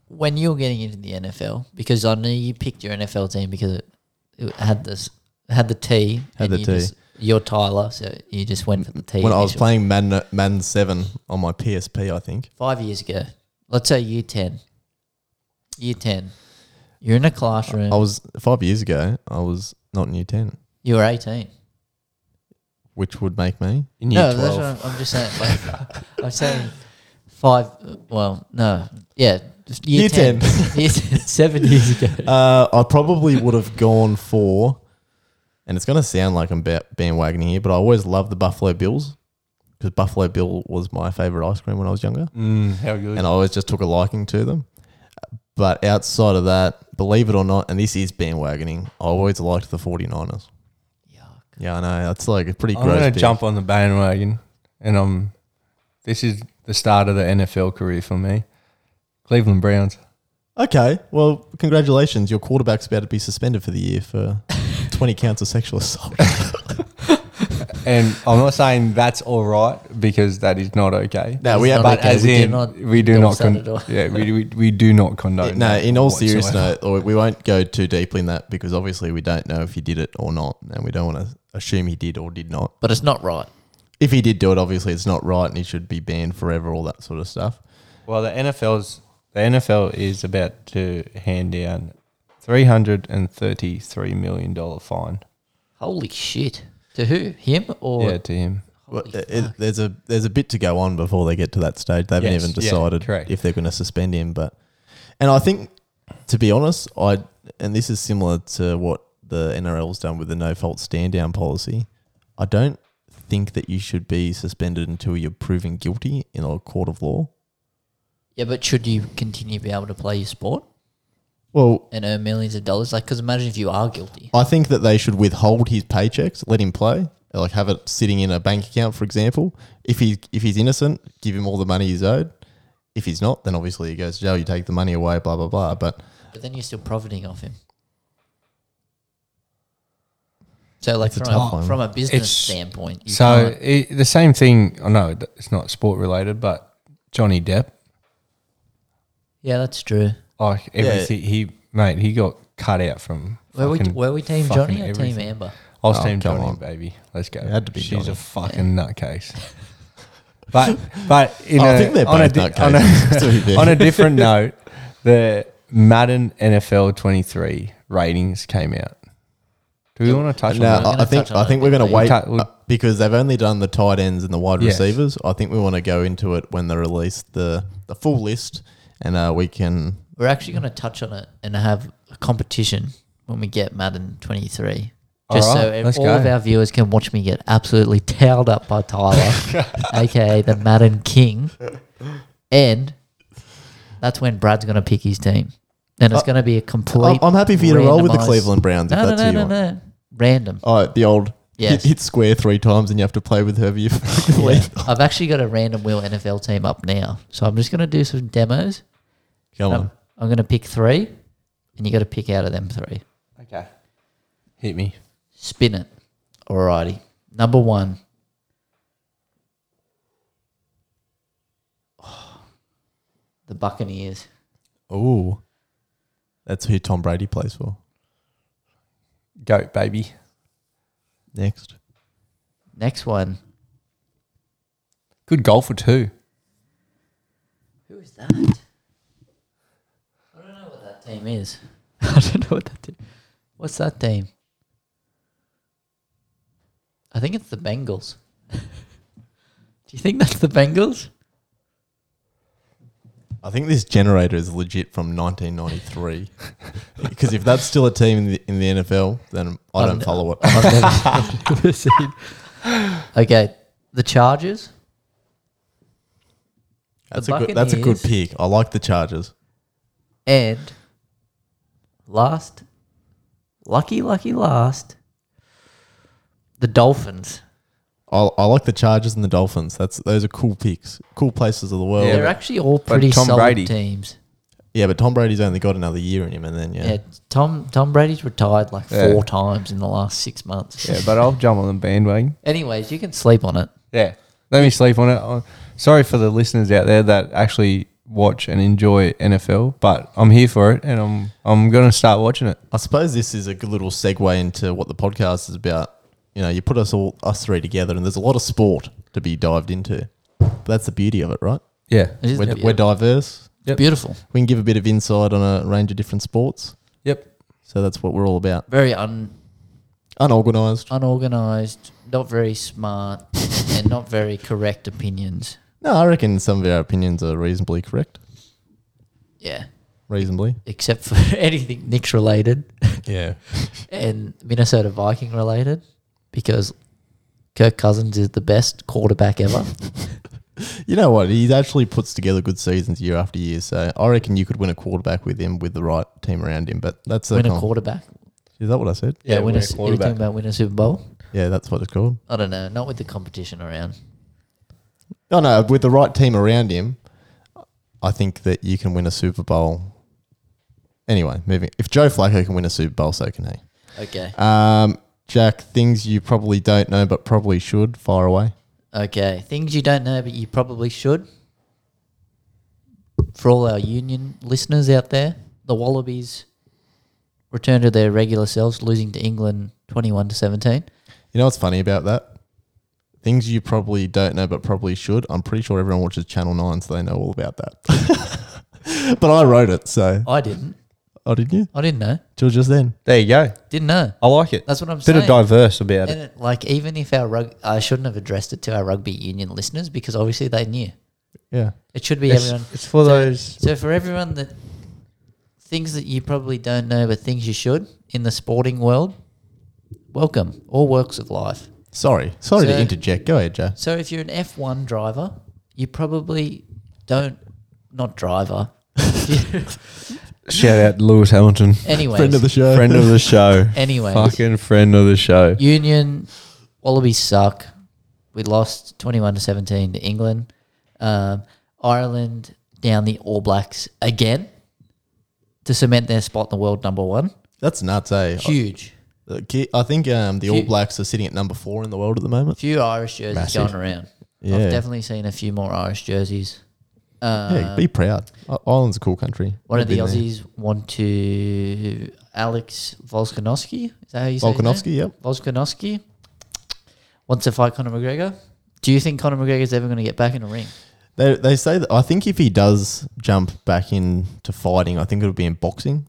Speaker 2: when you were getting into the NFL, because I know you picked your NFL team because it, it had this had the T,
Speaker 1: Had
Speaker 2: and
Speaker 1: the
Speaker 2: you
Speaker 1: T.
Speaker 2: Just, you're Tyler, so you just went for the T.
Speaker 1: When I was
Speaker 2: initial.
Speaker 1: playing Madden, Madden 7 on my PSP, I think.
Speaker 2: five years ago, let's say year ten, year ten, you're in a classroom.
Speaker 1: I was five years ago, I was not in year 10,
Speaker 2: you were eighteen.
Speaker 1: which would make me.
Speaker 3: in year
Speaker 2: no,
Speaker 3: twelve,
Speaker 2: that's what I'm, I'm just saying. Like, I'm saying five. Well, no, yeah, just year,
Speaker 1: Year
Speaker 2: 10. year 10, seven years ago.
Speaker 1: Uh, I probably would have gone for, and it's going to sound like I'm ba- bandwagoning here, but I always loved the Buffalo Bills because Buffalo Bill was my favorite ice cream when I was younger.
Speaker 3: mm, how good?
Speaker 1: and I always just took a liking to them. But outside of that, believe it or not, and this is bandwagoning, I always liked the 49ers.
Speaker 2: Yuck.
Speaker 1: Yeah, I know. That's like a pretty
Speaker 3: I'm
Speaker 1: gross.
Speaker 3: going
Speaker 1: pick.
Speaker 3: to jump on the bandwagon, and I'm. This is the start of the NFL career for me. Cleveland Browns.
Speaker 1: Okay. Well, congratulations. Your quarterback's about to be suspended for the year for 20 counts of sexual assault.
Speaker 3: And I'm not saying that's all right because that is not okay.
Speaker 1: No, we
Speaker 2: It's
Speaker 1: have.
Speaker 2: not
Speaker 3: but
Speaker 2: okay.
Speaker 3: as
Speaker 2: We do
Speaker 3: in,
Speaker 2: not
Speaker 3: we do not.
Speaker 2: endorse that
Speaker 3: Con-
Speaker 2: at all.
Speaker 3: yeah, we, we, we do not condone.
Speaker 1: no,
Speaker 3: that
Speaker 1: in all
Speaker 3: whatsoever.
Speaker 1: seriousness, no, we won't go too deeply in that because obviously we don't know if he did it or not, and we don't want to assume he did or did not.
Speaker 2: But it's not right.
Speaker 1: If he did do it, obviously it's not right, and he should be banned forever, all that sort of stuff.
Speaker 3: Well, the NFL's the NFL is about to hand down three hundred and thirty-three million dollar fine.
Speaker 2: Holy shit! To who? Him or
Speaker 3: Yeah, to him.
Speaker 1: Well,
Speaker 2: Holy
Speaker 1: it, it- there's a there's a bit to go on before they get to that stage. They haven't
Speaker 3: Yes,
Speaker 1: even
Speaker 3: yeah,
Speaker 1: decided
Speaker 3: correct.
Speaker 1: if they're going to suspend him. But and I think, to be honest, I and this is similar to what the NRL's done with the no fault stand down policy. I don't think that you should be suspended until you're proven guilty in a court of law.
Speaker 2: Yeah, but should you continue to be able to play your sport
Speaker 1: Well,
Speaker 2: and earn millions of dollars? Like, because imagine if you are guilty.
Speaker 1: I think that they should withhold his paychecks, let him play, like have it sitting in a bank account, for example. If he if he's innocent, give him all the money he's owed. If he's not, then obviously he goes to jail. You take the money away, blah blah blah. But
Speaker 2: But then you're still profiting off him. So, like,
Speaker 1: That's a
Speaker 2: from
Speaker 1: tough
Speaker 2: a,
Speaker 1: one.
Speaker 2: from a business
Speaker 3: It's-
Speaker 2: standpoint, you
Speaker 3: So
Speaker 2: can't-
Speaker 3: it, the same thing. I know th- it's not sport related, but Johnny Depp,
Speaker 2: yeah, that's true.
Speaker 3: like everything he mate, he got cut out from.
Speaker 2: Were we
Speaker 3: fucking-
Speaker 2: were we team
Speaker 3: fucking
Speaker 2: Johnny or
Speaker 3: everything.
Speaker 2: team Amber?
Speaker 3: I was
Speaker 1: Oh,
Speaker 3: team
Speaker 1: come
Speaker 3: Johnny,
Speaker 1: on.
Speaker 3: baby. Let's go.
Speaker 1: It had to be
Speaker 3: She's
Speaker 1: Johnny.
Speaker 3: a fucking nutcase. But but in
Speaker 1: I
Speaker 3: a-
Speaker 1: think they're
Speaker 3: on a
Speaker 1: both
Speaker 3: di-
Speaker 1: nutcases.
Speaker 3: on a-
Speaker 1: to be fair.
Speaker 3: on a different note, The Madden NFL 23 ratings came out. Do we want to touch
Speaker 1: No,
Speaker 3: on that?
Speaker 2: we're
Speaker 1: I,
Speaker 2: gonna
Speaker 1: I think
Speaker 2: touch on
Speaker 1: I
Speaker 2: it
Speaker 1: think we're going to
Speaker 2: quickly.
Speaker 1: wait
Speaker 3: Cut- we'll-
Speaker 1: uh, because they've only done the tight ends and the wide
Speaker 3: Yes.
Speaker 1: receivers. I think we want to go into it when they release the the full list, and uh, we can.
Speaker 2: We're actually going to touch on it and have a competition when we get Madden 23.
Speaker 3: All
Speaker 2: Just
Speaker 3: right,
Speaker 2: so ev-
Speaker 3: let's
Speaker 2: all
Speaker 3: go.
Speaker 2: of our viewers can watch me get absolutely towed up by Tyler, aka the Madden King. And that's when Brad's going to pick his team. Then it's
Speaker 3: Oh.
Speaker 1: Uh,
Speaker 2: going to be a complete.
Speaker 1: I'm, I'm happy for you to roll with the
Speaker 2: randomised-
Speaker 1: Cleveland Browns if
Speaker 2: No, no,
Speaker 1: that's
Speaker 2: no,
Speaker 1: who you
Speaker 2: no,
Speaker 1: want.
Speaker 2: no. Random.
Speaker 1: Oh, the old
Speaker 2: Yes.
Speaker 1: hit, hit square three times and you have to play with whoever you fucking
Speaker 2: Yeah.
Speaker 1: lead.
Speaker 2: I've actually got a random wheel NFL team up now. So I'm just going to do some demos.
Speaker 1: Come
Speaker 2: I'm,
Speaker 1: on.
Speaker 2: I'm going to pick three, and you got to pick out of them three.
Speaker 3: okay. Hit me.
Speaker 2: Spin it. Alrighty. Number one. The Buccaneers.
Speaker 1: Ooh. That's who Tom Brady plays for.
Speaker 3: Goat, baby.
Speaker 1: Next.
Speaker 2: Next one.
Speaker 3: Good goal for two.
Speaker 2: Who is that? I don't know what that team is. I don't know what that team. What's that team? I think it's the Bengals. Do you think that's the Bengals?
Speaker 1: I think this generator is legit from 1993. Because if that's still a team in the, in the NFL, then I
Speaker 2: I've
Speaker 1: don't
Speaker 2: n-
Speaker 1: follow it.
Speaker 2: I've never seen. Okay, the Chargers.
Speaker 1: That's a good. That's a good pick. I like the Chargers.
Speaker 2: And last, lucky, lucky last, the Dolphins.
Speaker 1: I, I like the Chargers and the Dolphins. That's those are cool picks. Cool places of the world.
Speaker 3: Yeah,
Speaker 2: They're
Speaker 1: Yeah,
Speaker 3: but-
Speaker 2: actually all pretty
Speaker 3: Tom
Speaker 2: solid
Speaker 3: Brady-
Speaker 2: teams.
Speaker 1: but Tom Brady's only got another year in him, and then
Speaker 2: Yeah.
Speaker 1: yeah,
Speaker 2: Tom Tom Brady's retired like
Speaker 3: Yeah.
Speaker 2: four times in the last six months.
Speaker 3: Yeah, but I'll jump on the bandwagon.
Speaker 2: Anyways, you can sleep on it.
Speaker 3: Yeah. Let me sleep on it. Oh, Sorry for the listeners out there that actually watch and enjoy NFL, but I'm here for it and I'm I'm gonna start watching it.
Speaker 1: I suppose this is a good little segue into what the podcast is about. You know, you put us all us three together, and there's a lot of sport to be dived into. But that's the beauty of it, right?
Speaker 3: Yeah.
Speaker 2: It is
Speaker 1: We're,
Speaker 2: beautiful.
Speaker 1: we're diverse.
Speaker 3: Yep.
Speaker 2: beautiful.
Speaker 1: We can give a bit of insight on a range of different sports.
Speaker 3: Yep.
Speaker 1: So that's what we're all about.
Speaker 2: Very un,
Speaker 1: Unorganized.
Speaker 2: unorganized, not very smart, and not very correct opinions.
Speaker 1: No, I reckon some of our opinions are reasonably correct.
Speaker 2: Yeah,
Speaker 1: Reasonably.
Speaker 2: except for anything Knicks related.
Speaker 1: Yeah.
Speaker 2: and Minnesota Viking related because Kirk Cousins is the best quarterback ever.
Speaker 1: You know what? He actually puts together good seasons year after year. So I reckon you could win a quarterback with him with the right team around him. But that's a
Speaker 2: win a
Speaker 1: com-
Speaker 2: quarterback.
Speaker 1: Is that what I said?
Speaker 2: Yeah, win a, s- Are you talking about win a Super Bowl?
Speaker 1: Yeah, that's what it's called.
Speaker 2: I don't know. Not with the competition around.
Speaker 1: No, Oh, no, with the right team around him, I think that you can win a Super Bowl. Anyway, moving. If Joe Flacco can win a Super Bowl, so can he.
Speaker 2: Okay.
Speaker 1: Um, Jack, things you probably don't know but probably should. Fire away.
Speaker 2: Okay. Things you don't know, but you probably should. For all our union listeners out there, the Wallabies returned to their regular selves, losing to England 21 to 17.
Speaker 1: You know what's funny about that? Things you probably don't know but probably should. I'm pretty sure everyone watches Channel 9, so they know all about that. but I wrote it, so.
Speaker 2: I didn't.
Speaker 1: Oh, did you?
Speaker 2: I didn't know.
Speaker 1: Till just then.
Speaker 3: There you go.
Speaker 2: Didn't know.
Speaker 3: I like it.
Speaker 2: That's what I'm
Speaker 3: Bit
Speaker 2: saying.
Speaker 3: of diverse about it.
Speaker 2: And it, like even if our rug, I shouldn't have addressed it to our rugby union listeners because obviously they knew.
Speaker 1: Yeah.
Speaker 2: It should be
Speaker 3: It's,
Speaker 2: everyone.
Speaker 3: it's for those
Speaker 2: So for everyone that things that you probably don't know but things you should in the sporting world, welcome all works of life.
Speaker 1: Sorry. Sorry to
Speaker 2: So-
Speaker 1: interject. Go ahead, Joe.
Speaker 2: So if you're an F1 driver, you probably don't not driver.
Speaker 3: shout out Lewis Hamilton,
Speaker 2: Anyways,
Speaker 1: Friend of the show.
Speaker 3: friend of the show,
Speaker 2: anyways,
Speaker 3: fucking friend of the show.
Speaker 2: Union Wallabies suck. We lost twenty-one to seventeen to England. Um, Ireland down the All Blacks again to cement their spot in the world number one.
Speaker 1: That's nuts, eh? I-
Speaker 2: Huge,
Speaker 1: the ki- I think um, the
Speaker 2: Few-
Speaker 1: All Blacks are sitting at number four in the world at the moment.
Speaker 2: few Irish jerseys
Speaker 1: Massive.
Speaker 2: going around.
Speaker 1: Yeah.
Speaker 2: I've definitely seen a few more Irish jerseys. Um,
Speaker 1: Yeah, be proud. I- Ireland's a cool country.
Speaker 2: One of the
Speaker 1: Been there.
Speaker 2: Aussies want to Alex Volkanovski. Is that how you say his name?
Speaker 1: Volkanovski, yep.
Speaker 2: Volkanovski wants to fight Conor McGregor. Do you think Conor McGregor's ever going to get back in a ring?
Speaker 1: They, they say that I think if he does jump back into fighting, I think it'll be in boxing.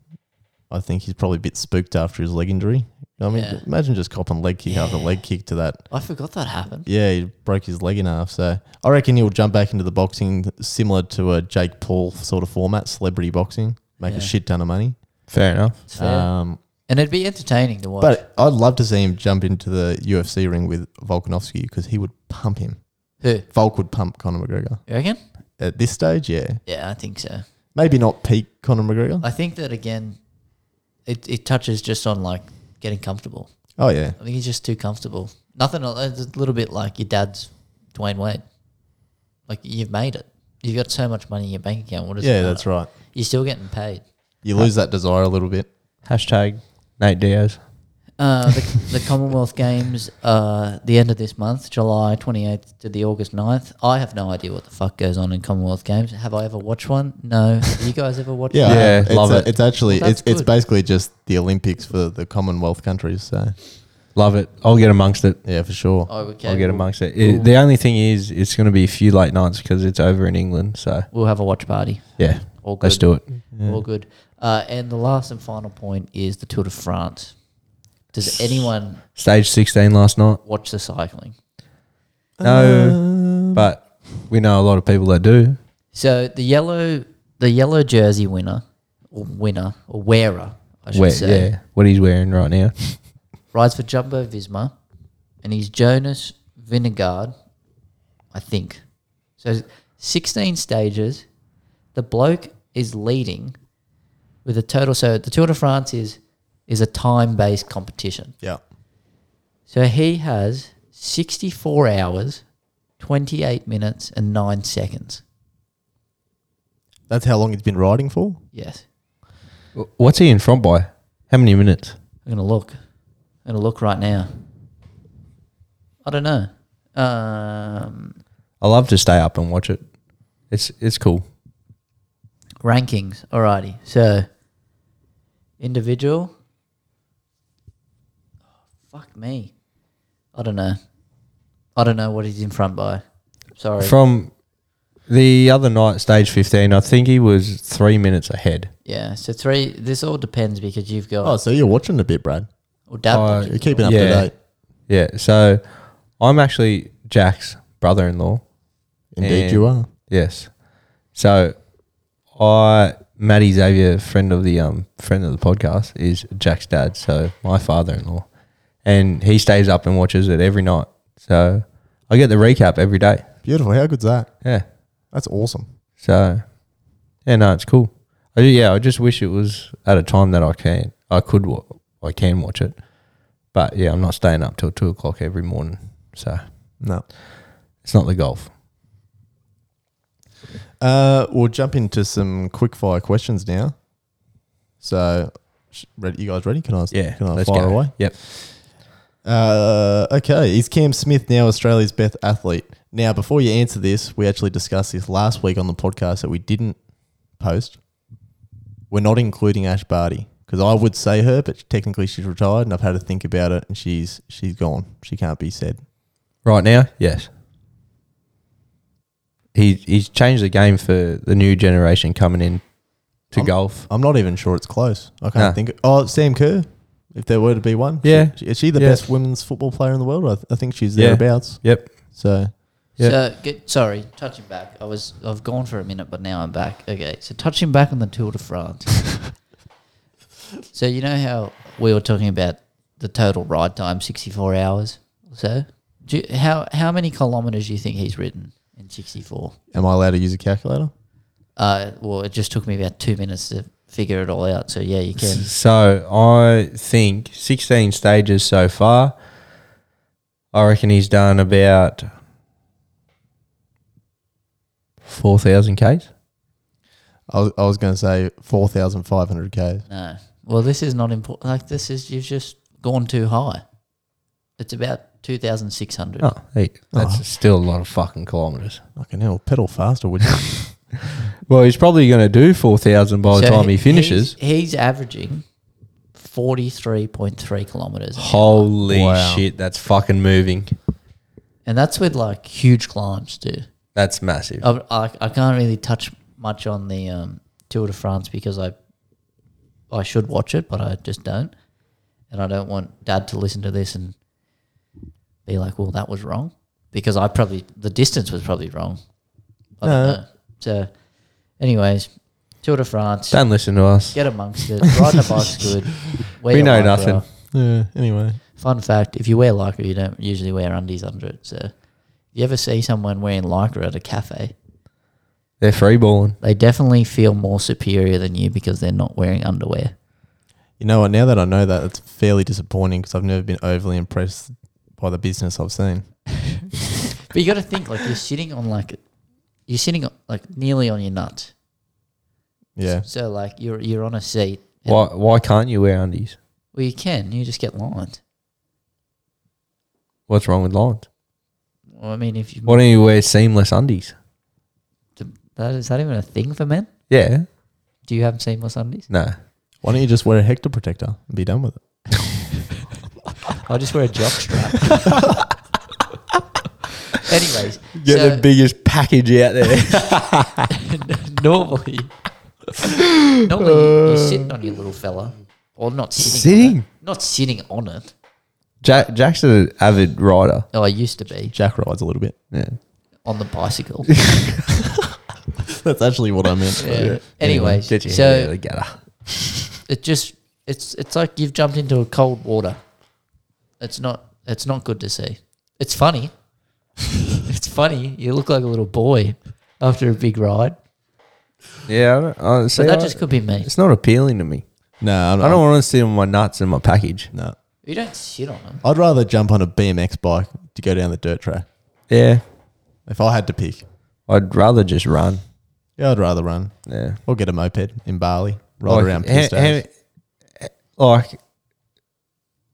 Speaker 1: I think he's probably a bit spooked after his leg injury. I mean,
Speaker 2: Yeah.
Speaker 1: imagine just copping leg kick after leg kick to that.
Speaker 2: I forgot that happened.
Speaker 1: Yeah, he broke his leg in half. So I reckon he'll jump back into the boxing similar to a Jake Paul sort of format, celebrity boxing, make
Speaker 2: Yeah.
Speaker 1: a shit ton of money.
Speaker 3: Fair enough.
Speaker 2: It's fair.
Speaker 1: Um,
Speaker 2: and it'd be entertaining to watch.
Speaker 1: but I'd love to see him jump into the UFC ring with Volkanovski because he would pump him.
Speaker 2: Who? You
Speaker 1: Volk would pump Conor McGregor.
Speaker 2: reckon?
Speaker 1: At this stage, yeah.
Speaker 2: Yeah, I think so.
Speaker 1: Maybe not peak Conor McGregor.
Speaker 2: I think that again, it, it touches just on like getting comfortable.
Speaker 1: Oh, yeah.
Speaker 2: I think he's just too comfortable. Nothing. el- It's a little bit like your dad's Dwayne Wade. Like you've made it. You've got so much money in your bank account. What does
Speaker 1: Yeah, that's right.
Speaker 2: You're still getting paid.
Speaker 1: You lose that desire a little bit.
Speaker 3: Hashtag Nate Diaz.
Speaker 2: Uh, the, the Commonwealth Games, uh, the end of this month, July 28th to the August 9th. I have no idea what the fuck goes on in Commonwealth Games. Have I ever watched one? No. Have you guys ever watched
Speaker 1: Yeah,
Speaker 2: one?
Speaker 3: Yeah,
Speaker 1: it's
Speaker 3: love
Speaker 1: a-
Speaker 3: it.
Speaker 1: It's actually
Speaker 2: Well,
Speaker 1: it's,
Speaker 2: that's
Speaker 1: it's
Speaker 2: good.
Speaker 1: basically just the Olympics for the Commonwealth countries. So
Speaker 3: Love it. I'll get amongst it.
Speaker 1: yeah, for sure.
Speaker 2: Oh, okay.
Speaker 3: I'll get
Speaker 2: we'll-
Speaker 3: amongst it. It- The only thing is, it's going to be a few late nights because it's over in England. So
Speaker 2: We'll have a watch party.
Speaker 3: yeah,
Speaker 2: All good.
Speaker 3: let's do it.
Speaker 2: All good. Uh, and the last and final point is the Tour de France. Does anyone
Speaker 3: Stage sixteen last night.
Speaker 2: watch the cycling?
Speaker 3: No, but we know a lot of people that do.
Speaker 2: So the yellow, the yellow jersey winner, or winner, or wearer, I should
Speaker 3: Wear,
Speaker 2: say,
Speaker 3: yeah, what he's wearing right now.
Speaker 2: rides for Jumbo Visma, and he's Jonas Vingegaard, I think. So, sixteen stages. The bloke is leading with a total. So the Tour de France is is a time based competition.
Speaker 1: Yeah,
Speaker 2: So he has sixty four hours, twenty eight minutes, and nine seconds.
Speaker 1: that's how long it's been riding for.
Speaker 2: Yes,
Speaker 3: W- What's he in front by? How many minutes?
Speaker 2: I'm gonna look. I'm gonna look right now. I don't know. Um,
Speaker 3: I love to stay up and watch it. It's it's cool.
Speaker 2: Rankings. Alrighty. So, individual. Oh, fuck me. I don't know. I don't know what he's in front by. Sorry.
Speaker 3: From the other night, stage fifteen, I think he was three minutes ahead.
Speaker 2: yeah. So three. This all depends because you've got.
Speaker 1: Oh, so you're watching a bit, Brad.
Speaker 2: or dad
Speaker 3: Oh,
Speaker 2: watches
Speaker 1: You're
Speaker 2: it.
Speaker 1: keeping up
Speaker 3: Yeah.
Speaker 1: to date.
Speaker 3: Yeah, so I'm actually Jack's brother-in-law.
Speaker 1: Indeed,
Speaker 3: And-
Speaker 1: you are.
Speaker 3: Yes. So I Matty Xavier, friend of the um friend of the podcast, is Jack's dad, so my father in law. And he stays up and watches it every night. So I get the recap every day.
Speaker 1: Beautiful. How good's that?
Speaker 3: Yeah.
Speaker 1: That's awesome.
Speaker 3: So yeah, no, it's cool. I ju- yeah, I just wish it was at a time that I can I could wa- I can watch it. But yeah, I'm not staying up till two o'clock every morning. So
Speaker 1: No.
Speaker 3: it's not the golf.
Speaker 1: Uh, we'll jump into some quick fire questions now. So, sh- ready, you guys ready? Can I? s-
Speaker 3: Yeah.
Speaker 1: Can I fire away?
Speaker 3: Yep.
Speaker 1: Uh, okay. Is Cam Smith now Australia's best athlete? Now, before you answer this, we actually discussed this last week on the podcast that we didn't post. We're not including Ash Barty because I would say her, but technically she's retired, and I've had to think about it, and she's she's gone. She can't be said.
Speaker 3: Right now, yes. He he's changed the game for the new generation coming in to
Speaker 1: I'm-
Speaker 3: golf.
Speaker 1: I'm not even sure it's close. I can't
Speaker 3: No.
Speaker 1: think. Of, oh, Sam Kerr, if there were to be one.
Speaker 3: Yeah.
Speaker 1: She- is she the
Speaker 3: Yeah.
Speaker 1: best women's football player in the world? I, th- I think she's
Speaker 3: Yeah.
Speaker 1: thereabouts.
Speaker 3: Yep.
Speaker 1: So
Speaker 3: Yeah.
Speaker 2: So get, sorry, touching back. I was I've gone for a minute, but now I'm back. Okay, so touching back on the Tour de France. so you know how we were talking about the total ride time, sixty four hours or so. Do you, how how many kilometers do you think he's ridden in sixty four?
Speaker 1: am I allowed to use a calculator?
Speaker 2: Uh, well, it just took me about two minutes to figure it all out. So yeah, you can.
Speaker 3: So I think sixteen stages so far. I reckon he's done about four thousand k's.
Speaker 1: I was, I was going to say 4,500 Ks.
Speaker 2: No. Well, this is not important. Like this is you've just gone too high. It's about two thousand six hundred.
Speaker 3: Oh, hey, that's still a lot of fucking kilometers.
Speaker 1: Fucking hell, pedal faster, would you?
Speaker 3: Well, he's probably going to do four thousand by the
Speaker 2: So
Speaker 3: time he
Speaker 2: he's-
Speaker 3: finishes.
Speaker 2: He's, averaging 43.3 kilometers. an hour.
Speaker 3: Holy
Speaker 1: Wow.
Speaker 3: shit, that's fucking moving.
Speaker 2: And that's with like huge climbs too.
Speaker 3: That's massive.
Speaker 2: I, I, I can't really touch much on the um, Tour de France because I I should watch it, but I just don't, and I don't want Dad to listen to this and be like, "Well, that was wrong," because I probably the distance was probably wrong. I
Speaker 1: No.
Speaker 2: don't know. So, anyways, Tour de France,
Speaker 3: Don't listen to us.
Speaker 2: get amongst it. Riding a bike's good. Wear
Speaker 3: We
Speaker 2: your
Speaker 3: know
Speaker 2: lycra.
Speaker 3: nothing.
Speaker 1: Yeah. Anyway,
Speaker 2: Fun fact: If you wear lycra, you don't usually wear undies under it. So, you ever see someone wearing lycra at a cafe?
Speaker 3: They're free balling.
Speaker 2: They definitely feel more superior than you because they're not wearing underwear.
Speaker 1: you know what? Now that I know that, it's fairly disappointing because I've never been overly impressed by the business I've seen.
Speaker 2: But you got to think like you're sitting on like you're sitting on, like nearly on your nut.
Speaker 1: Yeah.
Speaker 2: So like you're you're on a seat. and-
Speaker 3: Why, why can't you wear undies?
Speaker 2: Well, you can. You just get lined.
Speaker 3: What's wrong with lines?
Speaker 2: Well, I mean, if you
Speaker 3: Why don't you wear seamless undies?
Speaker 2: that is that even a thing for men?
Speaker 3: Yeah.
Speaker 2: Do you have seamless undies?
Speaker 3: No.
Speaker 1: Why don't you just wear a Hector protector and be done with it?
Speaker 2: I just wear a jock strap. Anyways,
Speaker 3: Get
Speaker 2: so
Speaker 3: the biggest package out there.
Speaker 2: normally, normally you, you're sitting on your little fella, or not sitting, on it.
Speaker 3: Uh. Sitting?
Speaker 2: not sitting on it.
Speaker 3: Jack, Jack's an avid rider.
Speaker 2: Oh, I used to be
Speaker 1: Jack rides a little bit.
Speaker 3: Yeah.
Speaker 2: on the bicycle.
Speaker 1: That's actually what I meant.
Speaker 2: Yeah. Anyways,
Speaker 3: Get your
Speaker 2: so
Speaker 3: head out of the gutter.
Speaker 2: it just it's it's like you've jumped into a cold water. It's not it's not good to see. It's funny. it's funny. You look like a little boy after a big ride.
Speaker 3: Yeah. I don't, I, see,
Speaker 2: But that
Speaker 3: I-
Speaker 2: just could be me.
Speaker 3: it's not appealing to me.
Speaker 1: No, I'm,
Speaker 3: I don't want to see my nuts in my package.
Speaker 1: No.
Speaker 2: You don't sit on them.
Speaker 1: I'd rather jump on a BMX bike to go down the dirt track
Speaker 3: Yeah.
Speaker 1: if I had to pick.
Speaker 3: I'd rather just run.
Speaker 1: Yeah, I'd rather run
Speaker 3: Yeah.
Speaker 1: or get a moped in Bali, ride around
Speaker 3: how-
Speaker 1: pissed
Speaker 3: how- like,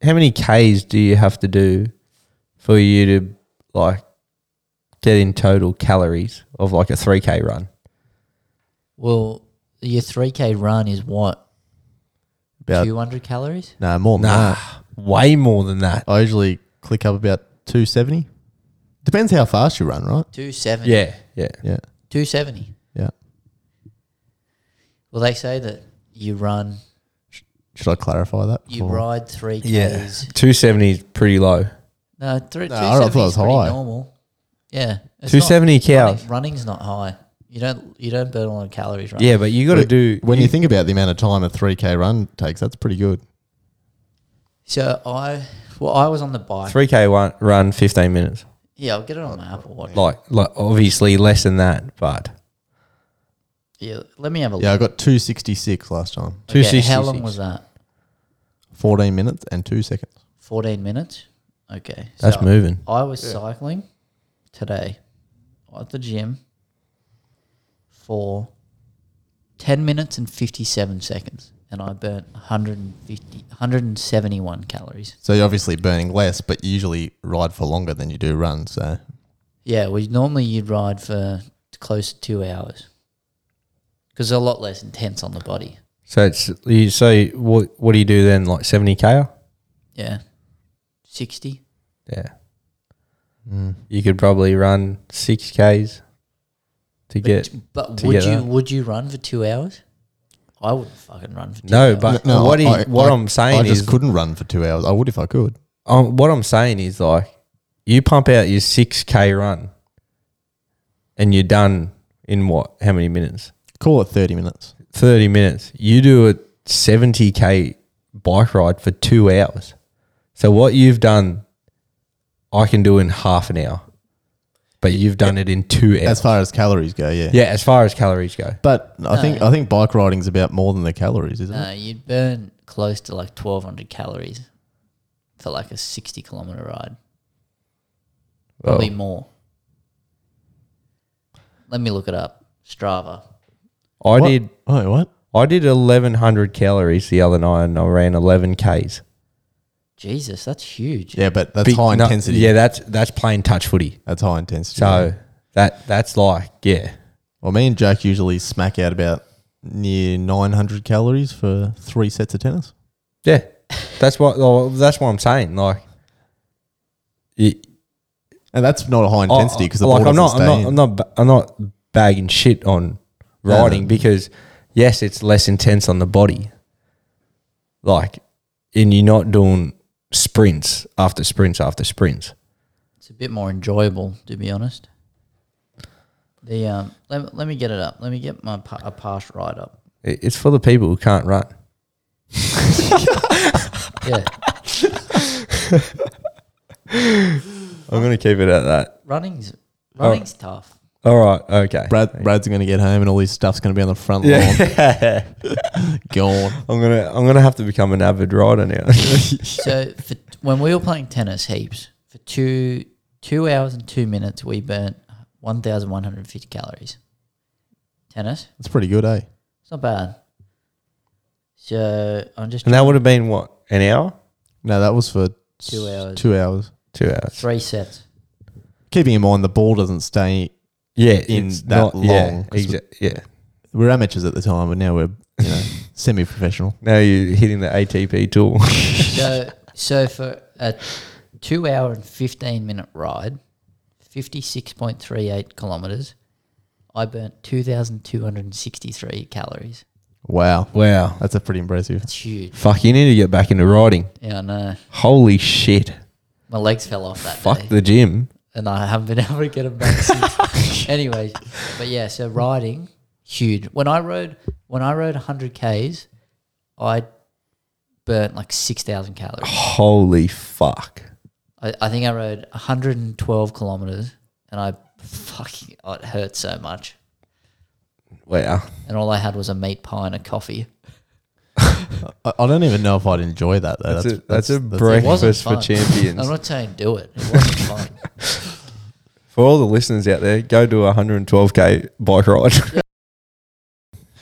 Speaker 3: how many Ks do you have to do for you to like get in total calories of like a three K run?
Speaker 2: Well, your three k run is what
Speaker 1: About
Speaker 2: two hundred calories.
Speaker 1: no more than
Speaker 3: Nah,
Speaker 1: that.
Speaker 3: way more than that.
Speaker 1: I usually click up about two seventy. Depends how fast you run, right?
Speaker 2: Two seventy.
Speaker 3: Yeah, yeah.
Speaker 1: Yeah,
Speaker 2: Two seventy.
Speaker 1: yeah.
Speaker 2: Well, they say that you run,
Speaker 1: Should I clarify that?
Speaker 2: you
Speaker 1: before-
Speaker 2: ride three k's.
Speaker 3: Two seventy is pretty low.
Speaker 2: No, three,
Speaker 1: No, I
Speaker 2: no,
Speaker 1: thought it
Speaker 2: 270
Speaker 1: was
Speaker 2: is pretty
Speaker 1: high.
Speaker 2: normal. Yeah. it's
Speaker 3: Two seventy
Speaker 2: not-
Speaker 3: cows.
Speaker 2: running- running's not high. You don't you don't burn a lot of calories running.
Speaker 3: Yeah, but you got to
Speaker 1: Wait,
Speaker 3: do
Speaker 1: When you think about the amount of time a three k run takes, that's pretty good.
Speaker 2: So I well I was on the bike.
Speaker 3: three K one run fifteen minutes.
Speaker 2: Yeah, I'll get it on my Apple Watch.
Speaker 3: Like, like obviously less than that, but
Speaker 2: Yeah, let me have a
Speaker 1: Yeah, I
Speaker 2: look.
Speaker 1: got two sixty six last time,
Speaker 2: Okay, how
Speaker 3: 266.
Speaker 2: long was that?
Speaker 1: fourteen minutes and two seconds.
Speaker 2: Fourteen minutes. Okay.
Speaker 3: that's
Speaker 2: so
Speaker 3: moving.
Speaker 2: I was cycling today at the gym for ten minutes and fifty seven seconds. And I burnt 150, 171 calories.
Speaker 1: So you're obviously burning less, but you usually ride for longer than you do run. So
Speaker 2: Yeah, well, normally you'd ride for close to two hours because they're a lot less intense on the body.
Speaker 3: So it's you. So what what do you do then? Like seventy K?
Speaker 2: Yeah, sixty.
Speaker 3: Yeah.
Speaker 1: Mm.
Speaker 3: You could probably run six Ks to get
Speaker 2: But
Speaker 3: To
Speaker 2: would
Speaker 3: get
Speaker 2: you
Speaker 3: that.
Speaker 2: would you run for two hours? I wouldn't fucking run for two
Speaker 3: No,
Speaker 2: hours.
Speaker 3: but- what he- what
Speaker 1: I,
Speaker 3: I'm
Speaker 1: I
Speaker 3: saying
Speaker 1: just
Speaker 3: is-
Speaker 1: couldn't run for two hours. I would if I could.
Speaker 3: um, what I'm saying is like you pump out your six K run and you're done in what? How many minutes?
Speaker 1: Call it thirty minutes.
Speaker 3: Thirty minutes. You do a seventy K bike ride for two hours. So what you've done I can do in half an hour. But you've done it in two hours.
Speaker 1: As far as calories go, yeah.
Speaker 3: yeah, as far as calories go.
Speaker 1: But I think I think bike riding's about more than the calories, isn't it?
Speaker 2: no, Uh, you'd burn close to like twelve hundred calories for like a sixty kilometer ride,
Speaker 3: Well,
Speaker 2: probably more. Let me look it up. Strava.
Speaker 3: I
Speaker 1: What?
Speaker 3: did
Speaker 1: Wait, what?
Speaker 3: I did 1100 calories the other night and I ran 11 Ks.
Speaker 2: Jesus, that's huge.
Speaker 1: Yeah, but that's
Speaker 3: Big-
Speaker 1: high
Speaker 3: no,
Speaker 1: intensity.
Speaker 3: yeah, that's that's playing touch footy.
Speaker 1: that's high intensity.
Speaker 3: So
Speaker 1: yeah.
Speaker 3: that that's like, yeah.
Speaker 1: well, me and Jack usually smack out about near 900 calories for three sets of tennis.
Speaker 3: oh, Yeah. That's what well, that's what I'm saying. Like it,
Speaker 1: and that's not a high
Speaker 3: I-
Speaker 1: intensity because
Speaker 3: I-
Speaker 1: the
Speaker 3: Oh, like,
Speaker 1: ball
Speaker 3: I'm
Speaker 1: doesn't
Speaker 3: not, I'm
Speaker 1: stay
Speaker 3: not,
Speaker 1: in.
Speaker 3: I'm not, ba- I'm not bagging shit on
Speaker 1: No, no.
Speaker 3: riding because yes, it's less intense on the body. Like, and you're not doing sprints after sprints after sprints.
Speaker 2: It's a bit more enjoyable, to be honest. The um, let, let me get it up. Let me get my pa- a past ride up.
Speaker 3: It- It's for the people who can't run.
Speaker 2: Yeah,
Speaker 3: I'm gonna keep it at that.
Speaker 2: running's running's tough.
Speaker 3: All right. Okay.
Speaker 1: Brad, Brad's going to get home and all his stuff's going to be on the front lawn.
Speaker 3: Yeah.
Speaker 1: Gone.
Speaker 3: I'm gonna, I'm gonna have to become an avid rider now.
Speaker 2: So for, when we were playing tennis heaps for two two hours and two minutes, we burnt one thousand one hundred fifty calories. Tennis,
Speaker 1: That's pretty good, eh?
Speaker 2: it's not bad. So I'm just
Speaker 3: and that would have been what an hour,
Speaker 1: No, that was for s-
Speaker 2: Two hours.
Speaker 1: Two hours.
Speaker 3: two hours.
Speaker 2: three sets.
Speaker 1: Keeping in mind the ball doesn't stay.
Speaker 3: Yeah,
Speaker 1: In
Speaker 3: it's
Speaker 1: that
Speaker 3: Yeah,
Speaker 1: long, 'cause we-
Speaker 3: exa- yeah.
Speaker 1: We were amateurs at the time, but now we're you know semi-professional.
Speaker 3: Now you're hitting the ATP tool.
Speaker 2: So so for a two hour and fifteen minute ride, fifty six point three eight kilometers, I burnt two thousand two hundred and sixty three calories.
Speaker 1: Wow,
Speaker 3: wow.
Speaker 1: that's a pretty impressive.
Speaker 2: That's huge.
Speaker 3: Fuck, you need to get back into riding.
Speaker 2: Yeah, I know.
Speaker 3: Holy shit.
Speaker 2: My legs fell off that
Speaker 3: Fuck
Speaker 2: day.
Speaker 3: the gym.
Speaker 2: and I haven't been able to get them back since. Anyways, but yeah, so riding huge. When I rode when I rode 100 k's, I burnt like 6,000 calories.
Speaker 3: Holy fuck.
Speaker 2: I, I think I rode 112 kilometers, and I fucking oh, it hurt so much.
Speaker 3: Wow.
Speaker 2: And all I had was a meat pie and a coffee.
Speaker 1: I, I don't even know if I'd enjoy that though.
Speaker 3: That's, a, that's, a
Speaker 2: It wasn't
Speaker 3: breakfast for
Speaker 2: fun. I'm
Speaker 3: champions.
Speaker 2: not saying do it. It wasn't fun.
Speaker 3: for all the listeners out there, go do a 112k bike ride.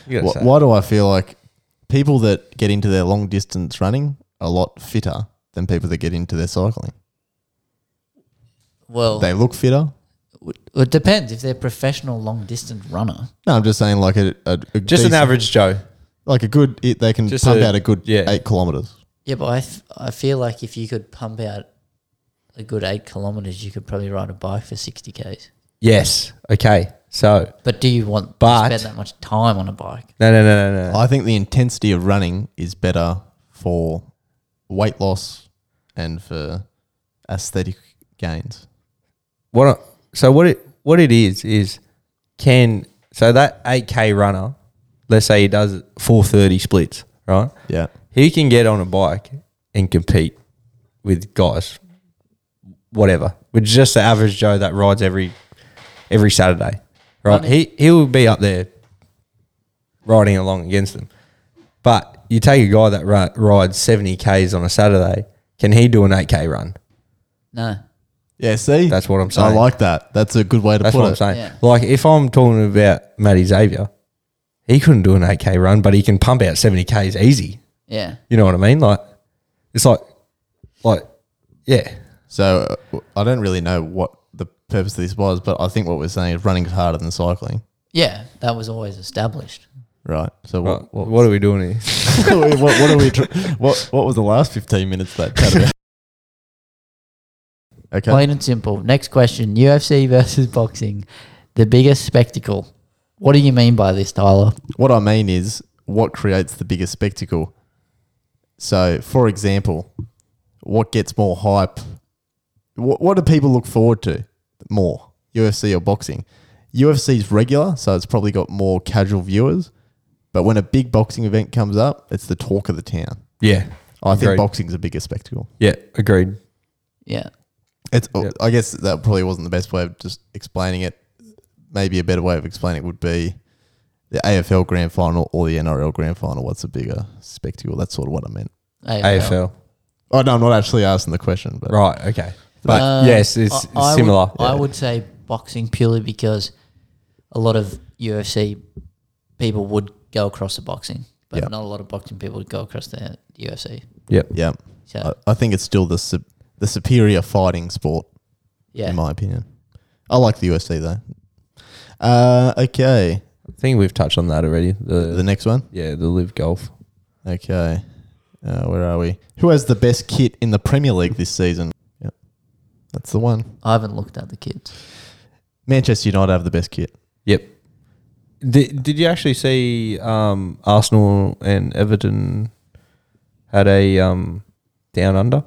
Speaker 3: You gotta
Speaker 1: Wh-
Speaker 3: say.
Speaker 1: why do I feel like people that get into their long distance running are a lot fitter than people that get into their cycling?
Speaker 2: Well,
Speaker 1: They look fitter.
Speaker 2: it depends if they're professional long distance runner.
Speaker 1: No, I'm just saying like a, a, a
Speaker 3: Just an
Speaker 1: decent-
Speaker 3: average Joe.
Speaker 1: like a good. It, they can
Speaker 3: Just
Speaker 1: pump
Speaker 3: a-
Speaker 1: out a good
Speaker 3: yeah.
Speaker 1: eight kilometers.
Speaker 2: Yeah, but I, th- I feel like if you could pump out a good eight kilometers, you could probably ride a bike for 60 Ks.
Speaker 3: Yes. Okay. So,
Speaker 2: But do you want
Speaker 3: But-
Speaker 2: to spend that much time on a bike?
Speaker 3: no, no, no, no, no.
Speaker 1: I think the intensity of running is better for weight loss and for aesthetic gains.
Speaker 3: what I- so what it what it is is can so that 8k runner let's say he does 430 splits right
Speaker 1: Yeah.
Speaker 3: he can get on a bike and compete with guys whatever with just the average joe that rides every every saturday right he he will be up there riding along against them but you take a guy that ri- rides 70 ks on a saturday can he do an 8k run
Speaker 2: No.
Speaker 1: Yeah, see?
Speaker 3: That's what I'm
Speaker 1: I
Speaker 3: saying.
Speaker 1: like that. That's a good way to
Speaker 3: That's
Speaker 1: put
Speaker 3: what
Speaker 1: it.
Speaker 3: I'm saying.
Speaker 2: Yeah.
Speaker 3: Like if I'm talking about Matty Xavier, he couldn't do an 8k run, but he can pump out 70k's easy.
Speaker 2: Yeah.
Speaker 3: You know what I mean? Like it's like, like yeah,
Speaker 1: So uh, w- I don't really know what the purpose of this was, but I think what we're saying is running is harder than cycling.
Speaker 2: Yeah. That was always established.
Speaker 1: Right. So
Speaker 3: Right,
Speaker 1: what,
Speaker 3: what,
Speaker 1: what,
Speaker 3: are we doing here?
Speaker 1: what, what are we? Tr- what What was the last fifteen minutes of that chat about? Okay.
Speaker 2: Plain and simple. Next question UFC versus boxing. The biggest spectacle. What do you mean by this, Tyler?
Speaker 1: What I mean is what creates the biggest spectacle. So, for example, what gets more hype? What, what do people look forward to more, UFC or boxing? UFC's regular, so it's probably got more casual viewers. But when a big boxing event comes up, it's the talk of the town.
Speaker 3: Yeah,
Speaker 1: I think
Speaker 3: Agreed.
Speaker 1: boxing's a bigger spectacle.
Speaker 3: yeah, agreed.
Speaker 2: Yeah.
Speaker 1: It's. oh,
Speaker 3: Yep.
Speaker 1: I guess that probably wasn't the best way of just explaining it. Maybe a better way of explaining it would be the AFL grand final or the NRL grand final. What's a bigger spectacle? That's sort of what I meant.
Speaker 3: AFL,
Speaker 1: Oh no, I'm not actually asking the question, but
Speaker 3: right? Okay, but
Speaker 2: Uh,
Speaker 3: yes, it's
Speaker 2: I- I
Speaker 3: similar.
Speaker 2: Would, I would say boxing purely because a lot of UFC people would go across the boxing, but
Speaker 1: Yeah.
Speaker 2: not a lot of boxing people would go across the UFC.
Speaker 3: Yep.
Speaker 1: yeah,
Speaker 2: So
Speaker 3: Uh,
Speaker 1: I, I think it's still the sup- the superior fighting sport
Speaker 2: yeah,
Speaker 1: in my opinion. I like the UFC though. Uh, okay,
Speaker 3: I think we've touched on that already. The,
Speaker 1: the next one.
Speaker 3: yeah, the live golf.
Speaker 1: Okay, uh, where are we? Who has the best kit in the Premier League this season? That's the one.
Speaker 2: I haven't looked at the kids.
Speaker 1: Manchester United have the best kit.
Speaker 3: Yep. Did, did you actually see um, Arsenal and Everton had a um, down under?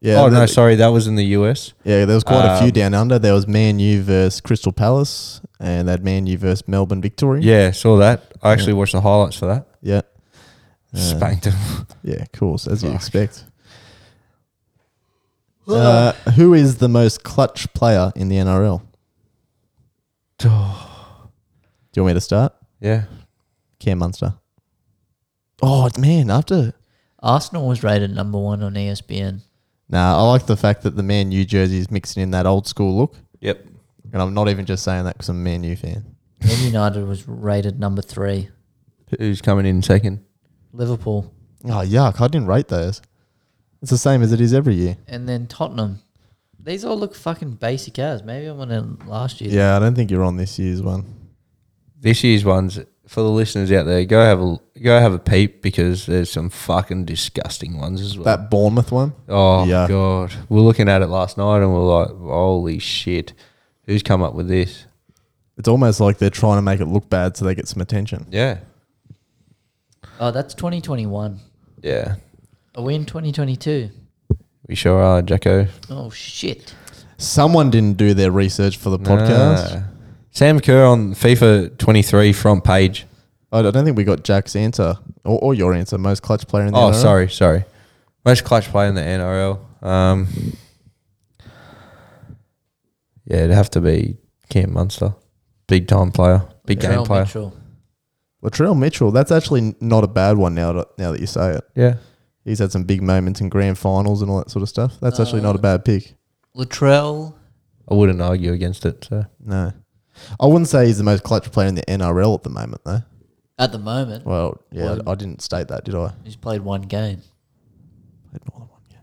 Speaker 1: Yeah.
Speaker 3: oh, no,
Speaker 1: the-
Speaker 3: sorry. That was in the US.
Speaker 1: Yeah, there was quite a few
Speaker 3: Um,
Speaker 1: down under. There was Man U versus Crystal Palace, and that Man U versus Melbourne Victory.
Speaker 3: Yeah, saw that. I actually watched the highlights for that.
Speaker 1: yeah, Uh,
Speaker 3: Spanked them.
Speaker 1: yeah, of course, as you expect. Uh, who is the most clutch player in the NRL? Do you want me to start?
Speaker 3: Yeah.
Speaker 1: Cam Munster. Oh man, after
Speaker 2: Arsenal was rated number one on E ESPN.
Speaker 1: nah, I like the fact that the Man U jersey is mixing in that old school look,
Speaker 3: Yep.
Speaker 1: and I'm not even just saying that because I'm a Man U fan.
Speaker 2: Man United was rated number three.
Speaker 3: Who's coming in second?
Speaker 2: Liverpool.
Speaker 1: Oh yuck, I didn't rate those. It's the same as it is every year.
Speaker 2: And then Tottenham. These all look fucking basic as. Maybe I'm on it last year.
Speaker 1: Yeah, I don't think you're on this year's one.
Speaker 3: This year's ones for the listeners out there. Go have a go have a peep because there's some fucking disgusting ones as well.
Speaker 1: That Bournemouth one.
Speaker 3: oh
Speaker 1: Yeah.
Speaker 3: god, we're looking at it last night and we're like, holy shit, who's come up with this?
Speaker 1: It's almost like they're trying to make it look bad so they get some attention.
Speaker 3: Yeah,
Speaker 2: Oh, that's 2021.
Speaker 3: yeah,
Speaker 2: Are we in 2022?
Speaker 3: we sure are, Jacko.
Speaker 2: Oh, shit.
Speaker 1: Someone didn't do their research for the podcast.
Speaker 3: Nah. Sam Kerr on FIFA 23 front page.
Speaker 1: I I don't think we got Jack's answer or, or your answer. Most clutch player in the
Speaker 3: Oh,
Speaker 1: NRL.
Speaker 3: sorry, sorry. Most clutch player in the NRL. Um, yeah, it'd have to be Cam Munster, big time player, big game
Speaker 2: Latrell
Speaker 3: player.
Speaker 2: Mitchell.
Speaker 1: Latrell Mitchell. That's actually not a bad one now. that- Now that you say it,
Speaker 3: Yeah,
Speaker 1: he's had some big moments in grand finals and all that sort of stuff. That's actually not a bad pick.
Speaker 2: Latrell.
Speaker 3: I wouldn't argue against it. So
Speaker 1: No, I wouldn't say he's the most clutch player in the NRL at the moment, though.
Speaker 2: At the moment,
Speaker 1: Well, yeah,
Speaker 2: Well-
Speaker 1: I, I didn't state that, did I?
Speaker 2: he's played one game.
Speaker 1: Played more than one game.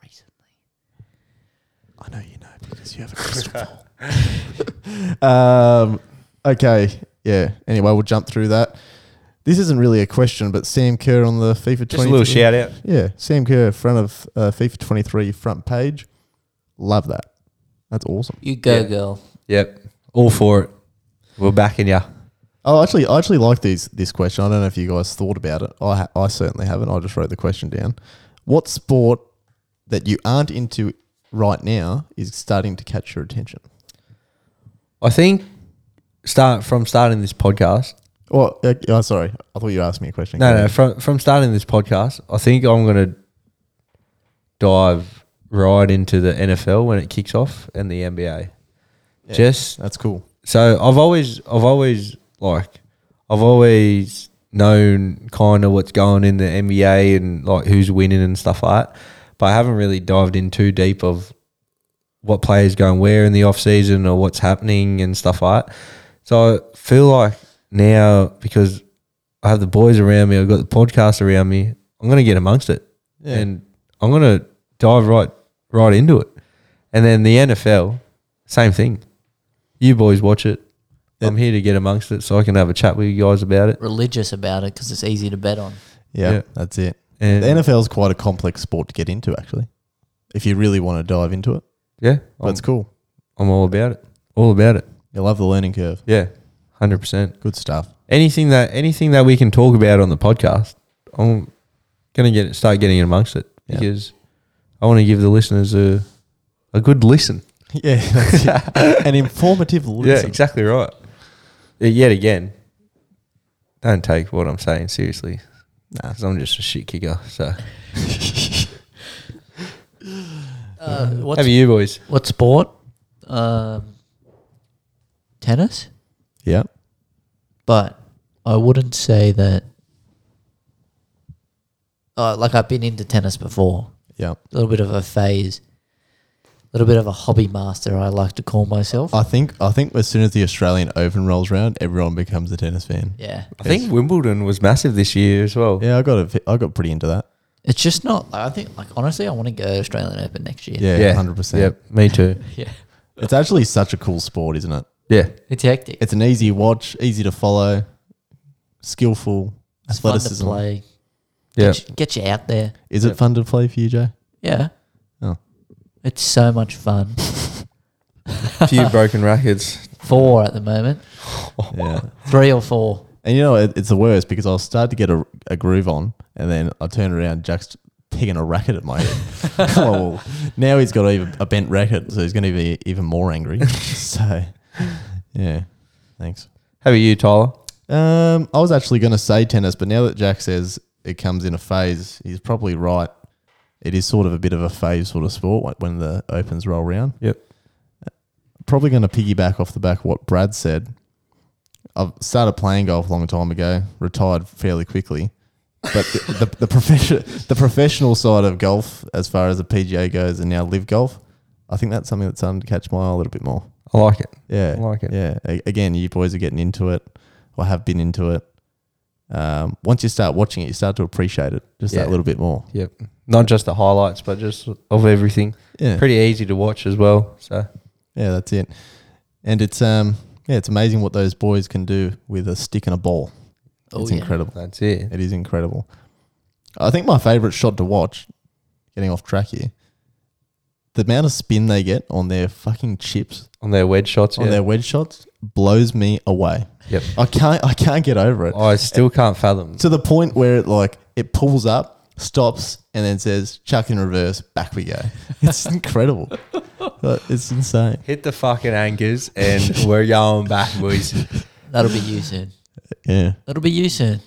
Speaker 2: Recently.
Speaker 1: I know you know because you have a crystal ball. um, okay, yeah. Anyway, we'll jump through that. This isn't really a question, but Sam Kerr on the FIFA 23.
Speaker 3: just a little shout out.
Speaker 1: Yeah, Sam Kerr, front of uh, FIFA 23 front page. Love that. That's awesome.
Speaker 2: You go,
Speaker 3: Yeah.
Speaker 2: girl.
Speaker 3: Yep, all for it. We're backing ya.
Speaker 1: Oh, actually, I actually like these this question. I don't know if you guys thought about it. I ha- I certainly haven't. I just wrote the question down. What sport that you aren't into right now is starting to catch your attention?
Speaker 3: I think start from starting this podcast.
Speaker 1: Well, uh, oh, sorry, I thought you asked me a question.
Speaker 3: No,
Speaker 1: Go
Speaker 3: no,
Speaker 1: ahead.
Speaker 3: from from starting this podcast, I think I'm gonna dive right into the NFL when it kicks off and the NBA.
Speaker 1: Yeah.
Speaker 3: Just
Speaker 1: That's cool.
Speaker 3: so I've always I've always like I've always known kind of what's going in the NBA and like who's winning and stuff like that, but I haven't really dived in too deep of what players going where in the off season or what's happening and stuff like that. So I feel like now because I have the boys around me, I've got the podcast around me, I'm gonna get amongst it. And I'm gonna dive right right into it. And then the NFL, same thing. You boys watch it. I'm here to get amongst it so I can have a chat with you guys about it.
Speaker 2: Religious about it because it's easy to bet on.
Speaker 1: Yeah,
Speaker 3: Yeah.
Speaker 1: that's it.
Speaker 3: And
Speaker 1: The NFL is quite a complex sport to get into, actually. If you really want to dive into it,
Speaker 3: yeah,
Speaker 1: but
Speaker 3: I'm,
Speaker 1: it's cool.
Speaker 3: I'm all about it. All about it.
Speaker 1: You love the learning curve.
Speaker 3: Yeah, hundred percent.
Speaker 1: Good stuff.
Speaker 3: Anything that anything that we can talk about on the podcast, I'm gonna get start getting amongst it
Speaker 1: Yeah.
Speaker 3: because I want to give the listeners a a good listen.
Speaker 1: Yeah, that's it. an informative listen.
Speaker 3: Yeah, exactly right. Uh, Yet again, don't take what I'm saying seriously.
Speaker 1: Nah.
Speaker 3: because I'm just a shit kicker. So,
Speaker 2: Uh, what's,
Speaker 3: have you boys?
Speaker 2: what sport? Um, tennis?
Speaker 1: Yeah.
Speaker 2: but I wouldn't say that. Uh, like I've been into tennis before,
Speaker 1: Yeah.
Speaker 2: a little bit of a phase, a little bit of a hobby master, I like to call myself.
Speaker 1: I think I think as soon as the Australian Open rolls around, everyone becomes a tennis fan.
Speaker 2: yeah,
Speaker 3: I think Wimbledon was massive this year as well.
Speaker 1: Yeah, I got a, I got pretty into that.
Speaker 2: it's just not. Like, I think, like honestly, I want to go to Australian Open next year.
Speaker 1: Yeah, hundred percent.
Speaker 3: Yep, me too.
Speaker 2: yeah.
Speaker 1: It's actually such a cool sport, isn't it?
Speaker 3: Yeah,
Speaker 2: It's hectic.
Speaker 1: It's an easy watch, easy to follow, skillful
Speaker 2: It's fun to
Speaker 1: athleticism.
Speaker 2: play.
Speaker 3: yeah.
Speaker 2: Get, you, get you out there.
Speaker 1: Is it fun to play for you, Jay?
Speaker 2: Yeah.
Speaker 1: Oh.
Speaker 2: It's so much fun.
Speaker 3: Few broken rackets.
Speaker 2: Four at the moment.
Speaker 1: Yeah.
Speaker 2: Three or four.
Speaker 1: And you know, it, it's the worst because I'll start to get a, a groove on and then I turn around, Jack's picking a racket at my head. oh, well, now he's got even a bent racket, so he's going to be even more angry. so, yeah, thanks.
Speaker 3: How about you, Tyler?
Speaker 1: Um, I was actually going to say tennis, but now that Jack says it comes in a phase, he's probably right. It is sort of a bit of a phase sort of sport when- when the opens roll round.
Speaker 3: Yep.
Speaker 1: Probably going to piggyback off the back of what Brad said. I've started playing golf a long time ago, retired fairly quickly. But the, the, the, profession, the professional side of golf, as far as the PGA goes and now live golf, I think that's something that's starting to catch my eye a little bit more.
Speaker 3: I like it.
Speaker 1: Yeah.
Speaker 3: I like it.
Speaker 1: Yeah. A- again, you boys are getting into it or have been into it. Um, once you start watching it, you start to appreciate it just
Speaker 3: Yeah.
Speaker 1: that little bit more.
Speaker 3: Yep. Not just the highlights, but just of everything.
Speaker 1: Yeah.
Speaker 3: Pretty easy to watch as well. So
Speaker 1: Yeah, that's it. And it's um yeah, it's amazing what those boys can do with a stick and a ball.
Speaker 2: Oh,
Speaker 1: it's
Speaker 2: yeah.
Speaker 1: incredible.
Speaker 3: that's it.
Speaker 1: It is incredible. I think my favorite shot to watch, getting off track here, the amount of spin they get on their fucking chips,
Speaker 3: On their wedge shots.
Speaker 1: on
Speaker 3: yeah.
Speaker 1: their wedge shots, blows me away.
Speaker 3: Yep.
Speaker 1: I can't I can't get over it.
Speaker 3: I still can't fathom.
Speaker 1: to the point where it like it pulls up, stops, and then says chuck in reverse, back we go. It's incredible. Like, it's insane.
Speaker 3: Hit the fucking anchors and we're going back, boys.
Speaker 2: That'll be you soon.
Speaker 1: Yeah.
Speaker 2: That'll be you soon.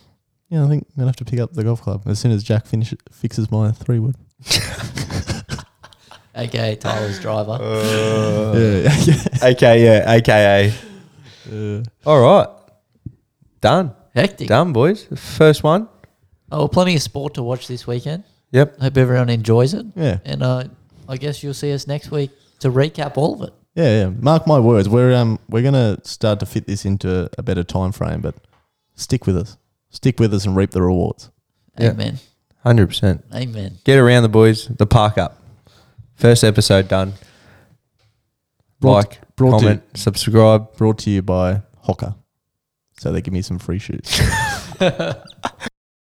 Speaker 1: Yeah, I think I'm gonna have to pick up the golf club as soon as Jack finishes fixes my three wood.
Speaker 2: Okay, Tyler's driver.
Speaker 3: Oh,
Speaker 1: yeah, yeah.
Speaker 3: okay, eh. yeah, aka. All right. Done.
Speaker 2: Hectic.
Speaker 3: Done, boys. First one.
Speaker 2: Oh, plenty of sport to watch this weekend.
Speaker 3: Yep.
Speaker 2: Hope everyone enjoys it.
Speaker 1: Yeah.
Speaker 2: And uh, I guess you'll see us next week to recap all of it.
Speaker 1: Yeah, yeah. Mark my words. We're um we're gonna start to fit this into a better time frame, but stick with us. Stick with us and reap the rewards.
Speaker 3: Yeah.
Speaker 2: Amen.
Speaker 3: 100%.
Speaker 2: Amen.
Speaker 3: Get around the boys. The park up. First episode done.
Speaker 1: Brought-
Speaker 3: like,
Speaker 1: brought to-
Speaker 3: comment, subscribe.
Speaker 1: Brought to you by Hocker. So they give me some free shoes.